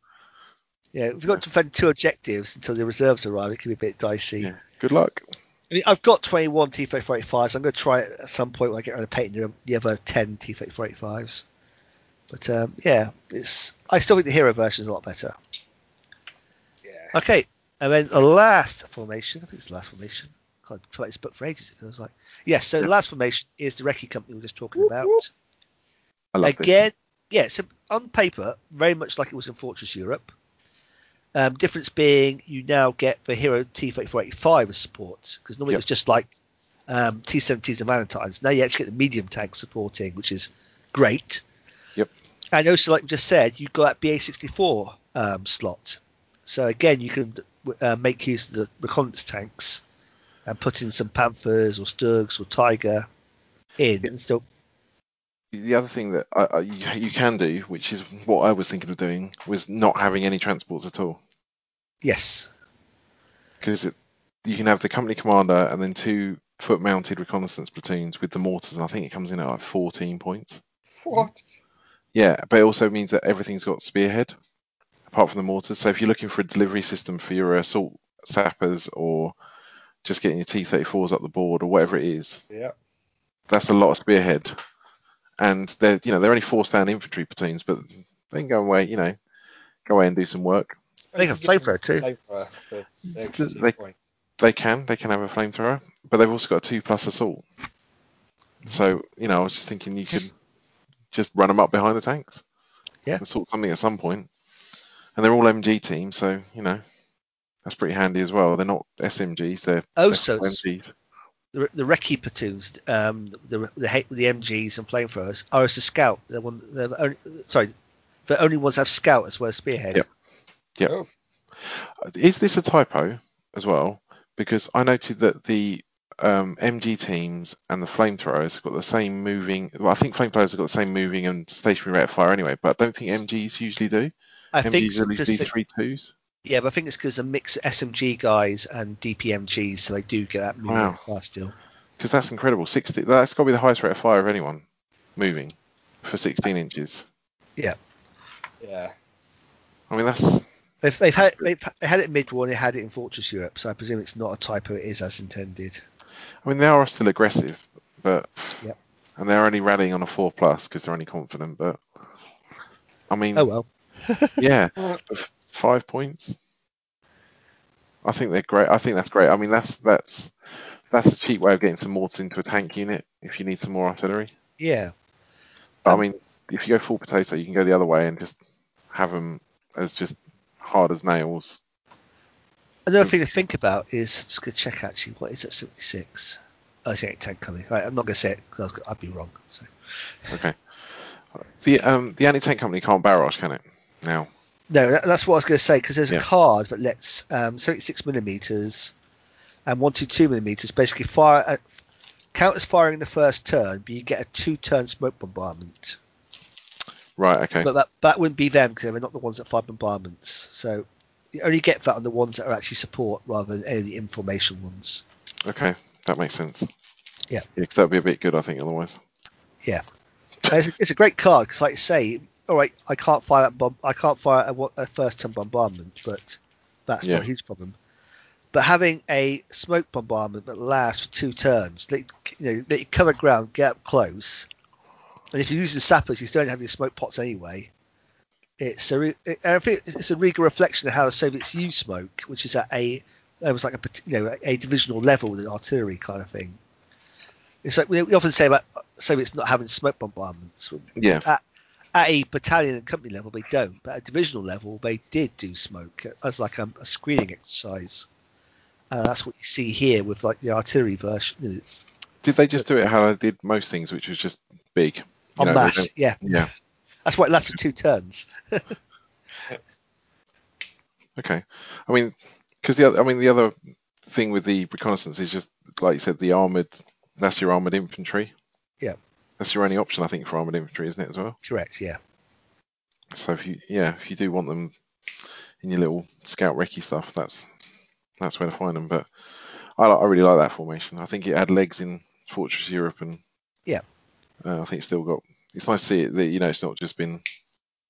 Speaker 2: Yeah,
Speaker 3: Yeah, if you've got to defend two objectives until the reserves arrive, it can be a bit dicey.
Speaker 2: yeah. Good luck.
Speaker 3: I mean, I've got 21 T-35s. I'm going to try it at some point when I get around to painting the, the other 10 T-35s. But um, yeah, it's I still think the hero version is a lot better.
Speaker 1: Yeah.
Speaker 3: Okay, and then the last formation. I think it's the last formation. God, I've tried this book for ages. It feels like yes. So the last formation is the recce company we were just talking
Speaker 1: Whoop,
Speaker 3: about.
Speaker 1: whoop.
Speaker 2: I love it.
Speaker 3: Again, yeah, so on paper, very much like it was in Fortress Europe. Um, difference being you now get the Hero T3485 as support, because normally
Speaker 2: Yep.
Speaker 3: it was just like um, T17s and Valentines. Now you actually get the medium tank supporting, which is great.
Speaker 2: Yep.
Speaker 3: And also, like we just said, you've got that BA64 um, slot. So again, you can uh, make use of the reconnaissance tanks and put in some Panthers or Sturgs or Tiger in and still
Speaker 2: the other thing that I, I, you you can do, which is what I was thinking of doing, was not having any transports at all,
Speaker 3: Yes.
Speaker 2: because you can have the company commander and then two foot-mounted reconnaissance platoons with the mortars, and I think it comes in at like 14 points.
Speaker 1: What?
Speaker 2: Yeah, but it also means that everything's got spearhead, apart from the mortars. So if you're looking for a delivery system for your assault sappers or just getting your T-34s up the board or whatever it is,
Speaker 1: Yeah.
Speaker 2: that's a lot of spearhead. And they're you know they're only four stand infantry platoons, but they can go away you know go away and do some work.
Speaker 3: They got flamethrower too.
Speaker 1: Flamethrower for extra two
Speaker 2: They-
Speaker 1: points.
Speaker 2: They can they can have a flamethrower, but they've also got a two plus assault. So you know I was just thinking you could just run them up behind the tanks,
Speaker 3: Yeah.
Speaker 2: assault something at some point. And they're all MG teams, so you know that's pretty handy as well. They're not SMGs, they're,
Speaker 3: Oh,
Speaker 2: they're
Speaker 3: so
Speaker 2: full
Speaker 3: it's-
Speaker 2: MGs.
Speaker 3: The, the recce platoons, um, the, the ha- the MGs and flamethrowers are as a scout. They're one, they're only, sorry, the only ones that have scout as well as spearhead.
Speaker 2: Yep. Is this a typo as well? Because I noted that the um, MG teams and the flamethrowers have got the same moving. Well, I think flamethrowers have got the same moving and stationary rate of fire anyway, but I don't think MGs usually do.
Speaker 3: I think
Speaker 2: MGs
Speaker 3: it's
Speaker 2: only do
Speaker 3: because
Speaker 2: three twos.
Speaker 3: yeah, but I think it's because a mix of SMG guys and DPMGs, so they do get that moving
Speaker 2: Wow.
Speaker 3: fast still.
Speaker 2: Because that's incredible. 60, that's got to be the highest rate of fire of anyone moving for 16 inches.
Speaker 1: Yeah.
Speaker 2: I mean, that's
Speaker 3: They've, they've had
Speaker 2: good.
Speaker 3: they've they had it mid war and they had it in Fortress Europe, so I presume it's not a typo. It is as intended.
Speaker 2: I mean, they are still aggressive, but
Speaker 3: Yep.
Speaker 2: and they're only rallying on a four plus because they're only confident. But I mean,
Speaker 3: Oh well,
Speaker 2: yeah,
Speaker 1: Well-
Speaker 2: but f- five points. I think they're great. I think that's great. I mean, that's that's that's a cheap way of getting some mortars into a tank unit if you need some more artillery.
Speaker 3: yeah.
Speaker 2: But,
Speaker 3: Um,
Speaker 2: I mean, if you go full potato, you can go the other way and just have them as just hard as nails.
Speaker 3: Another
Speaker 2: Hmm.
Speaker 3: thing to think about is I'm just going to check actually what is at 76. Oh, it's 8 tank coming. Right, I'm not going to say it because I'd be wrong. So
Speaker 2: Okay. The um the anti tank company can't barrage, can it? Now,
Speaker 3: no, that, that's what I was going to say because there's
Speaker 2: Yeah.
Speaker 3: a card that lets um, 76 millimeters and 122 millimeters basically fire at counters firing the first turn, but you get a two-turn smoke bombardment.
Speaker 2: right? Okay.
Speaker 3: But that that wouldn't be them because they're not the ones that fire bombardments. So you only get that on the ones that are actually support rather than any of the information ones.
Speaker 2: Okay, that makes sense.
Speaker 3: Yeah.
Speaker 2: because that'd be a bit good, I think. Otherwise,
Speaker 3: And it's, it's a great card because, like you say, all right, I can't fire at bomb, I can't fire at what- a first turn bombardment, but that's
Speaker 2: Yeah.
Speaker 3: not a huge problem. But having a smoke bombardment that lasts for two turns, let you know, let you cover ground, get up close, and if you're using sappers, you still don't have your smoke pots anyway. It's a re- it, and I think it's a really good reflection of how the Soviets use smoke, which is at a almost like a pat- you know a divisional level with artillery kind of thing. It's like we, we often say about Soviets not having smoke bombardments
Speaker 2: yeah,
Speaker 3: at a battalion and company level they don't, but at a divisional level they did do smoke as like um, a screening exercise. Uh, that's what you see here with like the artillery version it's
Speaker 2: did they just do it how I did most things, which was just big you
Speaker 3: en
Speaker 2: know,
Speaker 3: masse.
Speaker 2: they don't-
Speaker 3: Yeah,
Speaker 2: Yeah.
Speaker 3: that's why it lasted two turns.
Speaker 2: Okay. I mean, because the other, I mean, the other thing with the reconnaissance is just like you said, the armored. That's your armored infantry.
Speaker 3: Yeah.
Speaker 2: That's your only option, I think, for armored infantry, isn't it? As well.
Speaker 3: Correct. Yeah.
Speaker 2: So if you, yeah, if you do want them in your little scout recce stuff, that's that's where to find them. But I, li- I really like that formation. I think it had legs in Fortress Europe, and
Speaker 3: Yeah.
Speaker 2: uh, I think it's still got. It's nice to see it that you know it's not just been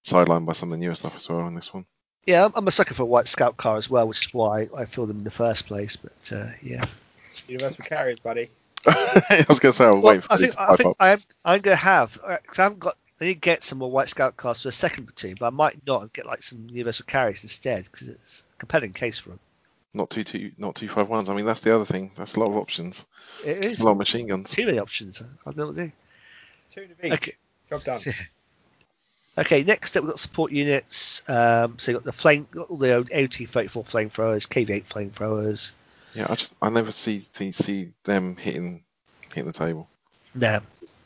Speaker 2: sidelined by some of the newer stuff as well in this one.
Speaker 3: Yeah, I'm, I'm a sucker for a white scout car as well, which is why I filled them in the first place. But uh, yeah,
Speaker 1: Universal carriers, buddy.
Speaker 2: I was going to say I'll
Speaker 3: Well,
Speaker 2: wait for
Speaker 3: I
Speaker 2: you
Speaker 3: think
Speaker 2: to
Speaker 3: I
Speaker 2: pipe
Speaker 3: think
Speaker 2: up.
Speaker 3: I'm I'm gonna have because I haven't got I need to get some more White Scout cards for the second platoon, but I might not and get like some Universal carriers instead because it's a compelling case for them.
Speaker 2: Not two two, not two five ones. I mean, that's the other thing. That's a lot of options.
Speaker 3: It is
Speaker 2: A lot of machine guns.
Speaker 3: too many options. I don't know what to do.
Speaker 1: Two to each.
Speaker 3: Okay.
Speaker 1: Job done.
Speaker 3: Okay, next up we've got support units. Um, so you've got the flame, got all the OT thirty four flamethrowers, KV eight flamethrowers.
Speaker 2: Yeah, I just I never see see, see them hitting hitting the table.
Speaker 3: No,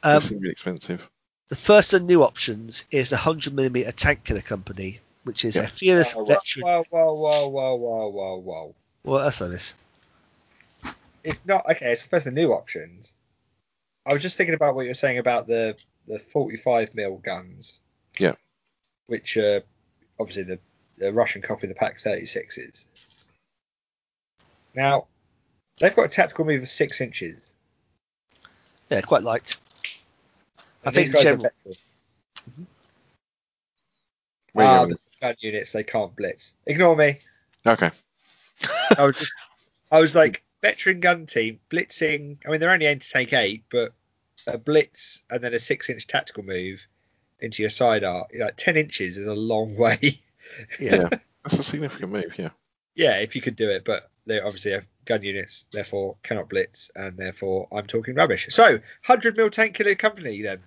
Speaker 2: They
Speaker 3: um,
Speaker 2: seem really expensive.
Speaker 3: the first of the new options is the hundred millimeter tank killer company, which is
Speaker 2: Yeah.
Speaker 3: a fearless
Speaker 1: Whoa,
Speaker 3: veteran.
Speaker 1: whoa, whoa, whoa, whoa, whoa, whoa, whoa.
Speaker 3: Well, that's not this.
Speaker 1: It's not okay. It's first the new options. I was just thinking about what you were saying about the the forty-five mil guns.
Speaker 2: Yeah.
Speaker 1: Which uh, obviously the, the Russian copy of the Pack thirty sixes. Now, they've got a tactical move of six inches.
Speaker 3: Yeah, quite light. I
Speaker 1: And these
Speaker 3: think
Speaker 1: guys are
Speaker 3: general.
Speaker 1: petrol.
Speaker 2: Where
Speaker 1: Ah,
Speaker 2: are you going?
Speaker 1: the gun units they can't blitz. Ignore me.
Speaker 2: Okay.
Speaker 1: I was just, I was like, veteran gun team blitzing. I mean, they're only aimed to take eight, but a blitz and then a six-inch tactical move into your side art, like ten inches is a long way.
Speaker 3: Yeah.
Speaker 2: Yeah. That's a significant move. Yeah.
Speaker 1: yeah, if you could do it, but they obviously have gun units, therefore cannot blitz, and therefore I'm talking rubbish. So, hundred mil tank killer company then.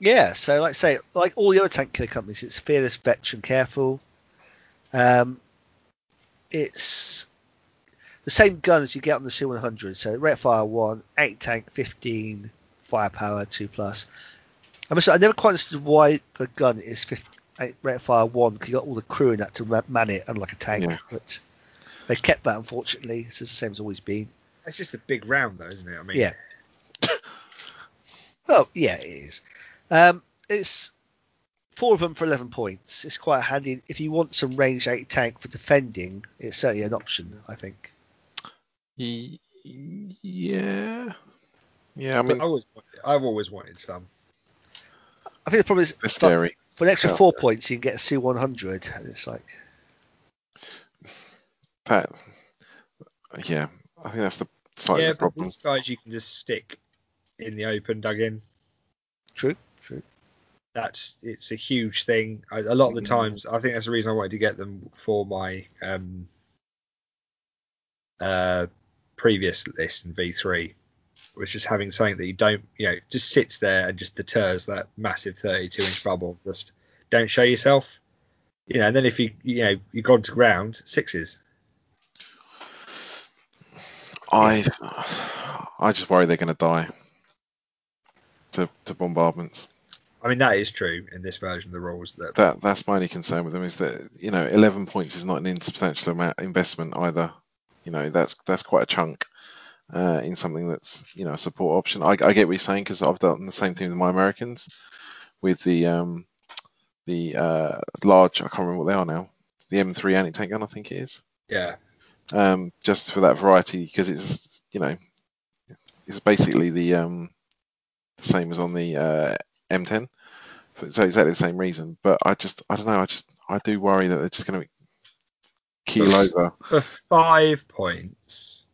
Speaker 3: Yeah, so like I say, like all the other tank killer companies, it's fearless, veteran, careful. Um, it's the same gun as you get on the C100, so rate fire one, eight tank, fifteen firepower, two plus. I must. say, I never quite understood why the gun is 50, eight, rate fire one because you got all the crew in that to ma- man it, unlike a tank.
Speaker 2: Yeah.
Speaker 3: But they kept that unfortunately. It's the same as always been.
Speaker 1: It's just a big round, though, isn't it? I mean,
Speaker 3: Yeah. Well, yeah, it is. Um, it's four of them for 11 points. It's quite handy. If you want some range 8 tank for defending, it's certainly an option, I think.
Speaker 2: Y- Yeah. Yeah. I
Speaker 1: I
Speaker 2: mean,
Speaker 1: always, wanted- I've always wanted some.
Speaker 3: I think the problem is
Speaker 2: they're
Speaker 3: for-
Speaker 2: scary.
Speaker 3: For, an extra
Speaker 2: Yeah.
Speaker 3: 4 points, you can get a C100. And it's like,
Speaker 2: That. Yeah. I think that's the slightly
Speaker 1: yeah,
Speaker 2: the
Speaker 1: but
Speaker 2: problem.
Speaker 1: these guys you can just stick in the open, dug in.
Speaker 3: true, true.
Speaker 1: that's it's a huge thing. I, a lot of the times, I think that's the reason I wanted to get them for my um, uh, previous list in V three, was just having something that you don't, you know, just sits there and just deters that massive thirty two inch bubble. Just don't show yourself, you know. And then if you, you know, you gone to ground sixes.
Speaker 2: I. I just worry they're going to die. To to bombardments.
Speaker 1: I mean, that is true in this version of the rules. That
Speaker 2: that that's my only concern with them is that you know 11 points is not an insubstantial amount investment either you know that's that's quite a chunk uh, in something that's you know a support option i, I get what you're saying because i've done the same thing with my americans with the um the uh large i can't remember what they are now the m3 anti-tank gun i think it is
Speaker 1: yeah,
Speaker 2: um just for that variety because it's you know it's basically the um same as on the uh m10 so exactly the same reason. But I just, I don't know. I just, I do worry that they're just going to keel over.
Speaker 1: for five points.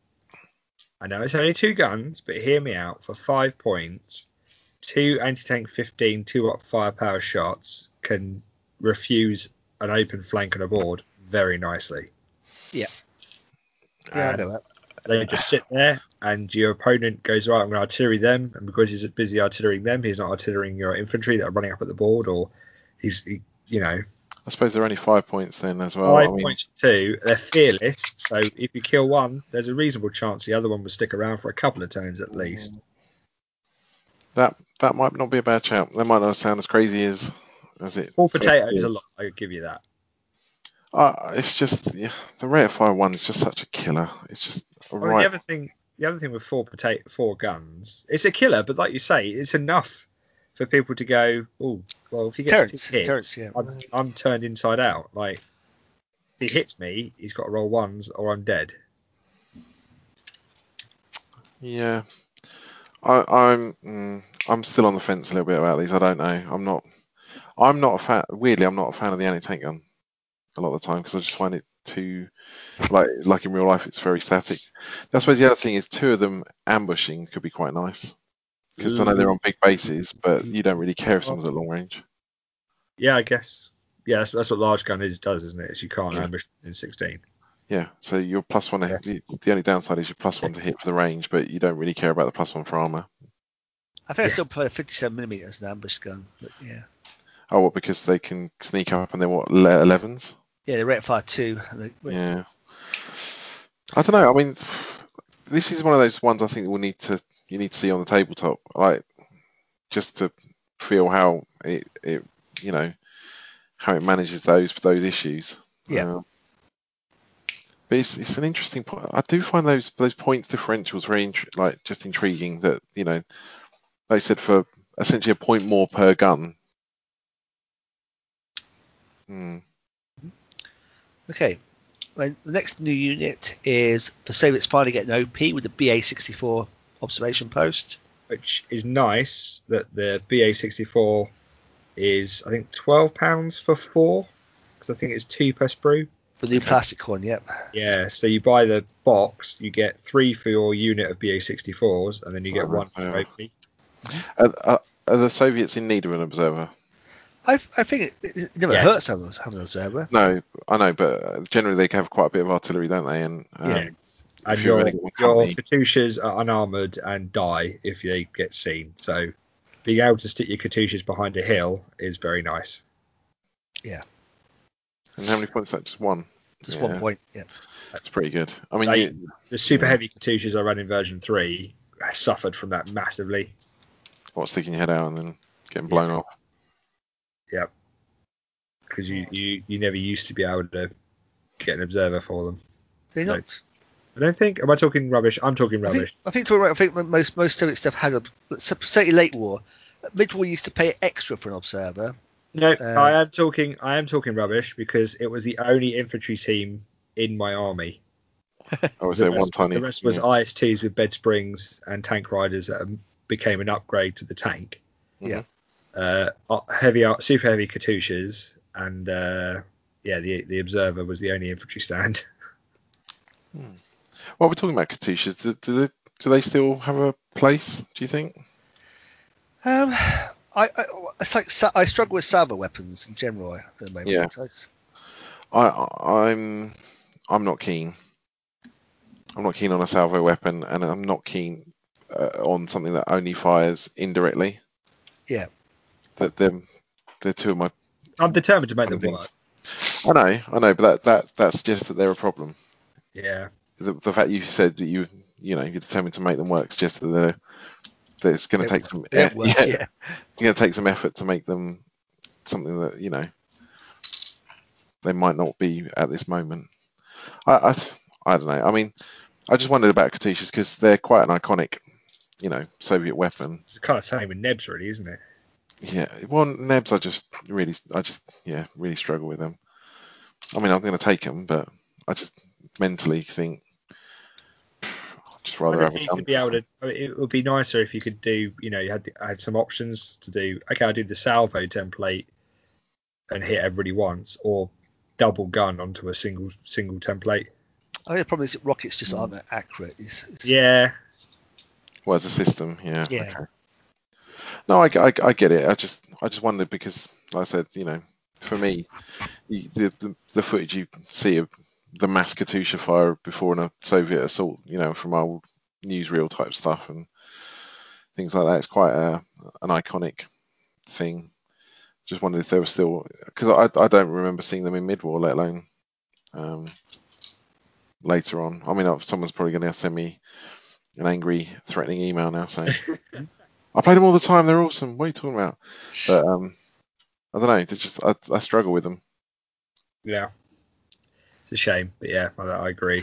Speaker 1: I know it's only two guns, but hear me out. For five points, two anti tank 15, two up firepower shots can refuse an open flank and a board very nicely.
Speaker 3: Yeah, I
Speaker 1: And
Speaker 3: know that.
Speaker 1: They just sit there, and your opponent goes, Right, I'm going to artillery them. And because he's busy artillerying them, he's not artillerying your infantry that are running up at the board, or he's, he, you know,
Speaker 2: I suppose they're only five points then as well.
Speaker 1: Five
Speaker 2: I mean,
Speaker 1: points to two. They're fearless, so if you kill one, there's a reasonable chance the other one will stick around for a couple of turns at least.
Speaker 2: Mm, that that might not be a bad shout. That might not sound as crazy as as it.
Speaker 1: Four potatoes
Speaker 2: is.
Speaker 1: a lot. I give you that.
Speaker 2: Uh, it's just yeah, the rate of fire one is just such a killer. It's just a
Speaker 1: I mean,
Speaker 2: right.
Speaker 1: the other thing, the other thing with four potato, four guns, it's a killer. But like you say, it's enough for people to go, oh, well, if he gets
Speaker 3: Terrence,
Speaker 1: two hits,
Speaker 3: Terrence, yeah.
Speaker 1: I'm, I'm turned inside out. Like, if he hits me, he's got to roll ones, or I'm dead.
Speaker 2: Yeah, I, I'm mm, I'm still on the fence a little bit about these. I don't know. I'm not. I'm not a fan. Weirdly, I'm not a fan of the anti tank gun. A lot of the time because I just find it too like like in real life it's very static. I suppose the other thing is two of them ambushing could be quite nice because I know they're on big bases, but you don't really care if someone's at long range.
Speaker 4: Yeah, I guess. Yeah, that's, that's what large gun is does, isn't it? Is you can't
Speaker 2: Yeah.
Speaker 4: ambush in sixteen.
Speaker 2: Yeah, so you're plus one. To, the, the only downside is you're plus one to hit for the range, but you don't really care about the plus one for armor.
Speaker 3: I think I
Speaker 4: Yeah.
Speaker 3: still prefer 57 millimeter as an ambush gun, but yeah,
Speaker 2: Oh, what? Because they can sneak up and they're what le- 11s.
Speaker 3: yeah, the rate of fire two. and the-
Speaker 2: Yeah. I don't know. I mean, this is one of those ones I think we'll need to you need to see on the tabletop, like just to feel how it it you know how it manages those those issues.
Speaker 3: Yeah.
Speaker 2: Um, but it's, it's an interesting point. I do find those those points differentials very intri- like just intriguing. That you know, they said for essentially a point more per gun. Hmm.
Speaker 3: Okay. Well, the next new unit is the Soviets finally getting OP with the BA 64 observation post.
Speaker 1: which is nice that the BA64 is, I think, £12 for four, because I think it's two per sprue.
Speaker 3: The new plastic one, yep.
Speaker 1: Yeah, so you buy the box, you get three for your unit of BA64s, and then you get
Speaker 2: Sorry,
Speaker 1: one for
Speaker 2: yeah.
Speaker 1: your OP.
Speaker 2: Are, are, are the Soviets in need of an observer?
Speaker 3: I, I think it, it never
Speaker 1: Yeah.
Speaker 3: hurts having, having an observer.
Speaker 2: No, I know, but uh, generally they have quite a bit of artillery, don't they? And um,
Speaker 3: Yeah.
Speaker 1: And
Speaker 2: if you're
Speaker 1: your,
Speaker 2: really good
Speaker 1: your
Speaker 2: company-
Speaker 1: Katushas are unarmoured and die if they get seen. So being able to stick your Katushas behind a hill is very nice.
Speaker 2: and how many points? Is that just one.
Speaker 3: Just
Speaker 2: Yeah.
Speaker 3: one point. Yep.
Speaker 2: That's pretty good. I mean,
Speaker 1: Like-
Speaker 2: you,
Speaker 1: The super
Speaker 2: Yeah.
Speaker 1: heavy Katushas I run in version 3 suffered from that massively.
Speaker 2: what sticking your head out and then getting blown off.
Speaker 1: because you, you, you never used to be able to get an observer for them.
Speaker 3: Do you
Speaker 1: No,
Speaker 3: not?
Speaker 1: I don't think. Am I talking rubbish? I'm talking
Speaker 3: I think,
Speaker 1: rubbish.
Speaker 3: I think, you're right, I think most most Soviet stuff had, a- certainly late war, mid war used to pay extra for an observer.
Speaker 1: No,
Speaker 3: Uh,
Speaker 1: I am talking. I am talking rubbish because it was the only infantry team in my army.
Speaker 2: Or was
Speaker 1: The
Speaker 2: there
Speaker 1: rest-
Speaker 2: one tiny?
Speaker 1: The rest was
Speaker 2: yeah.
Speaker 1: ISTs with bed springs and tank riders that um, became an upgrade to the tank.
Speaker 2: Mm-hmm.
Speaker 3: Yeah.
Speaker 1: Uh, uh, heavy, ar- super heavy Katushas, and uh, yeah, the the observer was the only infantry stand.
Speaker 2: While we're talking about Katushas, do, do, they, do they still have a place? Do you think?
Speaker 3: Um, I, I it's like sa- I struggle with salvo weapons in general at the moment.
Speaker 2: Yeah.
Speaker 3: It's-
Speaker 2: I, I- I'm, I'm not keen. I'm not keen on a salvo weapon, and I'm not keen uh, on something that only fires indirectly.
Speaker 3: Yeah.
Speaker 2: That them, they're two of my
Speaker 1: I'm determined to make them
Speaker 2: things.
Speaker 1: work.
Speaker 2: I know, I know, but that that that suggests that they're a problem.
Speaker 1: Yeah,
Speaker 2: The, the fact you said that you you know you're determined to make them work suggests that they're that it's going
Speaker 3: They
Speaker 2: to take some e-,
Speaker 3: they
Speaker 2: yeah,
Speaker 3: don't work,
Speaker 2: yeah,
Speaker 3: yeah.
Speaker 2: it's going to take some effort to make them something that you know they might not be at this moment. I I, th- I don't know. I mean, I just wondered about Katushas because they're quite an iconic, you know, Soviet weapon.
Speaker 1: it's kind of same with Nebs, really, isn't it?
Speaker 2: Yeah, well, Nebs, I just really, I just, yeah, really struggle with them. I mean, I'm going to take them, but I just mentally think I'd just rather
Speaker 1: I
Speaker 2: have
Speaker 1: don't
Speaker 2: a
Speaker 1: need to
Speaker 2: gun.
Speaker 1: be able to. I mean, it would be nicer if you could do. You know, you had the, had some options to do. Okay, I'll do the salvo template and hit everybody once, or double gun onto a single single template.
Speaker 3: I mean, the problem is that rockets just
Speaker 2: Mm.
Speaker 3: aren't that accurate. It's, it's,
Speaker 1: Yeah,
Speaker 2: Well, as a system, yeah.
Speaker 3: Yeah.
Speaker 2: Okay. No, I, I, I get it. I just, I just wondered because, like I said, you know, for me, you, the, the the footage you see of the mass Katusha fire before a Soviet assault, you know, from old newsreel type stuff and things like that, it's quite a, an iconic thing. Just wondered if there was still because I, I don't remember seeing them in mid-war, let alone um, later on. I mean, uh, someone's probably going to send me an angry, threatening email now saying, "I played them all the time. They're awesome. What are you talking about?" But um, I don't know. They just I, I struggle with them.
Speaker 1: yeah. It's a shame, but yeah, I, I agree.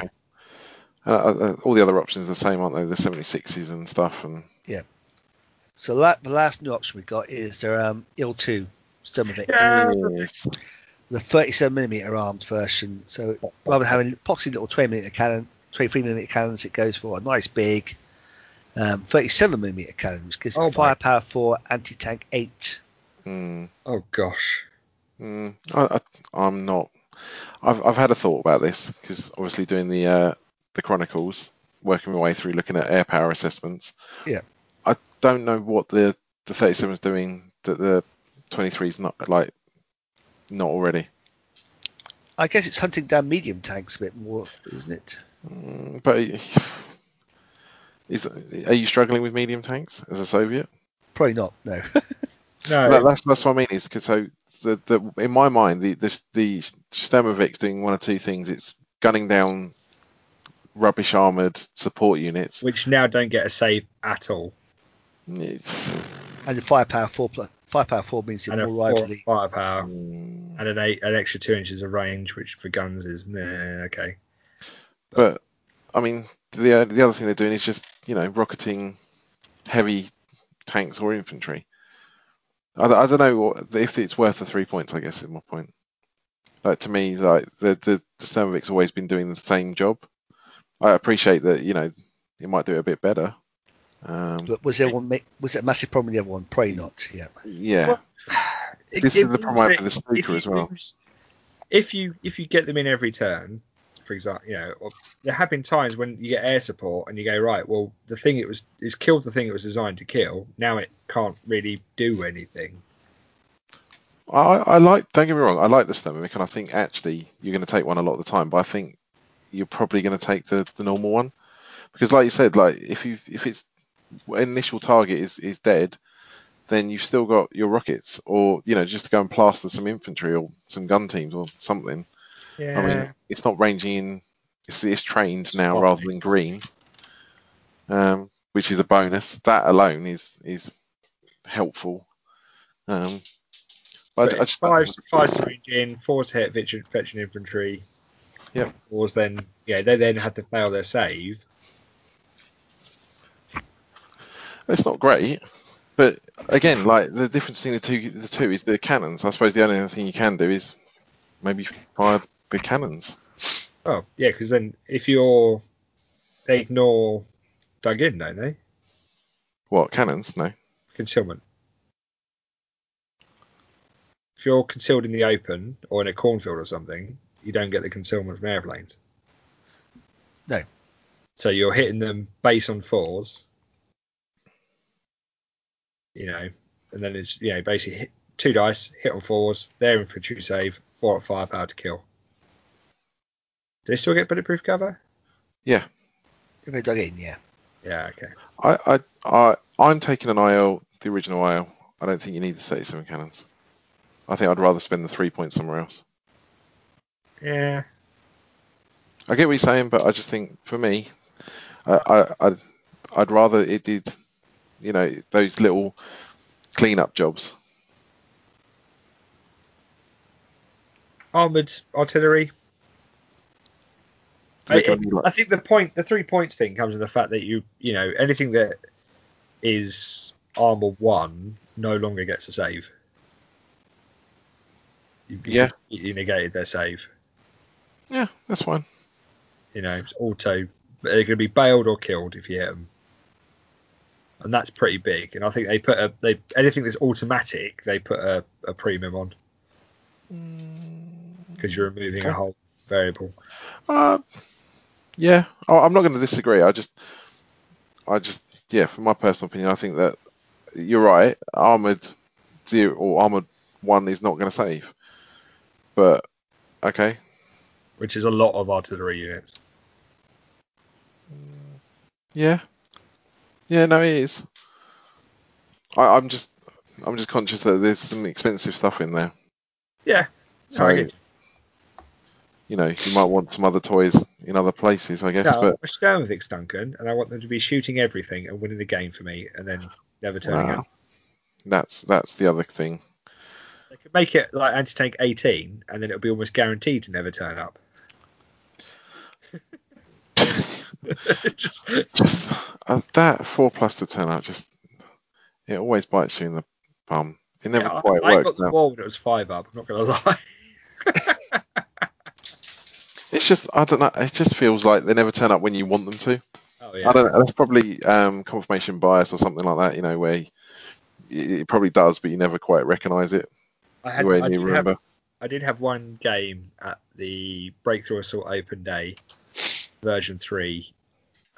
Speaker 2: Uh, uh, all the other options are the same, aren't they? The 76s and stuff. And
Speaker 3: So la the last new option we got is their um, IL two Sturmovik,
Speaker 1: Yeah,
Speaker 2: Yes.
Speaker 3: the 37 millimeter armed version. So rather than having poxy little 20 millimeter cannon, 23 millimeter cannons, it goes for a nice big um, 37 millimeter cannon, which gives
Speaker 1: Oh, my.
Speaker 3: it firepower four, anti tank eight.
Speaker 2: Mm,
Speaker 1: Oh gosh,
Speaker 2: mm, I, I, Hmm. I'm not. I've I've had a thought about this because obviously doing the uh, the chronicles, working my way through looking at air power assessments.
Speaker 3: Yeah.
Speaker 2: I don't know what the the 37's doing that the 23's not like not already.
Speaker 3: I guess it's hunting down medium tanks a bit more, isn't it?
Speaker 2: Mm, But is are you struggling with medium tanks as a Soviet?
Speaker 3: Probably not. No.
Speaker 1: No,
Speaker 2: That- that's that's what I mean. Is 'cause so the, the in my mind the this the Stamovic's doing one or two things. It's gunning down rubbish armored support units.
Speaker 1: which now don't get a save at all.
Speaker 3: and the firepower four plus firepower four means it
Speaker 1: And a
Speaker 3: will rival
Speaker 1: four
Speaker 3: the
Speaker 1: firepower
Speaker 2: Mm,
Speaker 1: and an eight, an extra two inches of range, which for guns is meh, okay.
Speaker 2: But I mean the uh, the other thing they're doing is just you know rocketing heavy tanks or infantry. I, don't- I don't know what, if it's worth the three points. I guess is my point. Like to me, like the the, the Stamovic's always been doing the same job. I appreciate that you know it might do it a bit better. Um,
Speaker 3: But was there one? ma- Was there a massive problem with the other one? Probably not. Yeah.
Speaker 2: yeah,
Speaker 1: Well, It-
Speaker 2: this
Speaker 1: it
Speaker 2: is the
Speaker 1: means
Speaker 2: problem
Speaker 1: that
Speaker 2: with the
Speaker 1: if
Speaker 2: snooker
Speaker 1: you
Speaker 2: as well.
Speaker 1: lose- if you if you get them in every turn, for example, you know, or- there have been times when you get air support and you go right. Well, the thing it was it's killed the thing it was designed to kill. Now it can't really do anything.
Speaker 2: I, I like. Don't get me wrong. I like the Stamovic, and I think actually you're going to take one a lot of the time. But I think you're probably going to take the, the normal one because, like you said, like if you if its initial target is is dead, then you've still got your rockets, or you know, just to go and plaster some infantry or some gun teams or something.
Speaker 1: Yeah.
Speaker 2: I mean, it's not ranging in. It's, it's trained now
Speaker 1: Spot
Speaker 2: rather than
Speaker 1: mix.
Speaker 2: green, um, which is a bonus. That alone is is helpful. Um, but I-
Speaker 1: But
Speaker 2: I
Speaker 1: it's
Speaker 2: just don't
Speaker 1: five
Speaker 2: know.
Speaker 1: five syringe in, four to hit veteran, veteran infantry.
Speaker 2: Yep.
Speaker 1: Wars then yeah, they then had to fail their save.
Speaker 2: It's not great, but again, like the difference between the two, the two is the cannons. I suppose the only thing you can do is maybe fire the cannons.
Speaker 1: Oh, yeah, because then if you're they ignore dug in, don't they?
Speaker 2: What cannons? No.
Speaker 1: Concealment. If you're concealed in the open or in a cornfield or something, you don't get the concealment from airplanes.
Speaker 3: No.
Speaker 1: So you're hitting them base on fours. You know, and then it's you know, basically hit two dice, hit on fours, their infantry save, four at firepower to kill. Do they still get bulletproof cover?
Speaker 3: If they dug in, yeah.
Speaker 1: Yeah, okay.
Speaker 2: I, I, I, I'm taking an IL, the original IL. I don't think you need the 37 cannons. I think I'd rather spend the three points somewhere else.
Speaker 1: Yeah.
Speaker 2: I get what you're saying, but I just think for me, I, I, I'd, I'd rather it did, you know, those little clean-up jobs.
Speaker 1: Armored artillery, I,
Speaker 2: Look at me
Speaker 1: I
Speaker 2: like,
Speaker 1: think the point, the three points thing comes in the fact that you, you know, anything that is armor one no longer gets a save. You, you-
Speaker 2: Yeah.
Speaker 1: you negated their save.
Speaker 2: yeah, that's fine.
Speaker 1: You know, it's auto. They're going to be bailed or killed if you hit them, and that's pretty big. And I think they put a they anything that's automatic they put a, a premium on because you're removing a
Speaker 2: Okay.
Speaker 1: whole variable.
Speaker 2: Uh, yeah, I- I'm not going to disagree. I just, I just, yeah, from my personal opinion, I think that you're right. Armored zero or armored one is not going to save, but okay,
Speaker 1: Which is a lot of artillery units.
Speaker 2: yeah, yeah, no, it is. I, I'm just, I'm just conscious that there's some expensive stuff in there,
Speaker 1: Yeah.
Speaker 2: so
Speaker 1: I get-
Speaker 2: you know, you might want some other toys in other places, I guess.
Speaker 1: No,
Speaker 2: but
Speaker 1: I watched Stamvix Duncan, and I want them to be shooting everything and winning the game for me, and then never turning
Speaker 2: Wow.
Speaker 1: up.
Speaker 2: that's that's the other thing.
Speaker 1: They could make it like anti tank 18, and then it'll be almost guaranteed to never turn up. Just,
Speaker 2: just uh, that four plus to turn out just it always bites you in the bum. It never
Speaker 1: yeah,
Speaker 2: quite
Speaker 1: I, I got
Speaker 2: works.
Speaker 1: the
Speaker 2: out.
Speaker 1: wall when it was five up. I'm not going to lie.
Speaker 2: It's just I don't know. It just feels like they never turn up when you want them to.
Speaker 1: Oh yeah,
Speaker 2: I don't know. That's probably um, confirmation bias or something like that. You know where y- it, probably does, but you never quite recognise it.
Speaker 1: I
Speaker 2: The
Speaker 1: had,
Speaker 2: way
Speaker 1: I
Speaker 2: you
Speaker 1: did have,
Speaker 2: remember.
Speaker 1: I did have one game at the Breakthrough Assault Open Day, version three,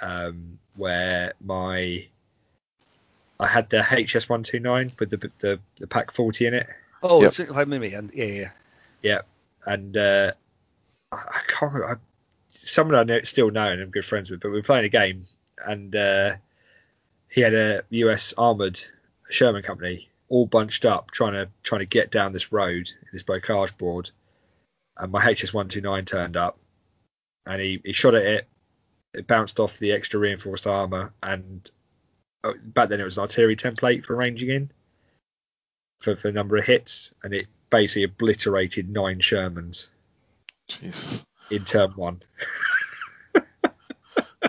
Speaker 1: um, where my I had the HS one two nine with the, the the pack forty in it,
Speaker 3: Oh,
Speaker 2: Yep.
Speaker 3: it's it's Home Mimi, and yeah, yeah.
Speaker 1: and uh, I, I can't remember. I, someone I know, still know and I'm good friends with, but we were playing a game, and uh, he had a U.S. armored Sherman company all bunched up, trying to trying to get down this road, this bocage board, and my HS one two nine turned up, and he, he shot at it. It bounced off the extra reinforced armor, and oh, back then it was an artillery template for ranging in, for for number of hits, and it basically obliterated nine Shermans
Speaker 2: Jesus.
Speaker 1: in turn one.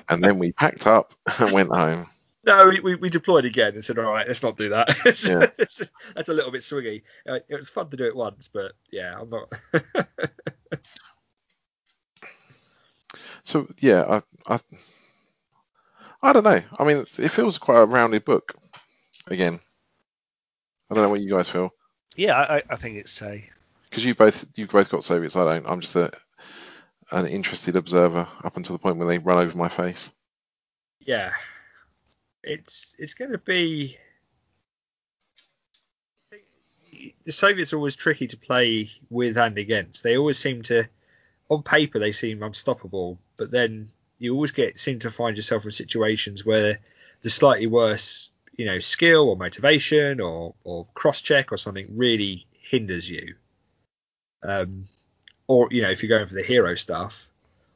Speaker 2: And then we packed up and went home.
Speaker 1: No, we- we, we deployed again and said, all right, let's not do that. It's-
Speaker 2: Yeah.
Speaker 1: it's- that's a little bit swingy. Uh, it was fun to do it once, but yeah, I'm not.
Speaker 2: So yeah, I, I, I don't know. I mean, it feels quite a rounded book. Again, I don't know what you guys feel
Speaker 3: Yeah, I, I- I think it's a.
Speaker 2: because you both you both got Soviets. I don't. I'm just a, an interested observer up until the point when they run over my face.
Speaker 1: yeah, it's it's going to be. The Soviets are always tricky to play with and against. They always seem to, on paper, they seem unstoppable, but then you always get seem to find yourself in situations where the slightly worse, you know, skill or motivation or or cross check or something really hinders you. Um, or you know, if you're going for the hero stuff,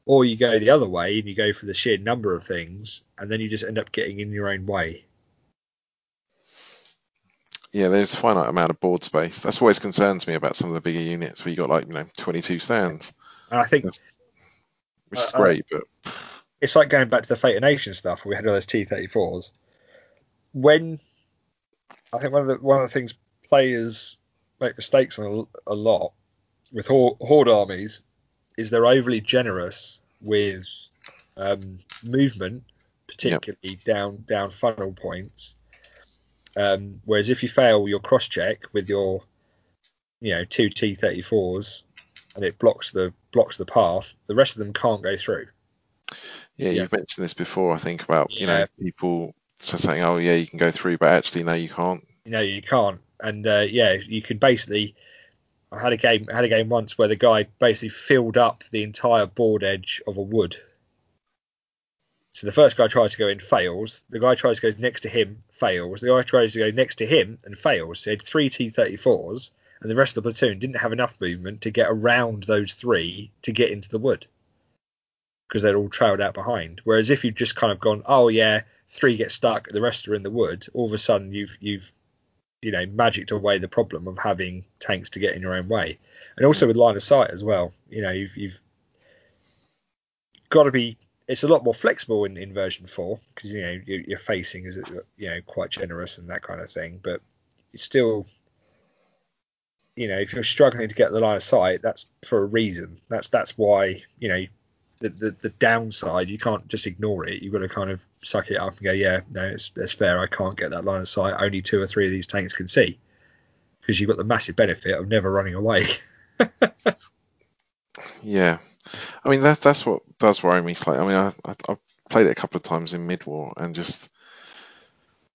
Speaker 1: or you go the other way and you go for the sheer number of things, and then you just end up getting in your own way.
Speaker 2: Yeah, there's a finite amount of board space. That's always concerns me about some of the bigger units where you got like you know 22 stands,
Speaker 1: And I think
Speaker 2: which is
Speaker 1: Uh, uh,
Speaker 2: great, but
Speaker 1: it's like going back to the Fate of Nation stuff where we had all those T thirty fours. When I think one of the one of the things players make mistakes on a, a lot with horde, horde armies is they're overly generous with um, movement, particularly down down funnel points. Um, whereas if you fail your cross check with your you know two T thirty fours and it blocks the blocks the path, the rest of them can't go through. Yeah.
Speaker 2: Yeah, you've mentioned this before. I think about you know
Speaker 1: Yeah.
Speaker 2: people so saying, "Oh, yeah, you can go through," but actually, no, you can't.
Speaker 1: you know you can't and uh, yeah you could basically i had a game I had a game once where the guy basically filled up the entire board edge of a wood so the first guy tries to go in fails the guy tries to go next to him fails the guy tries to go next to him and fails so he had three t34s and the rest of the platoon didn't have enough movement to get around those three to get into the wood because they're all trailed out behind. Whereas if you've just kind of gone, oh yeah, three get stuck, the rest are in the wood. All of a sudden, you've you've you know magicked away the problem of having tanks to get in your own way, and also with line of sight as well. You know, you've you've got to be. It's a lot more flexible in, in version four because you know your, your facing is you know quite generous and that kind of thing, but it's still. You know, if you're struggling to get the line of sight, that's for a reason. That's that's why you know the, the, the downside. You can't just ignore it. You've got to kind of suck it up and go, yeah, no, it's, it's fair. I can't get that line of sight. Only two or three of these tanks can see. Because you've got the massive benefit of never running away.
Speaker 2: Yeah, I mean that that's what does worry me slightly. I mean, I, I I've played it a couple of times in mid-war, and just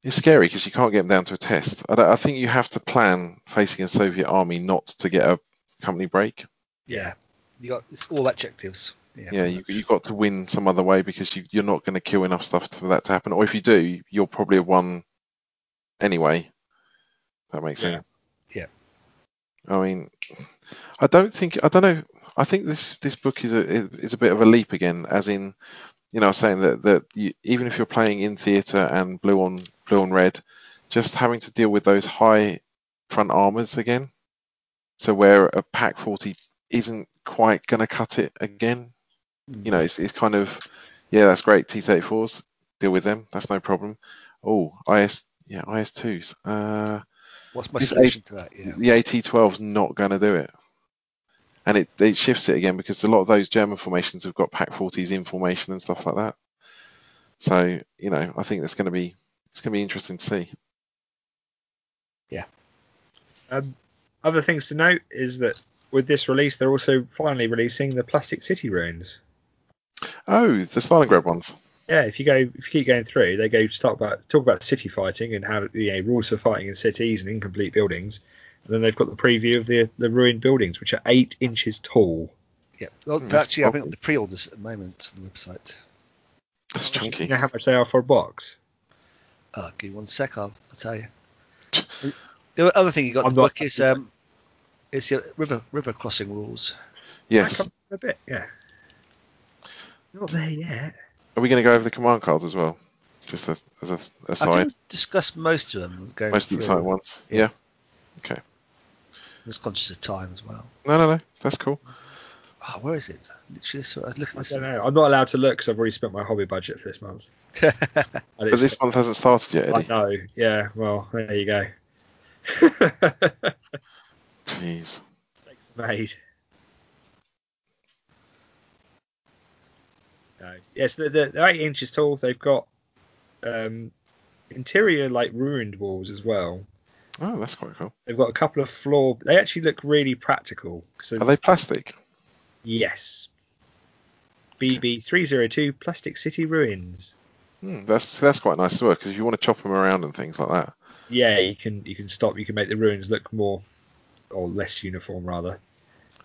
Speaker 2: it's scary because you can't get them down to a test. I, don't- I think you have to plan facing a Soviet army not to get a company break.
Speaker 3: Yeah, you got it's all adjectives. Yeah,
Speaker 2: Yeah, you you've got to win some other way because you you're not going to kill enough stuff for that to happen. Or if you do, you'll probably have won anyway. That makes
Speaker 1: Yeah.
Speaker 2: sense.
Speaker 3: Yeah.
Speaker 2: I mean, I don't think I don't know. I think this this book is a is a bit of a leap again, as in, you know, I was saying that that you, even if you're playing in theatre and blue on blue on red, just having to deal with those high front armors again. So where a pack forty isn't quite going to cut it again, you know, it's, it's kind of, yeah, that's great. T34s, deal with them. That's no problem. Oh, IS, yeah, IS2s. Uh,
Speaker 3: what's my
Speaker 2: it's
Speaker 3: solution to that? Yeah,
Speaker 2: The AT12's not going to do it. And it, it shifts it again because a lot of those German formations have got Pack 40s in formation and stuff like that. So, you know, I think that's going to be, it's going to be interesting to see.
Speaker 1: Um, other things to note is that with this release, they're also finally releasing the Plastic City Ruins.
Speaker 2: Oh, the Stalingrad ones.
Speaker 1: Yeah, if you go, if you keep going through, they go to talk about talk about city fighting and how you know rules for fighting in cities and incomplete buildings. And then they've got the preview of the the ruined buildings, which are eight inches tall.
Speaker 3: Yeah, well,
Speaker 2: Hmm,
Speaker 3: they're actually having
Speaker 2: probably.
Speaker 3: up the pre-orders at the moment on the website.
Speaker 2: That's
Speaker 1: You
Speaker 2: chunky.
Speaker 1: know how much they are for a box?
Speaker 3: Oh, give me one sec, I'll, I'll tell you. the other thing you got
Speaker 1: I'm
Speaker 3: in the
Speaker 1: not-
Speaker 3: book is um, is the river river crossing rules.
Speaker 2: Yes.
Speaker 1: Back up a bit, yeah. Not there yet.
Speaker 2: Are we going to go over the command cards as well? Just a, as a
Speaker 3: I
Speaker 2: aside,
Speaker 3: think we discussed most of them. Going
Speaker 2: most of the
Speaker 3: through.
Speaker 2: exciting ones.
Speaker 3: Yeah.
Speaker 2: Yeah.
Speaker 3: I was conscious of time as well.
Speaker 2: No, no, no. That's cool.
Speaker 3: Oh, where is it? Literally, so I was looking
Speaker 1: I
Speaker 3: at this.
Speaker 1: don't know. I'm not allowed to look because I've already spent my hobby budget for this month. And
Speaker 2: But
Speaker 1: it's-
Speaker 2: this month hasn't started yet,
Speaker 1: I
Speaker 2: Eddie.
Speaker 1: know. Yeah. Well, there you go.
Speaker 2: Jeez.
Speaker 1: Made. No. Yes, the the they're eight inches tall. They've got um, interior like ruined walls as well.
Speaker 2: Oh, that's quite cool.
Speaker 1: They've got a couple of floor. They actually look really practical. So
Speaker 2: Are they plastic?
Speaker 1: yes, BB three zero two Plastic City Ruins.
Speaker 2: Hmm, that's that's quite nice as well because if you want to chop them around and things like that.
Speaker 1: Yeah, you can you can stop. You can make the ruins look more or less uniform rather.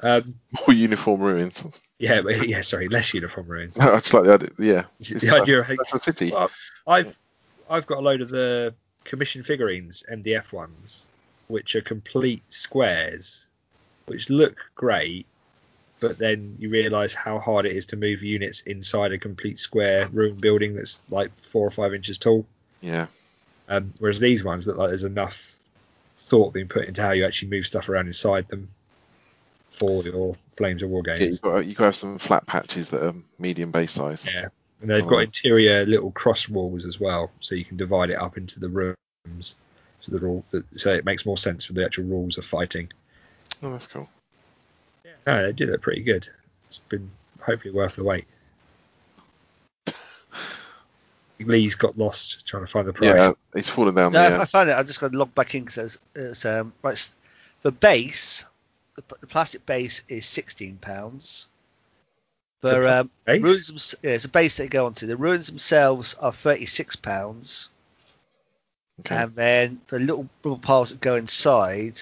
Speaker 1: Um,
Speaker 2: More uniform ruins.
Speaker 1: yeah, but- yeah. Sorry, less uniform ruins.
Speaker 2: No, I just like the idea. Yeah. It's-
Speaker 1: the idea of
Speaker 2: That's a city.
Speaker 1: Well, I've I've got a load of the commission figurines, MDF ones, which are complete squares, which look great, but then you realise how hard it is to move units inside a complete square room building that's like four or five inches tall.
Speaker 2: Yeah.
Speaker 1: Um, whereas these ones look like there's enough thought being put into how you actually move stuff around inside them for your Flames of War
Speaker 2: yeah you've,
Speaker 1: games.
Speaker 2: got, you could have some flat patches that are medium base size.
Speaker 1: Yeah. And they've got interior little cross walls as well, so you can divide it up into the rooms. So the rule, so it makes more sense for the actual rules of fighting.
Speaker 2: Oh, that's cool.
Speaker 1: No, they did it pretty good. It's been hopefully worth the wait. Lee's got lost trying to find the price.
Speaker 2: Yeah, it's fallen down
Speaker 3: No,
Speaker 2: the.
Speaker 3: I- I
Speaker 2: Uh,
Speaker 3: found it. I just got to log back in because it's um, right. s- The base, the, p- the plastic base is sixteen pounds.
Speaker 1: It's a
Speaker 3: For um,
Speaker 1: Base?
Speaker 3: ruins, thems- yeah, it's a base they go onto. The ruins themselves are thirty-six pounds,
Speaker 2: okay.
Speaker 3: and then the little rubber piles that go inside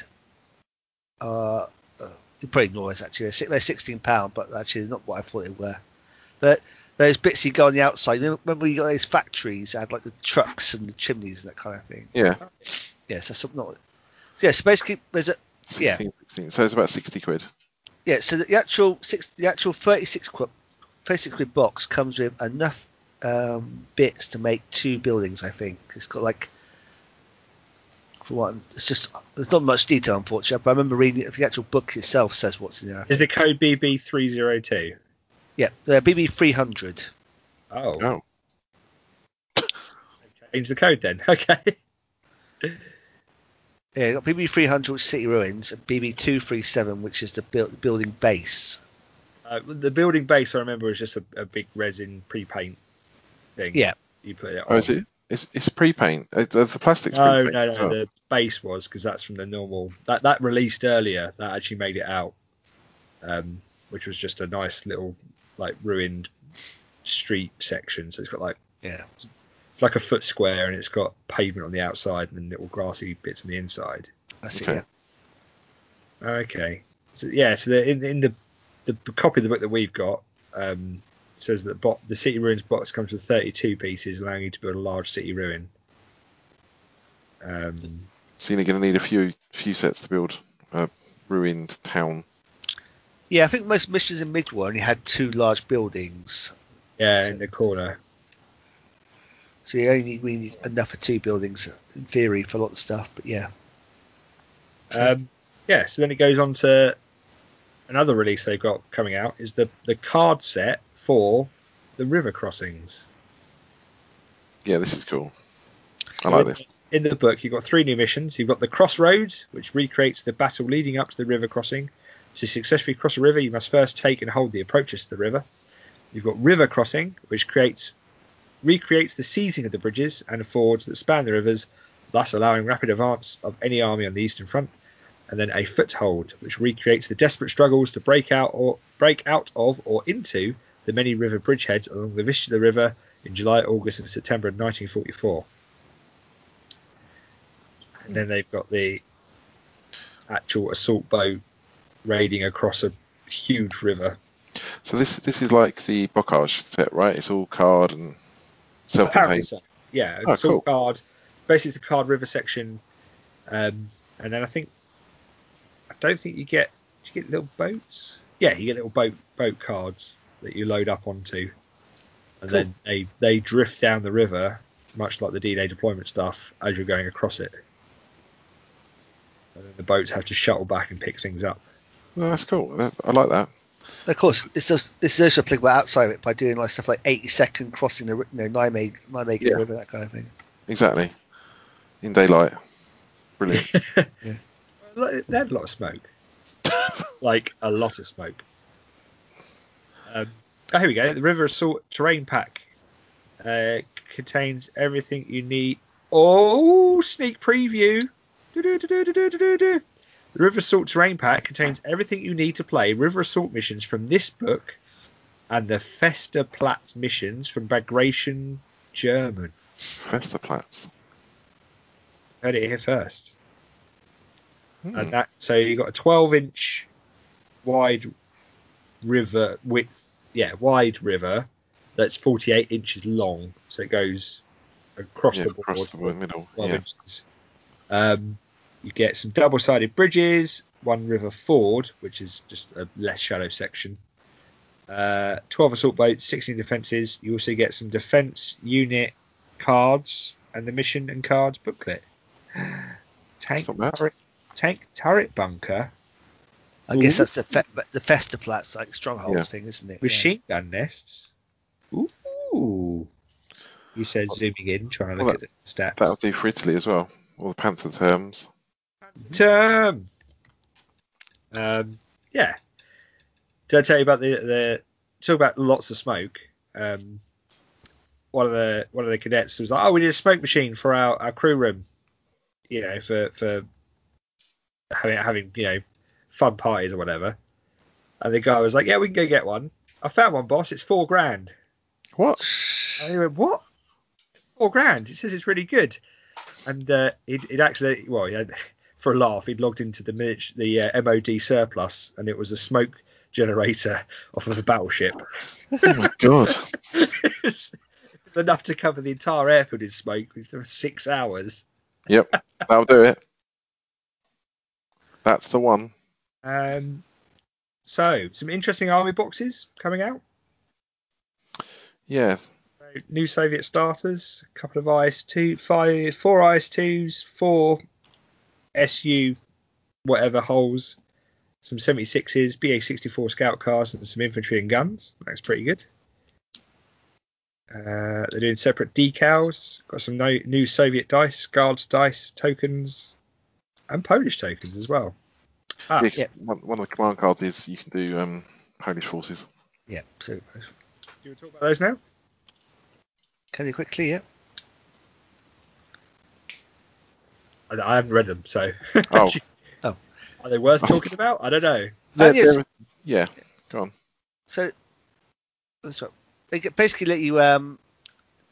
Speaker 3: are uh, they're pretty nice. Actually, they're, si- they're sixteen pound, but actually they're not what I thought they were. But those bits you go on the outside. Remember, remember when you got those factories that had like the trucks and the chimneys and that kind of thing.
Speaker 2: yeah.
Speaker 3: Yes, that's something. Not... Yeah, so basically, there's a
Speaker 2: 16,
Speaker 3: yeah.
Speaker 2: 16. So it's about 60 quid.
Speaker 3: yeah. So the actual six, the actual thirty-six quid, thirty-six quid box comes with enough um, bits to make two buildings. I think it's got like for one. It's just there's not much detail, unfortunately. But I remember reading it. The actual book itself says what's in there.
Speaker 1: Is the code BB three zero two?
Speaker 3: Yeah, the BB three hundred.
Speaker 1: Oh,
Speaker 2: Oh.
Speaker 1: change the code then. Okay.
Speaker 3: Yeah, you got BB three hundred, which is city ruins, and BB two three seven, which is the build, building base.
Speaker 1: Uh, the building base I remember was just a, a big resin pre-paint thing.
Speaker 3: Yeah.
Speaker 1: You put it.
Speaker 2: Oh,
Speaker 1: on.
Speaker 2: is it? It's, it's pre paint. The, the plastic's
Speaker 1: No,
Speaker 2: pre
Speaker 1: no,
Speaker 2: paint.
Speaker 1: no. The base was because that's from the normal that that released earlier. That actually made it out, um, which was just a nice little like ruined street section. So it's got like
Speaker 3: Yeah.
Speaker 1: it's like a foot square, and it's got pavement on the outside and then little grassy bits on the inside.
Speaker 3: That's
Speaker 2: Okay.
Speaker 3: it.
Speaker 1: Okay, so yeah, so the, in in the the copy of the book that we've got um, says that bo- the city ruins box comes with thirty two pieces, allowing you to build a large city ruin. Um,
Speaker 2: So you're going to need a few few sets to build a ruined town.
Speaker 3: Yeah, I think most missions in Midwar only had two large buildings,
Speaker 1: yeah,
Speaker 3: So-
Speaker 1: in the corner.
Speaker 3: So you only need, we need enough for two buildings in theory for a lot of stuff. But yeah,
Speaker 1: Um, yeah, so then it goes on to another release they've got coming out is the the card set for the river crossings.
Speaker 2: Yeah, this is cool. I
Speaker 1: So
Speaker 2: like
Speaker 1: in-
Speaker 2: this.
Speaker 1: In the book, you've got three new missions. You've got the Crossroads, which recreates the battle leading up to the river crossing. To successfully cross a river, you must first take and hold the approaches to the river. You've got River Crossing, which creates recreates the seizing of the bridges and fords that span the rivers, thus allowing rapid advance of any army on the eastern front. and then a foothold, which recreates the desperate struggles to break out or break out of or into the many river bridgeheads along the Vistula River in July, August, and September of 1944. And then they've got the actual assault boat raiding across a huge river.
Speaker 2: So this this is like the Bocage set, right? It's all card and
Speaker 1: Apparently
Speaker 2: self-contained.
Speaker 1: so. Yeah,
Speaker 2: Oh,
Speaker 1: it's all
Speaker 2: cool.
Speaker 1: card. Basically, it's the card river section, um, and then I think I don't think you get do you get little boats. Yeah, you get little boat boat cards that you load up onto, and then they they drift down the river, much like the D-Day deployment stuff, as you're going across it. And then the boats have to shuttle back and pick things up.
Speaker 2: No, Oh, that's cool. That, I like that.
Speaker 3: Of course, it's just it's also applicable outside of it by doing like stuff like eighty second crossing the ri- you know, Nijmegen, Nijmegen
Speaker 2: Yeah.
Speaker 3: River, that kind of thing.
Speaker 2: Exactly. In daylight. Brilliant.
Speaker 1: Like, They had a lot of smoke, like a lot of smoke. Um, oh, here we go. The River Assault Terrain Pack uh, contains everything you need. Oh, sneak preview! Do-do-do-do-do-do-do-do. The River Assault Terrain Pack contains everything you need to play River Assault missions from this book and the Festa Platz missions from Bagration German.
Speaker 2: Festerplatz.
Speaker 1: Heard it here first.
Speaker 2: Hmm.
Speaker 1: and that so you got a 12 inch wide river width yeah wide river that's 48 inches long so it goes across
Speaker 2: yeah,
Speaker 1: the board
Speaker 2: across the middle.
Speaker 1: 12
Speaker 2: Yeah.
Speaker 1: inches um, you get some double sided bridges one river ford which is just a less shallow section uh, 12 assault boats 16 defenses you also get some defense unit cards and the mission and cards booklet tank
Speaker 2: not bad.
Speaker 1: turret, tank turret bunker
Speaker 3: I guess
Speaker 1: Ooh.
Speaker 3: that's the fe- but the Festaplatz like stronghold
Speaker 2: Mm-hmm. Yeah.
Speaker 3: thing, isn't it? Yeah.
Speaker 1: machine gun nests. Ooh. He said, zooming in, trying to
Speaker 2: Well,
Speaker 1: look at the stats.
Speaker 2: That'll do for Italy as well. All the Panther terms.
Speaker 1: Term. Um, yeah. Did I tell you about the, the talk about lots of smoke? Um, one of the one of the cadets was like, "Oh, we need a smoke machine for our, our crew room, you know, for for having having you know fun parties or whatever." And the guy was like, "Yeah, we can go get one. I found one, boss. It's four grand."
Speaker 2: What?
Speaker 1: And he went, "What? Four grand? It says it's really good." And uh, he'd, he'd accidentally, well, he had, for a laugh, he'd logged into the minute, the uh, MOD surplus, and it was a smoke generator off of a battleship.
Speaker 2: Oh my god.
Speaker 1: it's enough to cover the entire airfield in smoke within six hours.
Speaker 2: Yep. That'll do it. That's the one.
Speaker 1: Um, so, some interesting army boxes coming out.
Speaker 2: Yeah.
Speaker 1: So, new Soviet starters, a couple of IS two, five, four IS twos, four SU, whatever holes, some seventy sixes, BA sixty four scout cars, and some infantry and guns. That's pretty good. Uh, they're doing separate decals. Got some no, new Soviet dice, guards dice, tokens, and Polish tokens as well. Ah,
Speaker 2: Yeah, 'cause
Speaker 3: Yep.
Speaker 2: One, one of the command cards is you can do um, Polish forces.
Speaker 3: Yeah, so
Speaker 1: do you want to talk about those now?
Speaker 3: can you quickly? Yeah,
Speaker 1: I, I haven't read them, so
Speaker 2: Oh.
Speaker 3: Oh.
Speaker 1: are they worth talking about? I don't know.
Speaker 2: They're-
Speaker 3: yes.
Speaker 2: they're- yeah.
Speaker 3: so that's right. They get- basically let you um,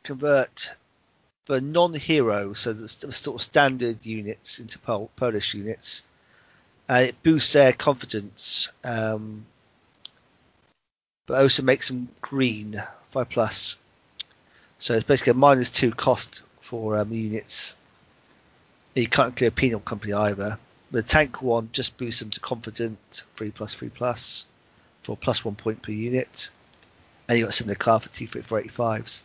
Speaker 3: convert the non-hero, so the st- sort of standard units into Pol- Polish units. Uh, it boosts their confidence, um, but also makes them green five plus. So it's basically a minus two cost for um, units. You can't clear penal company either. The tank one just boosts them to confident three plus three plus for plus one point per unit, and you got a similar card for T for eighty fives.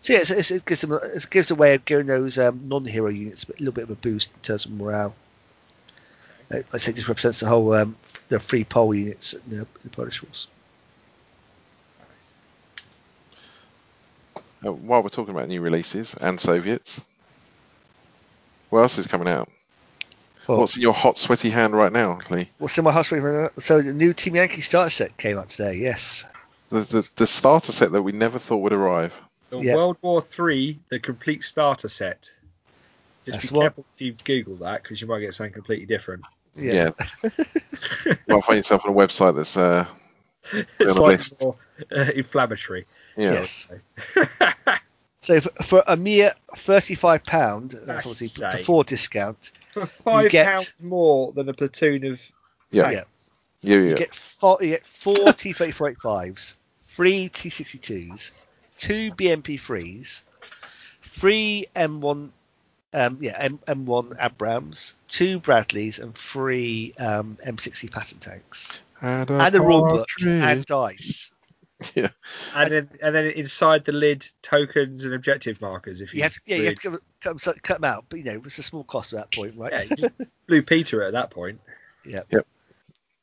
Speaker 3: So yeah, it's, it's, it gives them it gives a way of giving those um, non-hero units a little bit of a boost in terms of morale. Uh, Like I say, it just represents the whole um, f- the free pole units in the, the Polish rules.
Speaker 2: Uh, while we're talking about new releases and Soviets, what else is coming out?
Speaker 3: Well,
Speaker 2: What's in your hot, sweaty hand right now, Lee?
Speaker 3: well, so my husband, so the new Team Yankee starter set came out today. Yes,
Speaker 2: The, the, the starter set that we never thought would arrive.
Speaker 1: The
Speaker 3: Yeah.
Speaker 1: World War Three, the complete starter set. Just
Speaker 3: That's
Speaker 1: be
Speaker 3: what-
Speaker 1: careful if you Google that because you might get something completely different.
Speaker 3: Yeah.
Speaker 2: Yeah. Might find yourself on a website that's uh,
Speaker 4: It's
Speaker 2: a
Speaker 4: like
Speaker 2: list.
Speaker 4: more uh, inflammatory.
Speaker 2: yeah.
Speaker 3: Yes. So for, for a mere thirty-five pound, that's
Speaker 4: That's
Speaker 3: obviously
Speaker 4: insane.
Speaker 3: before discount,
Speaker 4: For five
Speaker 3: get-
Speaker 4: pounds more than a platoon of
Speaker 2: Yeah.
Speaker 3: Yeah.
Speaker 2: Yeah, yeah.
Speaker 3: you get four, you get four T thirty four eight fives, three T sixty twos, two BMP threes, three M one, um, yeah M M one Abrams, two Bradleys, and three um, M sixty pattern tanks,
Speaker 2: And
Speaker 3: and a
Speaker 2: oh,
Speaker 3: rule book
Speaker 2: partridge.
Speaker 3: and dice.
Speaker 4: and then and then inside the lid tokens and objective markers. If you,
Speaker 3: You have to, yeah, you
Speaker 4: really-
Speaker 3: have to cut, cut, cut them out, but you know it's a small cost at that point, right?
Speaker 4: yeah, you just Blue Peter at that point,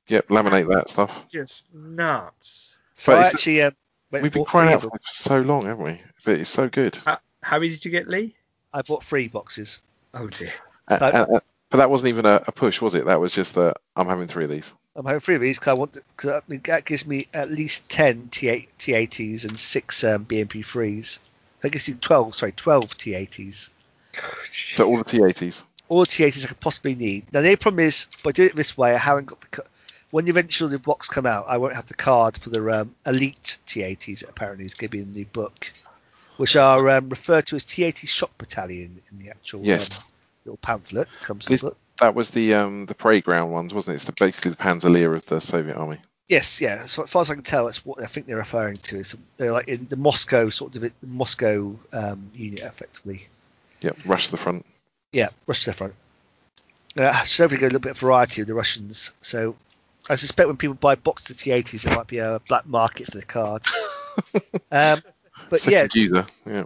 Speaker 2: Yep, laminate that stuff.
Speaker 4: just nuts.
Speaker 3: So
Speaker 2: But
Speaker 3: I
Speaker 2: it's-
Speaker 3: actually um,
Speaker 2: We've
Speaker 3: went and
Speaker 2: been
Speaker 3: bought three
Speaker 2: crying
Speaker 3: of
Speaker 2: out
Speaker 3: them.
Speaker 2: for it for so long, haven't we? But it's so good.
Speaker 4: How many did you get, Lee?
Speaker 3: I bought three boxes.
Speaker 4: Oh dear.
Speaker 2: And-
Speaker 3: But-
Speaker 2: and- and- Uh, but that wasn't even a, a push, was it? That was just that I'm having three of these.
Speaker 3: I'm having three of these because I want to, cause that- that gives me at least ten T8, T80s and six um, BMP threes. That gives you twelve, sorry, twelve T80s. Oh,
Speaker 2: So all the T80s.
Speaker 3: All the T80s I could possibly need. Now the only problem is, if I do it this way, I haven't got the. ca- When the eventual the box come out, I won't have the card for the um, elite T80s. That apparently is going to be in the new book, which are um, referred to as T80 Shock Battalion in the actual
Speaker 2: Yes.
Speaker 3: um, little pamphlet that comes
Speaker 2: This-
Speaker 3: with it.
Speaker 2: That was the um, the parade ground ones, wasn't it? It's the, basically the Panzerleer of the Soviet Army.
Speaker 3: Yes, yeah. So as far as I can tell, that's what I think they're referring to. Is they're like in the Moscow sort of the Moscow um, unit, effectively.
Speaker 2: Yep, rush to the front.
Speaker 3: Yeah, Russian front. Uh, I should hopefully get a little bit of variety of the Russians. So I suspect when people buy boxes of T80s, there might be a black market for the card. um, but yeah,
Speaker 2: Second user. Yeah.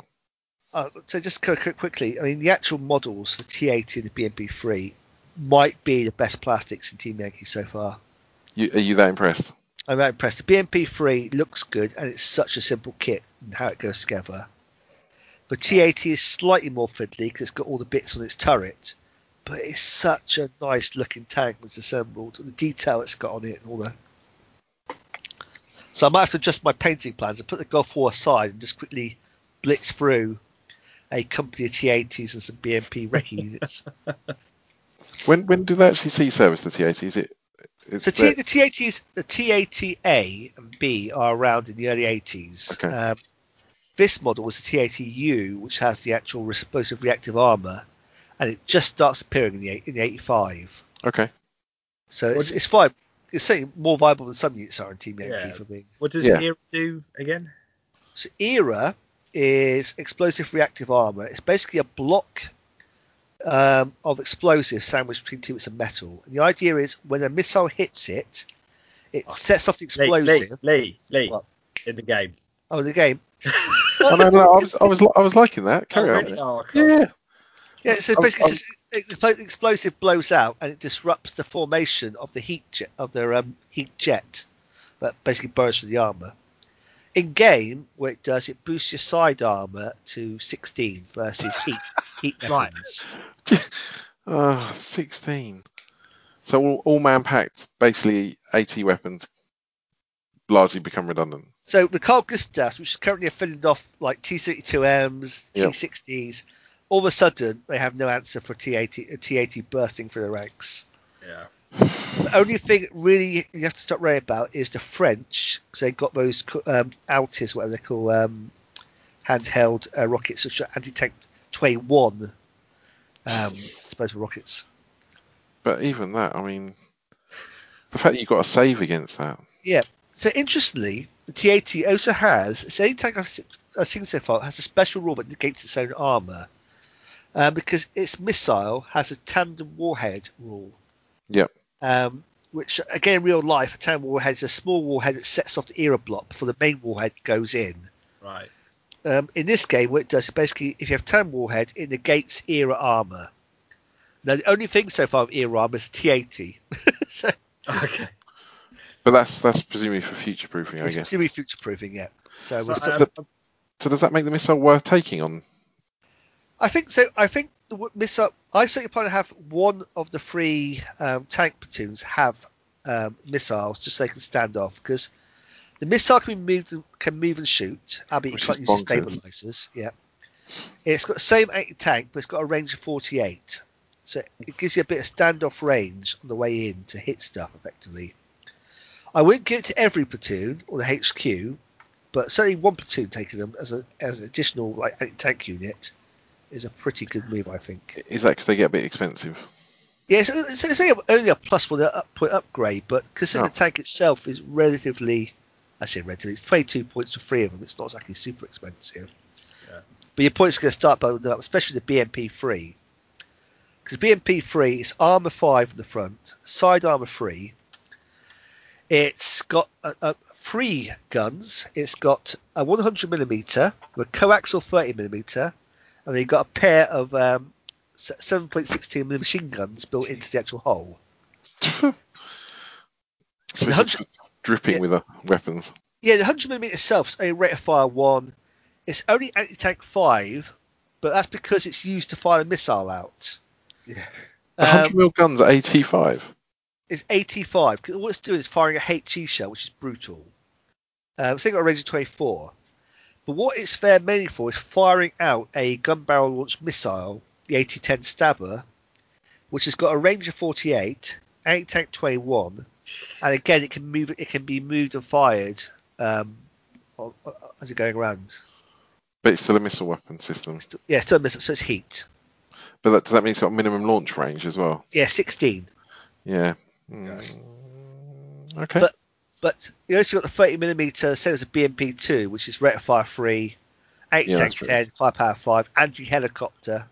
Speaker 3: uh, so just qu- qu- quickly, I mean, the actual models, the T80 and the BMP3, might be the best plastics in Team Yankee so far.
Speaker 2: You, are you that impressed?
Speaker 3: I'm not impressed. The BMP3 looks good, and it's such a simple kit and how it goes together. But T80 is slightly more fiddly because it's got all the bits on its turret, but it's such a nice looking tank that's assembled. The detail it's got on it and all that. So I might have to adjust my painting plans and put the Gulf War aside and just quickly blitz through a company of T80s and some BMP recce units.
Speaker 2: When when do they actually see service, the T80? Is it. It's
Speaker 3: So T,
Speaker 2: there-
Speaker 3: the T80s, the T80A and B are around in the early 80s.
Speaker 2: Okay.
Speaker 3: Um, this model was the T80U, which has the actual explosive reactive armor, and it just starts appearing in the eight- in the 85.
Speaker 2: okay.
Speaker 3: So
Speaker 4: What
Speaker 3: it's,
Speaker 4: d-
Speaker 3: it's fine. It's certainly more viable than some units are in Team Yankee
Speaker 4: Yeah.
Speaker 3: for me.
Speaker 4: What does
Speaker 2: Yeah.
Speaker 4: Era do again?
Speaker 3: So ERA is explosive reactive armor. It's basically a block um, of explosive sandwiched between two bits of metal. And the idea is when a missile hits it, it
Speaker 4: Oh.
Speaker 3: sets off the
Speaker 4: Lee,
Speaker 3: explosive.
Speaker 4: Lee, Lee, Lee,
Speaker 3: What?
Speaker 4: in the game.
Speaker 3: Oh, the game.
Speaker 2: Oh, no, no, no, I was, I was, li- I was liking that. Carry
Speaker 4: oh,
Speaker 2: on.
Speaker 4: really? Oh, God.
Speaker 2: Yeah.
Speaker 3: Yeah, so
Speaker 2: I'm-
Speaker 3: basically,
Speaker 2: I'm-
Speaker 3: it's just, expl- explosive blows out and it disrupts the formation of the heat jet, of their um, heat jet that basically bursts through the armor. In game, what it does, it boosts your side armor to 16 versus heat heat
Speaker 4: Right.
Speaker 3: weapons.
Speaker 2: Ah, 16. So all, all man packed, basically 80 weapons largely become redundant.
Speaker 3: So the Carl Gustavs, which is currently are filling off like T32Ms,
Speaker 2: Yeah.
Speaker 3: T60s, all of a sudden they have no answer for T80 a T80 bursting through the ranks.
Speaker 4: Yeah.
Speaker 3: The only thing really you have to stop worrying about is the French, 'cause they've got those co- um, Altis, whatever they call um, handheld uh, rockets, which are anti tank Tway 1 um, disposable rockets.
Speaker 2: But even that, I mean, the fact that you've got a save against that.
Speaker 3: So, interestingly, the T 80 also has, it's the only tank I've, se- I've seen so far, has a special rule that negates its own armour. Um, because its missile has a tandem warhead rule.
Speaker 2: Yep.
Speaker 3: Um, which, again, in real life, a tandem warhead is a small warhead that sets off the era block before the main warhead goes in.
Speaker 4: Right.
Speaker 3: um, in this game, what it does is basically, if you have Tan Warhead, it negates Era armor. Now, the only thing so far with Era armor is T80, so
Speaker 4: Okay.
Speaker 2: But that's that's presumably for future proofing, I
Speaker 3: it's
Speaker 2: guess.
Speaker 3: really future proofing yet. So,
Speaker 4: So,
Speaker 3: we'll see.
Speaker 4: um,
Speaker 2: So does that make the missile worth taking on?
Speaker 3: I think so. I think the w- miss up. I certainly plan to have one of the three um, tank platoons have um, missiles just so they can stand off because the missile can be moved and, can move and shoot. Albeit you
Speaker 2: Which
Speaker 3: can't
Speaker 2: is
Speaker 3: use your
Speaker 2: bonkers.
Speaker 3: stabilizers. Yeah, it's got the same anti tank, but it's got a range of forty eight. so it gives you a bit of standoff range on the way in to hit stuff effectively. I wouldn't give it to every platoon or the HQ, but certainly one platoon taking them as a as an additional like anti-tank unit is a pretty good move, I think.
Speaker 2: Is that because they get a bit expensive?
Speaker 3: Yeah, it's, it's, it's only a- only a plus one up, point upgrade, but considering
Speaker 2: Oh.
Speaker 3: the tank itself is relatively, I say relatively, it's 22 points for three of them. It's not exactly super expensive.
Speaker 1: Yeah.
Speaker 3: But your points are going to start building up, especially the BMP three, because BMP three is armor five in the front, side armor three. It's got uh, uh, three guns. It's got a 100 millimeter, a coaxial 30 millimeter, and then you've got a pair of um, se- 7.16 mm machine guns built into the actual hull.
Speaker 2: So it's
Speaker 3: The hundred-
Speaker 2: dripping
Speaker 3: Yeah.
Speaker 2: with uh, weapons.
Speaker 3: Yeah, the 100 mm itself is only rate of fire one. It's only anti tank five, but that's because it's used to fire a missile out.
Speaker 1: Yeah.
Speaker 2: A
Speaker 3: Um,
Speaker 2: hundred mil guns at eighty five.
Speaker 3: it's 85 because all it's doing is firing a HE shell, which is brutal. Um, it's only got a range of 24. But what it's there mainly for is firing out a gun barrel launched missile, the 8010 Stabber, which has got a range of 48, anti tank 21, and again it can move. It can be moved and fired um, o- o- as it's going around.
Speaker 2: But it's still a missile weapon system.
Speaker 3: It's still- Yeah, it's still a missile, so it's heat.
Speaker 2: But that, does that mean it's got a minimum launch range as well?
Speaker 3: Yeah, 16.
Speaker 2: Yeah. Mm. Okay.
Speaker 3: But- But you also got the 30 millimeter, same as a BMP two, which is rate of fire three, eight
Speaker 2: Yeah,
Speaker 3: tank
Speaker 2: that's right.
Speaker 3: ten, firepower five, anti helicopter,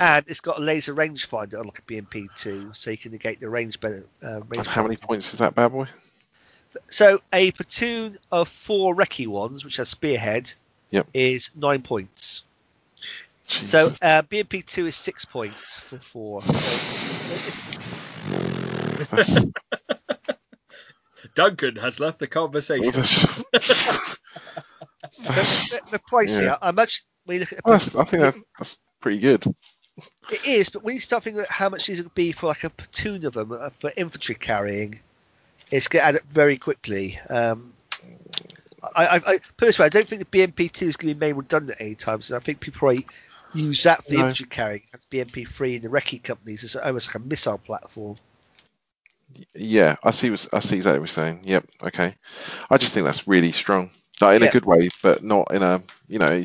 Speaker 3: and it's got a laser rangefinder unlike a BMP two, so you can negate the range benefit. Uh,
Speaker 2: and
Speaker 3: range
Speaker 2: how many
Speaker 3: benefit.
Speaker 2: points is that bad boy?
Speaker 3: So a platoon of four recce ones, which has spearhead,
Speaker 2: Yep.
Speaker 3: is nine points.
Speaker 2: Jesus.
Speaker 3: So uh, BMP two is six points for four. So, so it's,
Speaker 2: That's-
Speaker 4: Duncan has left the conversation.
Speaker 2: that's-
Speaker 3: the, the price
Speaker 2: Yeah. Oh,
Speaker 3: here, I imagine when you look at the
Speaker 2: that's- I think that, that's pretty good.
Speaker 3: It is, but when you start thinking about how much these would be for like a platoon of them uh, for infantry carrying, it's going to add up very quickly. Um, I, I, I, put it this way, I don't think the BMP two is going to be made redundant anytime soon. I think people probably use that for the
Speaker 2: No.
Speaker 3: infantry carrying. BMP three and the recce companies is almost like a missile platform.
Speaker 2: Yeah, I see. What, I see exactly what you're saying. Yep. Okay. I just think that's really strong, like in
Speaker 3: Yeah.
Speaker 2: a good way, but not in a you know.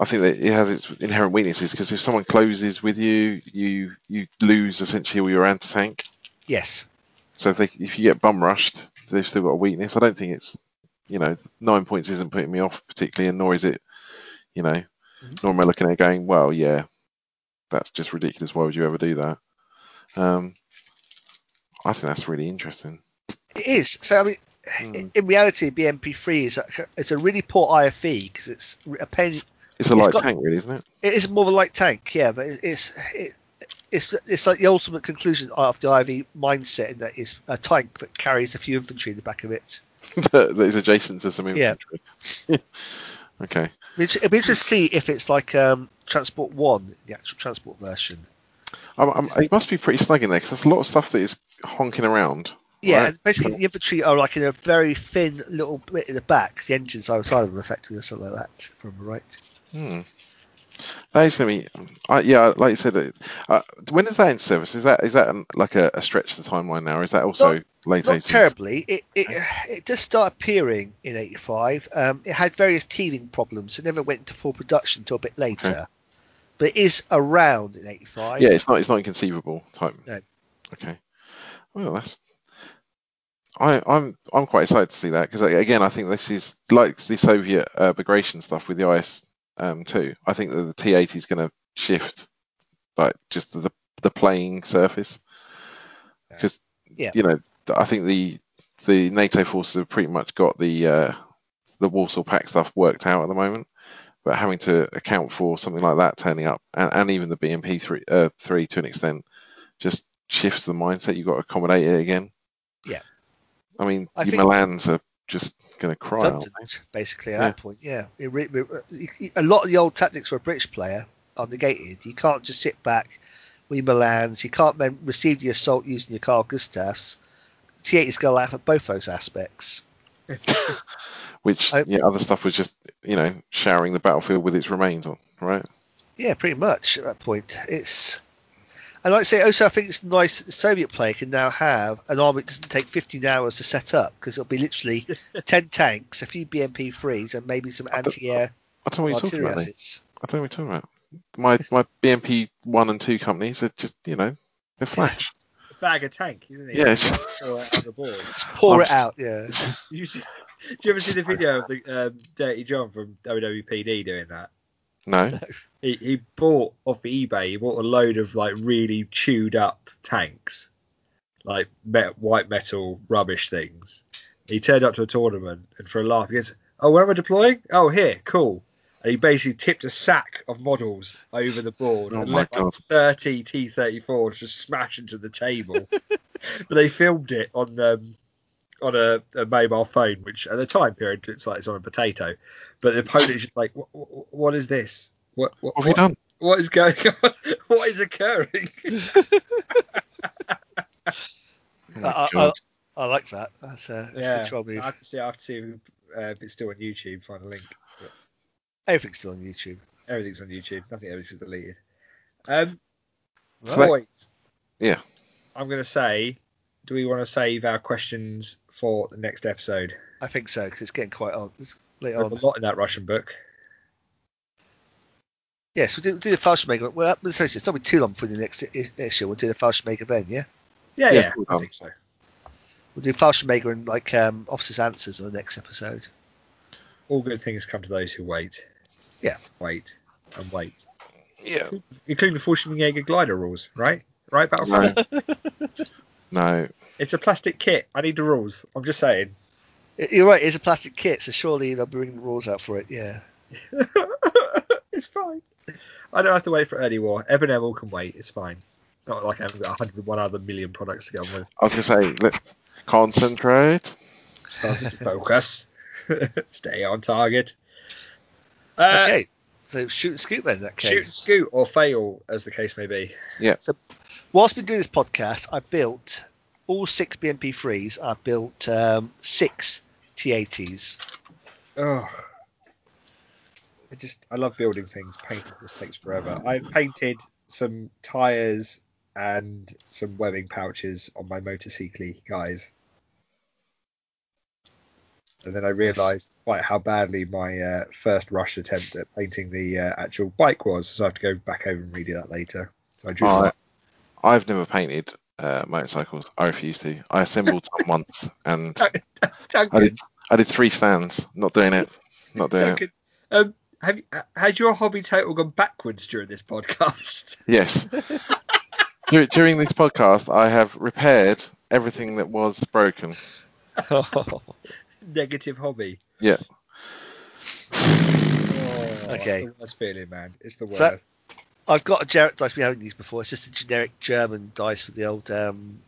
Speaker 2: I think that it has its inherent weaknesses because if someone closes with you, you you lose essentially all your anti tank.
Speaker 3: Yes,
Speaker 2: So if they if you get bum rushed, they've still got a weakness. I don't think it's you know nine points isn't putting me off particularly, and nor is it you know nor am I looking at it going well yeah that's just ridiculous. Why would you ever do that? Um, I think that's really interesting.
Speaker 3: it is. So I mean,
Speaker 2: Mm.
Speaker 3: in, in reality, BMP three is like, it's a really poor IFE because it's a pain
Speaker 2: It's a light
Speaker 3: got-
Speaker 2: tank, really, isn't it?
Speaker 3: It is more of a light tank, yeah, but it- it's it, it's it's like the ultimate conclusion of the IV mindset in that it's a tank that carries a few infantry in the back of it.
Speaker 2: that that is adjacent to some
Speaker 3: Yeah.
Speaker 2: infantry. okay.
Speaker 3: It'd be interesting to see if it's like um, Transport One, the actual transport version.
Speaker 2: I'm, I'm, it must be pretty snug in there because there's a lot of stuff that is honking around.
Speaker 3: Yeah,
Speaker 2: Right.
Speaker 3: and basically the infantry are like in a very thin little bit in the back. 'cause The engines are outside of them, effectively, or something like that. If I remember right.
Speaker 2: Hmm. That is going to be, I yeah, like you said, it- uh, when is that in service? Is that is that um, like a, a stretch to the timeline now? Or is that also
Speaker 3: Not-
Speaker 2: late
Speaker 3: Not
Speaker 2: 80s?
Speaker 3: terribly. It it it just started appearing in '85. Um, it had various teething problems. It never went into full production until a bit later.
Speaker 2: Okay.
Speaker 3: But it is around in '85.
Speaker 2: Yeah, it's not it's not inconceivable type.
Speaker 3: No.
Speaker 2: Okay. Well, that's. I, I'm I'm quite excited to see that because again I think this is like the Soviet uh, migration stuff with the IS um, too. I think that the T80 is going to shift, like just the the playing surface
Speaker 1: Yeah.
Speaker 2: because
Speaker 3: Yeah.
Speaker 2: you know th- I think the the NATO forces have pretty much got the uh, the Warsaw Pact stuff worked out at the moment, but having to account for something like that turning up and, and even the BMP three uh, three to an extent just shifts the mindset. You've got to accommodate it again.
Speaker 3: Yeah.
Speaker 2: I mean,
Speaker 3: I
Speaker 2: your
Speaker 3: think-
Speaker 2: Milans are just going to cry. aren't
Speaker 3: redundant,
Speaker 2: they?
Speaker 3: basically, at
Speaker 2: Yeah.
Speaker 3: that point. Yeah, it re- re- you- you- a lot of the old tactics for a British player are negated. You can't just sit back, we Milans. You can't then receive the assault using your Carl Gustavs. T8 is going to laugh at both those aspects.
Speaker 2: Which,
Speaker 3: I-
Speaker 2: yeah, other stuff was just, you know, showering the battlefield with its remains on, right?
Speaker 3: Yeah, pretty much at that point. It's And like I say, also I think it's nice that the Soviet player can now have an army that doesn't take 15 hours to set up because it'll be literally 10 tanks, a few BMP3s, and maybe some anti-air
Speaker 2: I don't know what you're talking
Speaker 3: artillery
Speaker 2: about. Lee.
Speaker 3: assets.
Speaker 2: I don't know what you're talking about. My my BMP one and two companies are just you know they're flash.
Speaker 1: Bag a tank, isn't it?
Speaker 2: Yeah, it's-
Speaker 1: Throw it on the board.
Speaker 3: Just pour
Speaker 2: I'm
Speaker 3: it
Speaker 2: s-
Speaker 3: out, yeah.
Speaker 1: You see, do you ever see the video of the um, Dirty John from WWPD doing that?
Speaker 2: No,
Speaker 1: He, he bought off eBay. He bought a load of like really chewed up tanks, like met, white metal rubbish things. He turned up to a tournament and for a laugh he goes, "Oh, where am I deploying? Oh, here, cool." And he basically tipped a sack of models over the board
Speaker 2: Oh
Speaker 1: and
Speaker 2: my
Speaker 1: let like
Speaker 2: God.
Speaker 1: thirty T thirty fours just smash into the table. but they filmed it on um, on a, a mobile phone, which at the time period looks like it's on a potato. But the opponent's just like, "Wh- wh- "What is this? What, what,
Speaker 2: what have you done?
Speaker 1: what is going on? What is occurring?
Speaker 2: Oh my
Speaker 3: I- I-
Speaker 2: God.
Speaker 3: I like that. That's a, that's a
Speaker 1: Yeah.
Speaker 3: good trial move.
Speaker 1: I have to see. I have to see uh, if it's still on YouTube. Find a link.
Speaker 3: Everything's still on YouTube.
Speaker 1: Everything's on YouTube. Nothing ever is deleted. Um,
Speaker 2: So that-
Speaker 1: boys.
Speaker 2: Yeah.
Speaker 1: I'm going to say, do we want to save our questions for the next episode?
Speaker 3: I think so because it's getting quite on. It's late
Speaker 1: There's
Speaker 3: on.
Speaker 1: a lot in that Russian book.
Speaker 3: Yes, we'll do, do the Falschmaker. Well, it's not going to be too long for the next i- issue. We'll do the Falschmaker then, yeah?
Speaker 1: Yeah,
Speaker 2: Yeah,
Speaker 1: yeah.
Speaker 2: cool,
Speaker 1: I
Speaker 2: um,
Speaker 1: think so.
Speaker 3: We'll do Falschmaker and like um, Officer's Answers on the next episode.
Speaker 1: All good things come to those who wait.
Speaker 3: Yeah.
Speaker 1: Wait and wait,
Speaker 2: yeah.
Speaker 1: including the Fortune Jaeger glider rules, right? Right, Battlefront.
Speaker 2: No. no.
Speaker 1: It's a plastic kit. I need the rules. I'm just saying.
Speaker 3: Y- You're right, it's a plastic kit, so surely they'll bring the rules out for it, yeah.
Speaker 1: it's fine. I don't have to wait for early war. Evan Evil can wait. It's fine. It's not like I haven't got 101 other million products to go on with.
Speaker 2: I was gonna say, look, concentrate.
Speaker 1: Focus. Stay on target. Uh,
Speaker 3: okay, so shoot and scoot then in that case.
Speaker 1: Shoot, scoot, or fail, as the case may be.
Speaker 3: Whilst we've been doing this podcast, I built all six BMP3s. I built um, six T80s.
Speaker 1: Oh, I just I love building things. Painting just takes forever. I've painted some tires and some webbing pouches on my motorcycle, guys. And then I realised quite how badly my uh, first rush attempt at painting the uh, actual bike was, so I have to go back over and redo that later. So I drew.
Speaker 2: Oh,
Speaker 1: the-
Speaker 2: I, I've never painted uh, motorcycles. I refuse to. I assembled some once, and I
Speaker 1: Duncan,
Speaker 2: did. I did three stands. Not doing it. Not doing it.
Speaker 1: Duncan, um, have you, had your hobby total gone backwards during this podcast?
Speaker 2: Yes. Dur- During this podcast, I have repaired everything that was broken.
Speaker 1: Negative hobby.
Speaker 2: Yeah.
Speaker 1: Oh,
Speaker 3: Okay.
Speaker 1: It's the worst feeling, man. It's the worst.
Speaker 3: So- I've got a generic dice. We haven't used before. It's just a generic German dice with the old, um,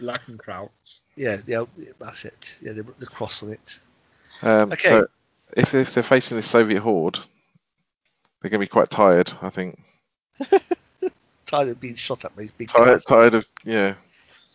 Speaker 1: Black and Krauts.
Speaker 3: yeah, the old, that's it. Yeah, the, the cross on it.
Speaker 2: Um,
Speaker 3: Okay.
Speaker 2: So, if, if they're facing this Soviet horde, they're going to be quite tired. I think
Speaker 3: Tired of being shot at by these big
Speaker 2: tired,
Speaker 3: guys.
Speaker 2: tired of yeah,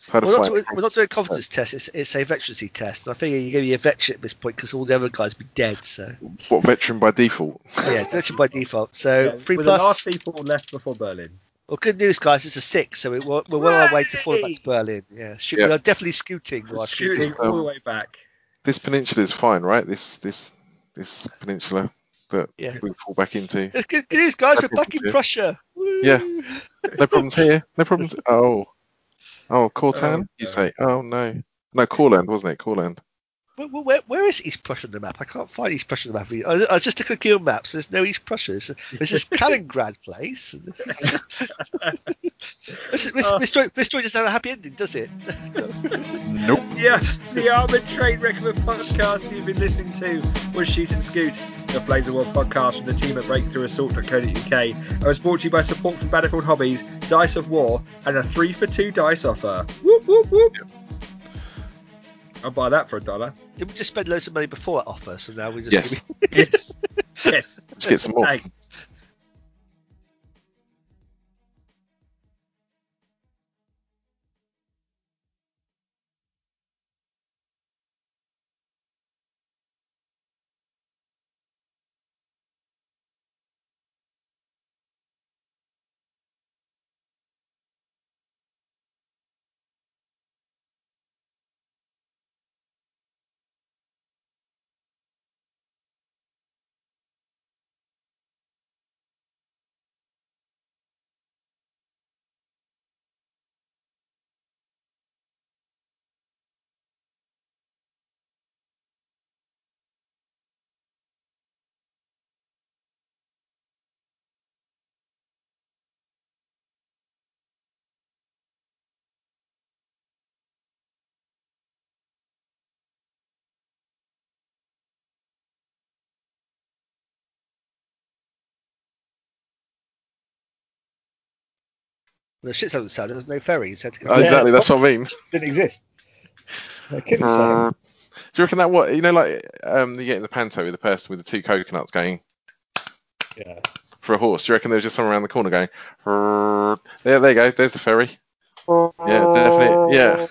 Speaker 2: tired of
Speaker 3: We're not,
Speaker 2: fighting.
Speaker 3: doing, we're not doing a confidence test. It's, it's a veterancy test. And I figure you're going to be a veteran at this point because all the other guys will be dead. So
Speaker 2: What veteran by default?
Speaker 3: yeah, veteran by default. So
Speaker 1: Yeah,
Speaker 3: three
Speaker 1: We're
Speaker 3: plus.
Speaker 1: the last people left before Berlin.
Speaker 3: Well, good news, guys. It's a six, so we, we're, we're well on our way to falling back to Berlin. Yeah, shoot, we
Speaker 2: Yeah.
Speaker 3: are definitely scooting.
Speaker 1: We're
Speaker 3: while
Speaker 1: scooting
Speaker 2: just,
Speaker 1: all
Speaker 2: um,
Speaker 1: the way back.
Speaker 2: This peninsula is fine, right? This this this peninsula that
Speaker 3: Yeah.
Speaker 2: we fall back into.
Speaker 3: It's good, good news, guys. We're
Speaker 2: Okay,
Speaker 3: back in
Speaker 2: yeah.
Speaker 3: Prussia. Woo.
Speaker 2: Yeah. No problems here. No problems. Oh, oh, Cortan.
Speaker 1: Oh,
Speaker 2: you
Speaker 1: no.
Speaker 2: say? Oh no, no, Courland wasn't it? Courland.
Speaker 3: Where, where, where is East Prussia on the map? I can't find East Prussia on the map. I, I just looked at Google Maps. There's no East Prussia. There's, there's this Kaliningrad place. and This, is... this,
Speaker 1: Uh.
Speaker 3: this, this, story, this story doesn't have a happy ending, does it?
Speaker 2: Nope.
Speaker 1: Yeah, the Armored Train Wreck of a podcast you've been listening to was Shoot and Scoot, the Blaze of War podcast from the team at BreakthroughAssault.co.uk. And was brought to you by support from Battlefield Hobbies, Dice of War, and a three for two dice offer. Whoop, whoop, whoop. I'll buy that for a dollar.
Speaker 3: Did we just spend loads of money before that offer? So now we're just
Speaker 2: Yes.
Speaker 3: gonna
Speaker 1: Yes. yes.
Speaker 2: Let's get some more.
Speaker 1: Thanks.
Speaker 3: The shit's on the side. There was no ferries. Had to
Speaker 2: Oh,
Speaker 3: yeah.
Speaker 2: exactly, that's what I mean.
Speaker 1: Didn't exist. They couldn't say
Speaker 2: Do you reckon that what you know, like um, you get in the panto with the person with the two coconuts going
Speaker 1: Yeah.
Speaker 2: for a horse? Do you reckon there was just someone around the corner going? "Rrrr." There, there you go. There's the ferry. Yeah, definitely. Yeah,